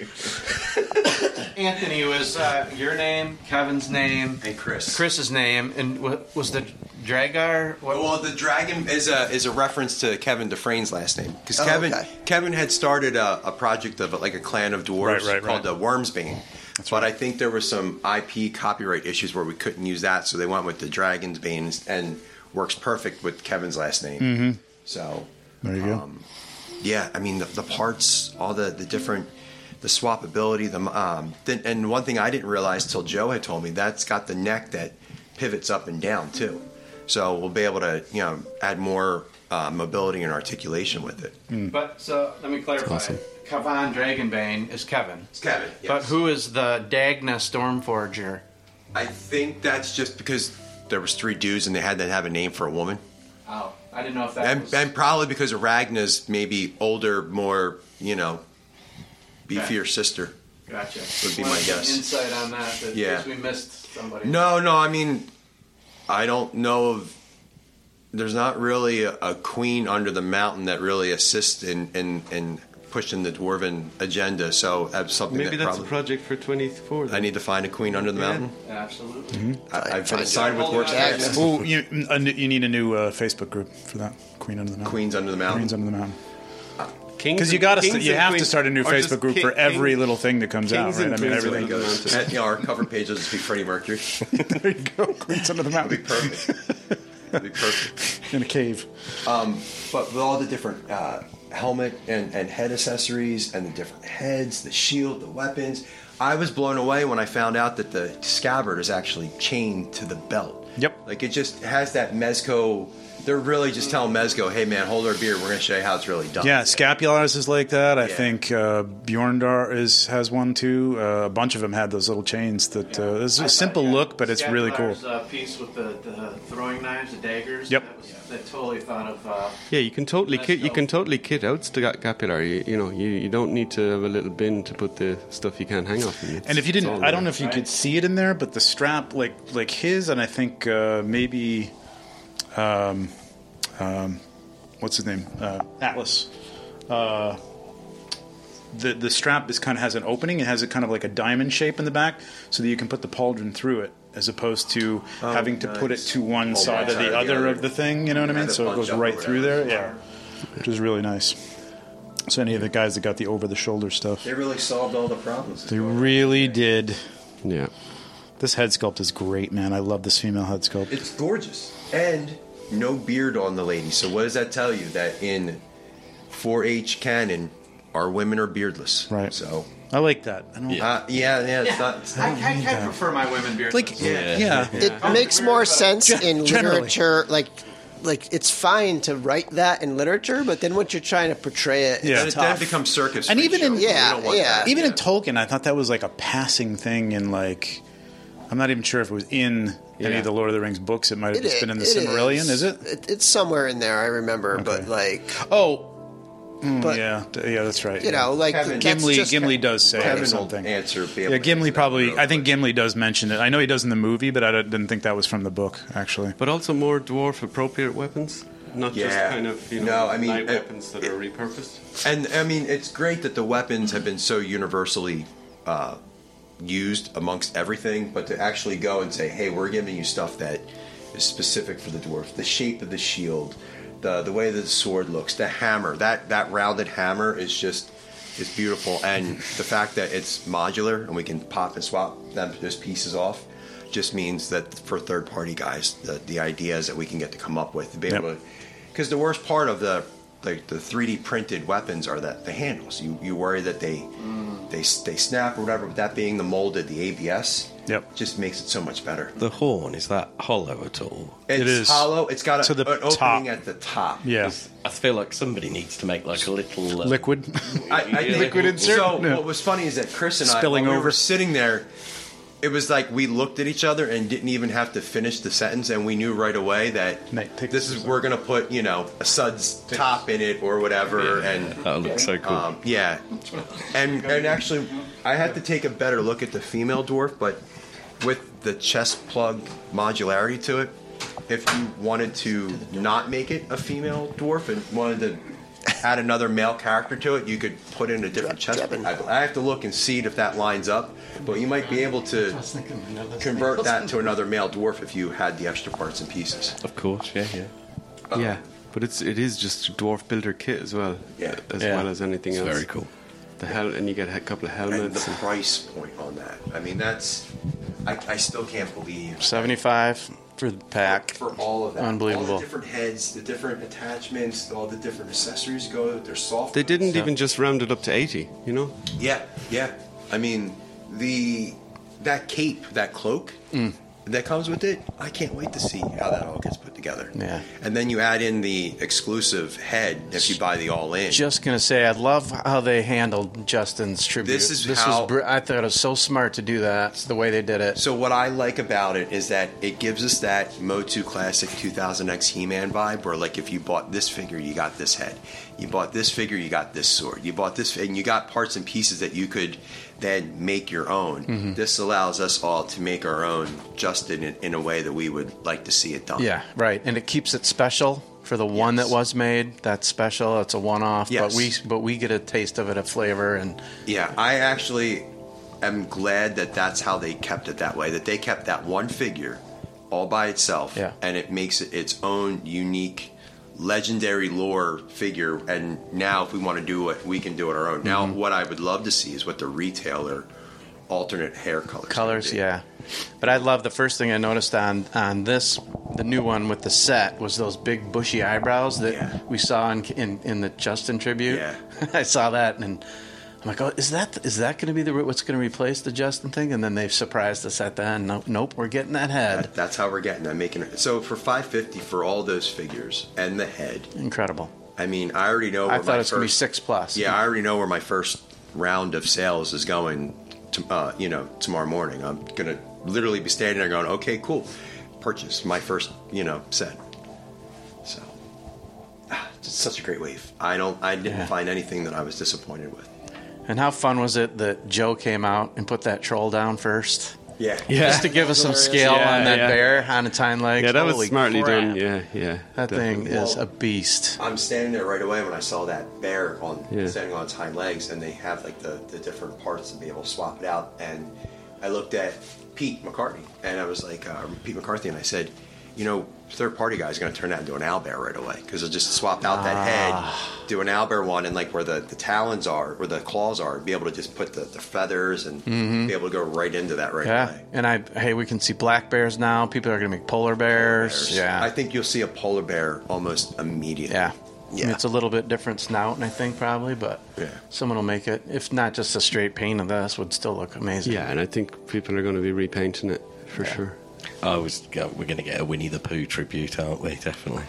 Speaker 11: Anthony was uh, your name, Kevin's name, and Chris. Chris's name, and what was the Dragar? What?
Speaker 18: Well, the dragon is a is a reference to Kevin Dufresne's last name because
Speaker 11: Oh,
Speaker 18: Kevin
Speaker 11: okay.
Speaker 18: Kevin had started a, a project of like a clan of dwarves
Speaker 11: Right, right,
Speaker 18: called the Wormsbane. but I think there were some IP copyright issues where we couldn't use that, so they went with the Dragon's Bane and works perfect with Kevin's last
Speaker 11: Hmm.
Speaker 18: name.
Speaker 10: Mhm.
Speaker 18: So um,
Speaker 10: There you go.
Speaker 18: yeah, I mean the, the parts, all the the different, the swappability, the um, th- and one thing I didn't realize till Joe had told me that's got the neck that pivots up and down too, so we'll be able to you know add more uh, mobility and articulation with it.
Speaker 10: Hmm.
Speaker 11: But so let me clarify.
Speaker 18: Awesome.
Speaker 11: Kavan Dragonbane is Kevin. It's
Speaker 18: Kevin.
Speaker 11: But who is the Dagna Stormforger?
Speaker 18: I think that's just because there was three dudes and they had to have a name for a woman,
Speaker 11: Oh, I didn't know if that
Speaker 18: and
Speaker 11: was.
Speaker 18: and probably because of Ragna's maybe older, more you know, beefier sister.
Speaker 11: Gotcha.
Speaker 18: Would be my
Speaker 11: Wanted some
Speaker 18: guess.
Speaker 11: Insight on that. that
Speaker 18: Yeah.
Speaker 11: because We missed somebody.
Speaker 18: No, no. I mean, I don't know of. There's not really a, a queen under the mountain that really assists in in, in pushing the dwarven agenda. So that's something
Speaker 19: Maybe
Speaker 18: that
Speaker 19: that's
Speaker 18: probably
Speaker 19: a project for 24.
Speaker 18: I need to find a queen under the
Speaker 19: Yeah. Mm-hmm.
Speaker 18: mountain. Mm-hmm.
Speaker 11: Absolutely.
Speaker 18: I, I've been
Speaker 19: Find
Speaker 18: assigned
Speaker 19: it.
Speaker 18: with works.
Speaker 10: Oh, you, a new- you need a new uh, Facebook group for that. Queen under the mountain.
Speaker 18: Queens under the mountain.
Speaker 10: Queens under the mountain.
Speaker 19: Uh, Kings
Speaker 10: Because you
Speaker 19: and-
Speaker 10: got to,
Speaker 19: kings
Speaker 10: you
Speaker 19: and
Speaker 10: have to
Speaker 19: queens-
Speaker 10: start a new
Speaker 19: or just
Speaker 10: Facebook group
Speaker 19: ki-
Speaker 10: for every
Speaker 19: king-
Speaker 10: little thing that comes out,
Speaker 19: kings
Speaker 10: right?
Speaker 19: and
Speaker 10: I mean,
Speaker 19: queens
Speaker 10: everything
Speaker 19: under the
Speaker 10: goes.
Speaker 18: And, you know, our cover page will just be Freddie Mercury.
Speaker 10: there you go. Queens under the mountain.
Speaker 18: That'd be perfect. That'd be perfect.
Speaker 10: In a cave.
Speaker 18: Um, but with all the different uh, helmet and, and head accessories and the different heads, the shield, the weapons, I was blown away when I found out that the scabbard is actually chained to the belt. Yep. Like it just has that Mezco. They're really just telling Mezco, hey man, hold our beer. We're going to show you how it's really done.
Speaker 10: Yeah, Scapulars is like that. I think uh, Bjorndar is has one too. Uh, a bunch of them had those little chains. That uh, it's a simple look, but it's really cool.
Speaker 11: Scapular's, uh, piece with the, the throwing knives, the daggers.
Speaker 10: Yep.
Speaker 11: That was, that totally thought of. Uh,
Speaker 3: Yeah, you can totally kit. You can totally kit out Stagapular. You, you know, you, you don't need to have a little bin to put the stuff you can't hang off in. It's-
Speaker 10: And if you
Speaker 3: it's
Speaker 10: didn't,
Speaker 3: all
Speaker 10: I don't know if
Speaker 3: there.
Speaker 10: you could see it in there, but the strap, like like his, and I think uh, maybe, um, um, what's his name, uh, Atlas. Uh, the the strap is kind of has an opening. It has a kind of like a diamond shape in the back, so that you can put the pauldron through it, as opposed to
Speaker 18: Oh,
Speaker 10: having to put it
Speaker 18: nice.
Speaker 10: to one
Speaker 18: Oh,
Speaker 10: side or
Speaker 18: one side or
Speaker 10: the
Speaker 18: the
Speaker 10: other
Speaker 18: other.
Speaker 10: of the thing. You know what I
Speaker 18: Yeah,
Speaker 10: mean?
Speaker 18: the
Speaker 10: So it
Speaker 18: punch
Speaker 10: goes
Speaker 18: up or
Speaker 10: right through
Speaker 18: whatever.
Speaker 10: there. Yeah, which is really nice. So any of the guys that got the over the shoulder stuff.
Speaker 18: They really solved all the problems.
Speaker 10: They really did.
Speaker 3: Yeah.
Speaker 10: This head sculpt is great, man. I love this female head sculpt.
Speaker 18: It's gorgeous. And no beard on the lady. So what does that tell you? That in 4-H canon, our women are beardless. Right. So
Speaker 10: I like that. I don't
Speaker 18: Uh, yeah, yeah, it's not. It's
Speaker 11: I,
Speaker 18: not
Speaker 11: I, I prefer my women beardless.
Speaker 16: Like,
Speaker 18: Yeah.
Speaker 10: Yeah.
Speaker 16: It
Speaker 11: Yeah.
Speaker 16: makes more sense in
Speaker 11: generally.
Speaker 16: literature. Like, like it's fine to write that in literature, but then once you're trying to portray it,
Speaker 10: Yeah. Then
Speaker 16: it's
Speaker 10: it- then it
Speaker 16: tough.
Speaker 18: becomes circus.
Speaker 10: And even in
Speaker 16: yeah, yeah,
Speaker 10: even in Tolkien, I thought that was like a passing thing in like I'm not even sure if it was in any
Speaker 16: Yeah.
Speaker 10: of the Lord of the Rings books. It might have
Speaker 16: It
Speaker 10: just
Speaker 16: i-
Speaker 10: been in the
Speaker 16: it
Speaker 10: Silmarillion, is it?
Speaker 16: It's somewhere in there. I remember, but like
Speaker 10: oh,
Speaker 16: but
Speaker 10: yeah, d- yeah, that's right.
Speaker 16: You
Speaker 10: yeah.
Speaker 16: know, like, Kevin- that's
Speaker 10: Gimli.
Speaker 16: just-
Speaker 10: Gimli does say
Speaker 16: Kevin will
Speaker 10: something.
Speaker 18: Answer. Be able
Speaker 10: Yeah,
Speaker 18: to
Speaker 10: Gimli probably. I think Gimli does mention it. I know he does in the movie, but I don't- didn't think that was from the book actually.
Speaker 3: But also more dwarf appropriate weapons, not just
Speaker 18: Yeah.
Speaker 3: kind of you know
Speaker 18: No, I mean,
Speaker 3: light
Speaker 18: uh,
Speaker 3: weapons that are repurposed.
Speaker 18: And I mean, it's great that the weapons have been so universally uh, used amongst everything, but to actually go and say, "Hey, we're giving you stuff that is specific for the dwarf. The shape of the shield, the the way that the sword looks, the hammer. That that rounded hammer is just is beautiful, and the fact that it's modular and we can pop and swap them those pieces off." Just means that for third party guys, the, the ideas that we can get to come up with to be able to because the worst part of the like the 3D printed weapons are that the handles. You you worry that they
Speaker 11: Mm.
Speaker 18: they they snap or whatever. But that being the molded, the ABS,
Speaker 10: yep,
Speaker 18: just makes it so much better.
Speaker 14: The horn is that hollow at all?
Speaker 18: It's hollow. It's got a,
Speaker 14: to the
Speaker 18: an opening
Speaker 14: top.
Speaker 18: at the top.
Speaker 10: Yes.
Speaker 14: I feel like somebody needs to make like a little uh,
Speaker 10: Liquid.
Speaker 18: I, I think,
Speaker 14: Liquid insert?
Speaker 18: So
Speaker 14: Yeah.
Speaker 18: what was funny is that Chris and
Speaker 14: Spilling
Speaker 18: I, while we
Speaker 14: over.
Speaker 18: were sitting there. It was like we looked at each other and didn't even have to finish the sentence, and we knew right away that this is we're gonna put you know a sud's top in it or whatever, and
Speaker 14: That looks so cool.
Speaker 18: Um, yeah, and and actually, I had to take a better look at the female dwarf, but with the chest plug modularity to it, if you wanted to not make it a female dwarf and wanted to add another male character to it, you could put in a different chest. plug. I, I have to look and see if that lines up, but you might be able to convert that to another male dwarf if you had the extra parts and pieces.
Speaker 14: Of course, yeah, yeah.
Speaker 3: yeah, but it's it is just dwarf builder kit as well.
Speaker 18: Yeah.
Speaker 3: as
Speaker 18: Yeah.
Speaker 3: well as anything
Speaker 18: It's
Speaker 3: else.
Speaker 18: very cool.
Speaker 3: The hell, and you get a couple of helmets.
Speaker 18: And the price point on that. I mean, that's. I, I still can't believe
Speaker 11: Seventy-five for the pack.
Speaker 18: for all of that. All
Speaker 11: Unbelievable.
Speaker 18: the different heads, the different attachments, all the different accessories go. They're soft.
Speaker 3: They didn't even just round it up to eighty. You know.
Speaker 18: Yeah, yeah. I mean, the that cape, that cloak that comes with it. I can't wait to see how that all gets put together.
Speaker 11: Yeah.
Speaker 18: And then you add in the exclusive head if you buy the all in.
Speaker 11: Just gonna say, I love how they handled Justin's tribute.
Speaker 18: This is
Speaker 11: this
Speaker 18: how-
Speaker 11: was br- I thought it was so smart to do that. It's the way they did it.
Speaker 18: So what I like about it is that it gives us that Motu Classic 2000X He-Man vibe, where like if you bought this figure, you got this head. You bought this figure, you got this sword. You bought this, and you got parts and pieces that you could then make your own.
Speaker 11: Mhm.
Speaker 18: This allows us all to make our own, just in in a way that we would like to see it done.
Speaker 11: Yeah, right. And it keeps it special for the one that was made. That's special. It's a one-off.
Speaker 18: Yes.
Speaker 11: But we but we get a taste of it, a flavor, and
Speaker 18: Yeah, I actually am glad that that's how they kept it that way. That they kept that one figure all by itself,
Speaker 11: Yeah.
Speaker 18: and it makes it its own unique, legendary lore figure. And now, if we want to do it, we can do it our own. Now,
Speaker 11: Mhm.
Speaker 18: what I would love to see is what the retailer alternate hair colors.
Speaker 11: colors. Yeah, but I love the first thing I noticed on on this the new one with the set was those big bushy eyebrows that we saw in, in in the Justin tribute.
Speaker 18: Yeah,
Speaker 11: I saw that and. I'm like, oh, is that is that going to be the what's going to replace the Justin thing? And then they've surprised us at the end. Nope, nope, we're getting that head.
Speaker 18: that's how we're getting. I'm making it. So for five fifty for all those figures and the head,
Speaker 11: Incredible.
Speaker 18: I mean, I already know.
Speaker 11: I
Speaker 18: where
Speaker 11: thought
Speaker 18: my
Speaker 11: it's gonna be
Speaker 18: first-
Speaker 11: six plus.
Speaker 18: Yeah, I already know where my first round of sales is going. To, uh, you know, tomorrow morning, I'm gonna literally be standing there going, "Okay, cool, purchase my first, you know, set." So, ah, it's such a great wave. I don't, I didn't find anything that I was disappointed with.
Speaker 11: And how fun was it that Joe came out and put that troll down first?
Speaker 18: Yeah,
Speaker 11: Just to give us some scale
Speaker 3: Yeah,
Speaker 11: on that
Speaker 3: yeah.
Speaker 11: bear on a time leg.
Speaker 3: Yeah, that
Speaker 11: Holy
Speaker 3: was smartly
Speaker 11: crap.
Speaker 3: done. Yeah, yeah.
Speaker 11: That thing
Speaker 3: definitely.
Speaker 11: is a beast.
Speaker 18: I'm standing there right away when I saw that bear on
Speaker 3: Yeah.
Speaker 18: standing on its hind legs, and they have like the, the different parts to be able to swap it out. And I looked at Pete McCartney, and I was like, uh, Pete McCarthy, and I said, you know, third party guy is going to turn that into an owlbear right away because they'll just swap out that
Speaker 11: Ah.
Speaker 18: head, do an owlbear one, and like where the, the talons are, where the claws are, be able to just put the, the feathers and
Speaker 11: Mhm.
Speaker 18: be able to go right into that right
Speaker 11: yeah.
Speaker 18: away.
Speaker 11: And I hey, we can see black bears now. People are going to make polar bears. Yeah.
Speaker 18: I think you'll see a polar bear almost immediately.
Speaker 11: Yeah. Yeah. it's a little bit different snout, I think probably, but
Speaker 18: Yeah.
Speaker 11: someone will make it. If not, just a straight paint of this would still look amazing.
Speaker 3: Yeah, and I think people are going to be repainting it for sure.
Speaker 14: I was. We're going to get a Winnie the Pooh tribute, aren't we? Definitely.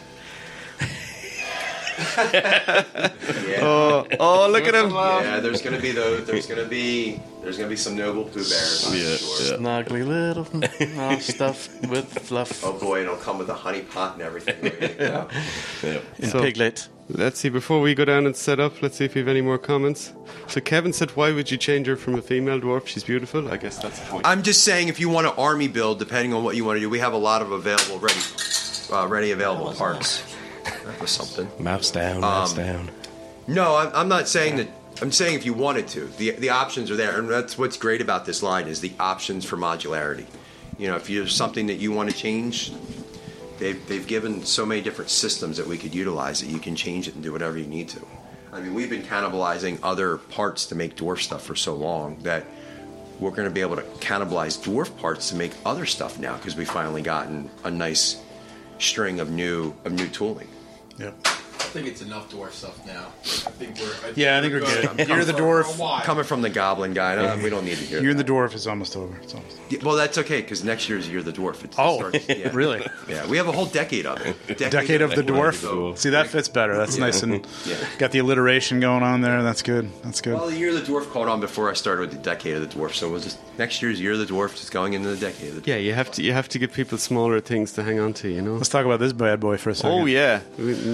Speaker 3: Oh, oh, look at him!
Speaker 18: Yeah, there's gonna be those. There's gonna be there's gonna be some noble poo bears. I'm
Speaker 11: Yeah,
Speaker 18: sure.
Speaker 11: Snuggly little oh, stuff with fluff
Speaker 18: Oh boy, it'll come with a honey pot and everything.
Speaker 11: and piglet.
Speaker 3: Let's see, before we go down and set up, let's see if we have any more comments. So Kevin said, Why would you change her from a female dwarf? She's beautiful. I guess that's the point.
Speaker 18: I'm just saying, if you want to army build, depending on what you want to do, we have a lot of available ready, uh, ready available parts. That was something.
Speaker 5: Mouse down, mouse
Speaker 18: Um,
Speaker 5: down.
Speaker 18: No, I'm, I'm not saying that. I'm saying if you wanted to, the the options are there, and that's what's great about this line is the options for modularity. You know, if there's something that you want to change, they've they've given so many different systems that we could utilize that you can change it and do whatever you need to. I mean, we've been cannibalizing other parts to make dwarf stuff for so long that we're going to be able to cannibalize dwarf parts to make other stuff now because we've finally gotten a nice string of new of new tooling.
Speaker 20: I think it's enough dwarf stuff now. I think we're. I
Speaker 10: Yeah, I think we're good. You're the
Speaker 20: For a
Speaker 10: dwarf.
Speaker 20: while.
Speaker 18: Coming from the goblin guy, no, we don't need to hear.
Speaker 10: You're the dwarf is almost over. It's almost
Speaker 18: Yeah, well, that's okay because next year's Year of the Dwarf. It
Speaker 10: Oh,
Speaker 18: starts, yeah.
Speaker 10: really?
Speaker 18: Yeah, we have a whole decade of it. Decade,
Speaker 10: Decade of the Dwarf. See, that fits better. That's nice and got the alliteration going on there. That's good. That's good.
Speaker 18: Well, the Year of the Dwarf caught on before I started with the Decade of the Dwarf, so it was just next year's Year of the Dwarf just going into the Decade of the
Speaker 3: Yeah, you have to you have to give people smaller things to hang on to, you know.
Speaker 10: Let's talk about this bad boy for a second.
Speaker 3: Oh, yeah.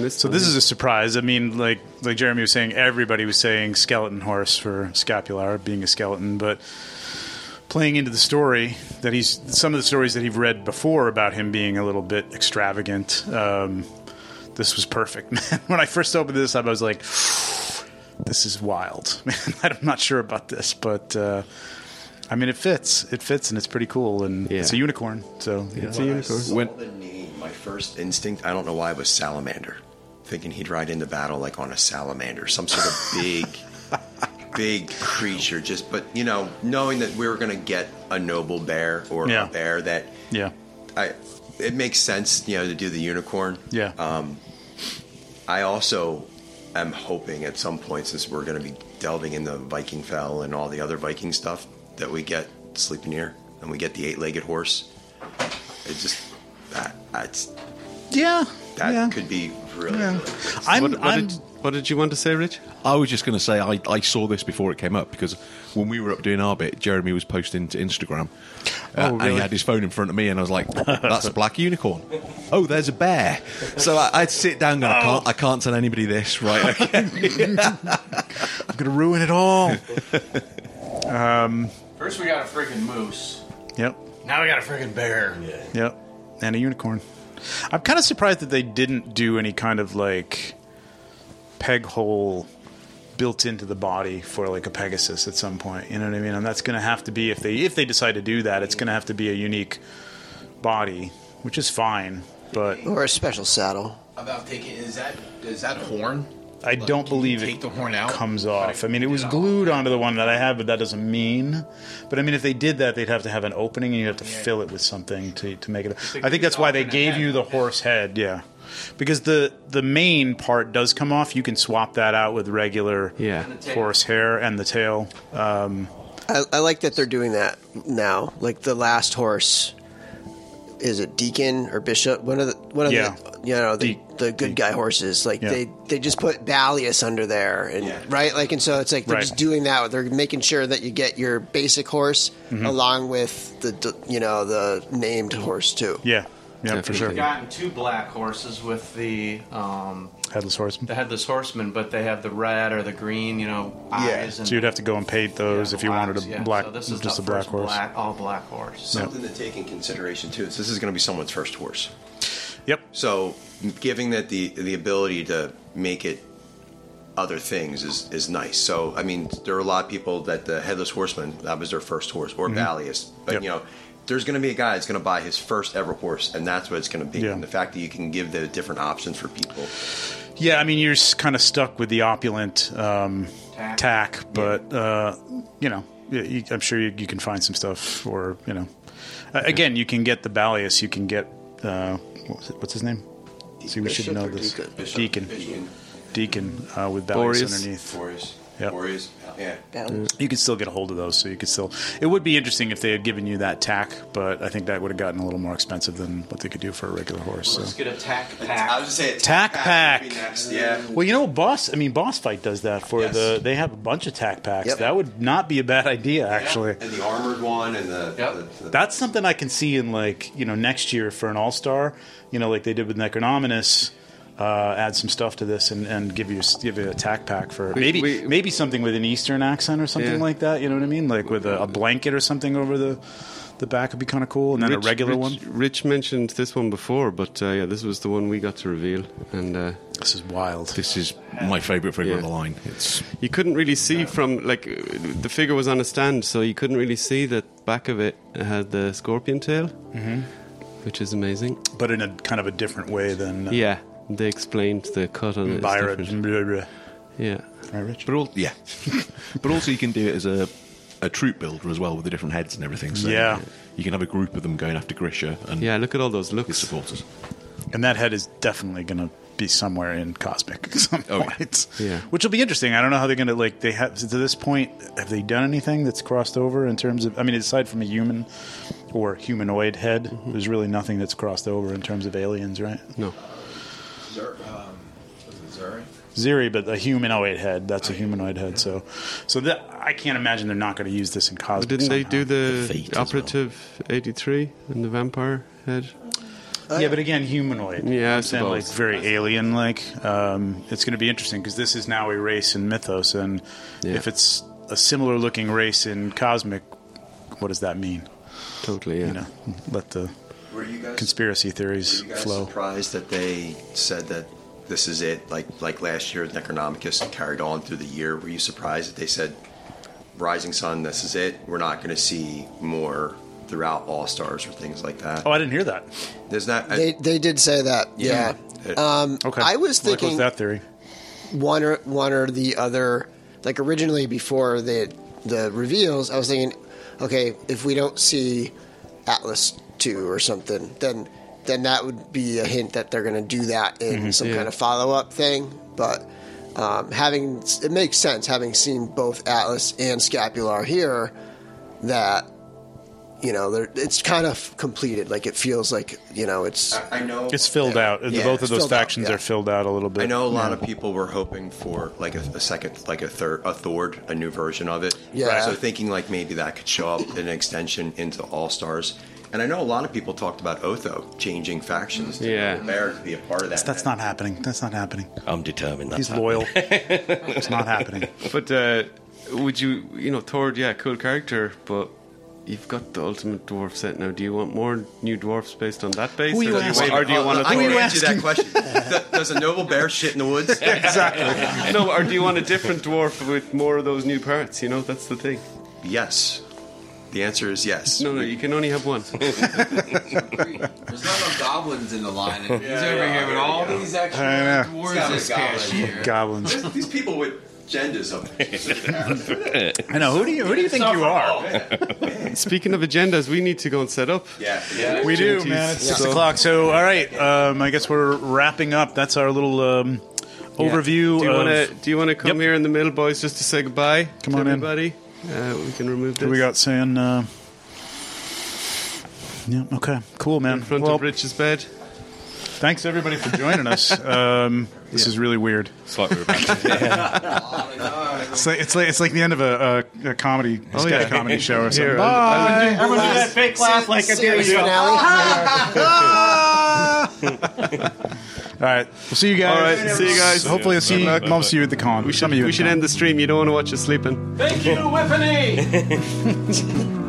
Speaker 10: So this is a surprise. I mean, like like Jeremy was saying, everybody was saying skeleton horse for scapular being a skeleton, but playing into the story that he's some of the stories that he've read before about him being a little bit extravagant. Um, this was perfect, man. When I first opened this up, I was like, "This is wild, man." I'm not sure about this, but uh, I mean, it fits. It fits, and it's pretty cool. And it's a unicorn, so
Speaker 18: When I saw the name, my first instinct, I don't know why, was salamander, thinking he'd ride into battle like on a salamander, some sort of big, big creature. Just, but you know, knowing that we were going to get a noble bear or
Speaker 10: Yeah.
Speaker 18: a bear that
Speaker 10: yeah.
Speaker 18: I, it makes sense, you know, to do the unicorn.
Speaker 10: Yeah.
Speaker 18: Um, I also am hoping at some point, since we're going to be delving into Viking Fell and all the other Viking stuff, that we get Sleeping Ear and we get the eight-legged horse. It just that that's
Speaker 10: yeah
Speaker 18: that could be really.
Speaker 10: Yeah.
Speaker 18: really cool.
Speaker 10: I'm,
Speaker 13: What- what
Speaker 10: I'm
Speaker 13: did-
Speaker 3: What did you want to say, Rich?
Speaker 13: I was just going to say I, I saw this before it came up because when we were up doing our bit, Jeremy was posting to Instagram, Uh,
Speaker 10: Oh,
Speaker 13: and he
Speaker 10: really?
Speaker 13: had his phone in front of me, and I was like, "That's a black unicorn." Oh, there's a bear. So I, I'd sit down, going, "I can't, I can't tell anybody this, right?" Okay.
Speaker 10: I'm gonna ruin it all. um,
Speaker 20: First, we got a freaking moose.
Speaker 10: yep,
Speaker 20: Now we got a freaking bear. Yeah.
Speaker 10: yep, and a unicorn. I'm kind of surprised that they didn't do any kind of like peg hole built into the body for like a Pegasus at some point. You know what I mean? And that's gonna have to be if they if they decide to do that, it's gonna have to be a unique body, which is fine. But
Speaker 16: or a special saddle.
Speaker 20: About taking is that is that horn?
Speaker 10: I don't believe it comes off. I mean, it was glued onto the one that I have, but that doesn't mean. But I mean, if they did that, they'd have to have an opening, and you'd have to fill it with something to, to make it. I think that's why they gave you the horse head, yeah, because the the main part does come off. You can swap that out with regular
Speaker 3: yeah.
Speaker 10: horse hair and the tail. Um,
Speaker 16: I, I like that they're doing that now. Like the last horse, is it Deacon or Bishop? One of the one of
Speaker 10: Yeah.
Speaker 16: the you know the, the good guy horses. Like
Speaker 10: Yeah.
Speaker 16: they they just put Valius under there and right like and so it's like they're
Speaker 10: Right.
Speaker 16: just doing that. They're making sure that you get your basic horse
Speaker 10: Mhm.
Speaker 16: along with the d- you know the named horse too.
Speaker 10: yeah, yeah, for
Speaker 16: Definitely.
Speaker 10: sure.
Speaker 20: We've gotten two black horses with the um,
Speaker 10: Headless horseman.
Speaker 20: the headless horseman, but they have the red or the green, you know, eyes. And
Speaker 10: Uh, So you'd have to go and paint those if you wanted a
Speaker 20: yeah,
Speaker 10: black,
Speaker 20: so this is
Speaker 10: just
Speaker 20: the
Speaker 10: a black
Speaker 20: first
Speaker 10: horse.
Speaker 20: black- all black horse.
Speaker 18: Something to take in consideration too. is This is going to be someone's first horse.
Speaker 10: Yep.
Speaker 18: So, giving that the the ability to make it other things is is nice. So, I mean, there are a lot of people that the headless horseman that was their first horse, or
Speaker 10: Mhm.
Speaker 18: Valius, but you know. There's going to be a guy that's going to buy his first ever horse, and that's what it's going to be. And the fact that you can give the different options for people.
Speaker 10: Yeah, I mean you're kind of stuck with the opulent um, tack. but uh, you know, y- you, I'm sure you, you can find some stuff. Or you know, uh, again, you can get the Ballius. You can get uh, what was it, what's his name? See, we should
Speaker 18: Bishop
Speaker 10: know
Speaker 18: or
Speaker 10: this.
Speaker 18: Deacon? Bishop.
Speaker 10: Deacon,
Speaker 18: Deacon.
Speaker 10: Deacon, uh, with Ballius
Speaker 18: Boreas.
Speaker 10: underneath.
Speaker 18: Boreas.
Speaker 10: Yep.
Speaker 18: Boreas. Yeah.
Speaker 16: Ballius.
Speaker 10: You could still get a hold of those, so you could still. It would be interesting if they had given you that tack, but I think that would have gotten a little more expensive than what they could do for a regular horse. So.
Speaker 20: Let's get a tack pack. I was
Speaker 18: just saying
Speaker 10: Tack pack.
Speaker 18: Yeah.
Speaker 10: Well, you know, boss. I mean, boss fight does that for the. They have a bunch of tack packs.
Speaker 18: Yep.
Speaker 10: That would not be a bad idea, actually.
Speaker 18: And the armored one and the. the, the
Speaker 10: That's something I can see in like you know next year for an all star. You know, like they did with Necronominus. uh, add some stuff to this and, and give you give you a tack pack for maybe maybe something with an Eastern accent or something
Speaker 3: Yeah.
Speaker 10: like that. You know what I mean? Like with a, a blanket or something over the the back would be kind of cool, and then a regular one.
Speaker 3: Rich mentioned this one before, but uh, yeah, this was the one we got to reveal, and uh,
Speaker 10: this is wild.
Speaker 3: This
Speaker 13: is my favorite figure of the line. It's
Speaker 3: you couldn't really see from like uh, the figure was on a stand, so you couldn't really see that back of it had the scorpion tail,
Speaker 13: Mm-hmm.
Speaker 10: Mhm.
Speaker 3: which is amazing.
Speaker 10: But in a kind of a different way than uh,
Speaker 3: yeah, they explained the cut on it. is
Speaker 10: Byron,
Speaker 3: different. Yeah.
Speaker 10: Right, Rich?
Speaker 13: But all, yeah. but also, you can do it as a, a troop builder as well with the different heads and everything. So
Speaker 10: Yeah.
Speaker 13: You can have a group of them going after Grisha and
Speaker 3: yeah, look at all those looks.
Speaker 13: His supporters.
Speaker 10: And that head is definitely going to be somewhere in Cosmic at some point.
Speaker 3: Oh, Yeah.
Speaker 10: Which will be interesting. I don't know how they're going to, like, they have, to this point, have they done anything that's crossed over in terms of, I mean, aside from a human or humanoid head, there's really nothing that's crossed over in terms of aliens, right?
Speaker 3: Mm-hmm. No.
Speaker 20: Zer, um, was it Zuri?
Speaker 10: Ziri, but a humanoid head. That's a humanoid head. So, so that, I can't imagine they're not going to use this in Cosmic.
Speaker 3: Didn't they
Speaker 10: somehow.
Speaker 3: do the, operative '83 and the vampire head?
Speaker 10: yeah, but again, humanoid.
Speaker 3: Yeah,
Speaker 10: and
Speaker 3: I
Speaker 10: like
Speaker 3: suppose.
Speaker 10: very alien-like. Um, it's going to be interesting because this is now a race in Mythos, and
Speaker 3: Yeah.
Speaker 10: if it's a similar-looking race in Cosmic, what does that mean?
Speaker 3: Totally. Yeah.
Speaker 10: You know, let the
Speaker 18: Were you guys-
Speaker 10: conspiracy theories
Speaker 18: Were you guys
Speaker 10: flow.
Speaker 18: surprised that they said that this is it? Like like last year, Necronomicus carried on through the year. Were you surprised that they said, "Rising Sun, this is it. We're not going to see more throughout All Stars or things like that."
Speaker 10: Oh, I didn't hear that.
Speaker 18: There's not. I-
Speaker 16: They they did say that. Yeah. Um,
Speaker 10: okay.
Speaker 16: I was
Speaker 10: Like, what's
Speaker 16: thinking
Speaker 10: that theory.
Speaker 16: one or one or the other. Like originally before the the reveals, I was thinking, okay, if we don't see Atlas two or something, then then that would be a hint that they're going to do that in
Speaker 10: Mm-hmm.
Speaker 15: Mhm.
Speaker 16: some
Speaker 15: Yeah.
Speaker 16: kind of follow up thing. But um, having it makes sense having seen both Atlas and Scapular here that you know they're- it's kind of completed. Like it feels like you know it's
Speaker 18: I know
Speaker 10: It's filled out.
Speaker 18: Yeah,
Speaker 10: Both of
Speaker 18: it's
Speaker 10: those
Speaker 18: filled out,
Speaker 10: factions
Speaker 18: yeah.
Speaker 10: are filled out a little bit.
Speaker 18: I know a lot of people were hoping for like a, a second, like a third, a third, a new version of it.
Speaker 16: Yeah.
Speaker 18: So thinking like maybe that could show up in an extension into All Stars. And I know a lot of people talked about Otho changing factions. To
Speaker 10: Yeah.
Speaker 18: Bear to be a part of that.
Speaker 10: That's not happening. That's not happening.
Speaker 14: I'm determined.
Speaker 10: He's loyal. it's not happening.
Speaker 3: But uh, would you, you know, Thord? Yeah, cool character, but you've got the ultimate dwarf set now. Do you want more new dwarfs based on that base,
Speaker 18: Who
Speaker 3: or,
Speaker 18: you
Speaker 3: do you
Speaker 18: asking?
Speaker 3: want, or do you
Speaker 18: Uh,
Speaker 3: want a
Speaker 18: uh, I
Speaker 3: Thord?
Speaker 18: can answer that question. Th- Does a noble bear shit in the woods?
Speaker 3: exactly. No, or do you want a different dwarf with more of those new parts? You know, that's the thing.
Speaker 18: Yes. The answer is yes.
Speaker 3: No, no, you can only have one.
Speaker 20: There's not enough goblins in the line. and He's
Speaker 18: Yeah,
Speaker 20: over
Speaker 18: yeah,
Speaker 20: here with
Speaker 18: yeah,
Speaker 20: all
Speaker 18: yeah.
Speaker 20: these extra
Speaker 10: I know.
Speaker 20: dwarves this past year.
Speaker 10: Goblins.
Speaker 18: These- These people with genders up there.
Speaker 10: I know. Who do you who do you think you are?
Speaker 3: Speaking of agendas, we need to go and set up.
Speaker 18: Yeah,
Speaker 10: We do,
Speaker 3: Changes.
Speaker 10: man. It's six
Speaker 3: So-
Speaker 10: o'clock. So, all right. Um, I guess we're wrapping up. That's our little um, overview.
Speaker 3: Do you
Speaker 10: of-
Speaker 3: want to? Do you want to come here in the middle, boys, just to say goodbye?
Speaker 10: Come
Speaker 3: to
Speaker 10: on in.
Speaker 3: everybody. Uh, we can remove
Speaker 10: Who
Speaker 3: this.
Speaker 10: we got saying? Uh, yeah. Okay. Cool, man.
Speaker 3: in front
Speaker 10: Well,
Speaker 3: of Rich's bed.
Speaker 10: Thanks everybody for joining us. Um, this is really weird.
Speaker 14: Slightly.
Speaker 10: It's like, it's like it's like the end of a, a, a comedy a
Speaker 3: Oh,
Speaker 10: sketch
Speaker 3: yeah.
Speaker 10: comedy show or something.
Speaker 3: Here,
Speaker 10: Bye.
Speaker 3: I'll- I'll-
Speaker 15: Everyone do that fake laugh like a daily show. Ah!
Speaker 10: All right. We'll see you guys.
Speaker 3: All right, see you guys.
Speaker 10: Hopefully, I'll see
Speaker 3: Good
Speaker 10: you,
Speaker 3: luck.
Speaker 10: most of you at the con.
Speaker 3: We
Speaker 10: Some
Speaker 3: should,
Speaker 10: of you
Speaker 3: we
Speaker 10: at
Speaker 3: should
Speaker 10: the con.
Speaker 3: end the stream. You don't want to watch us sleeping.
Speaker 20: Thank you, Whippany!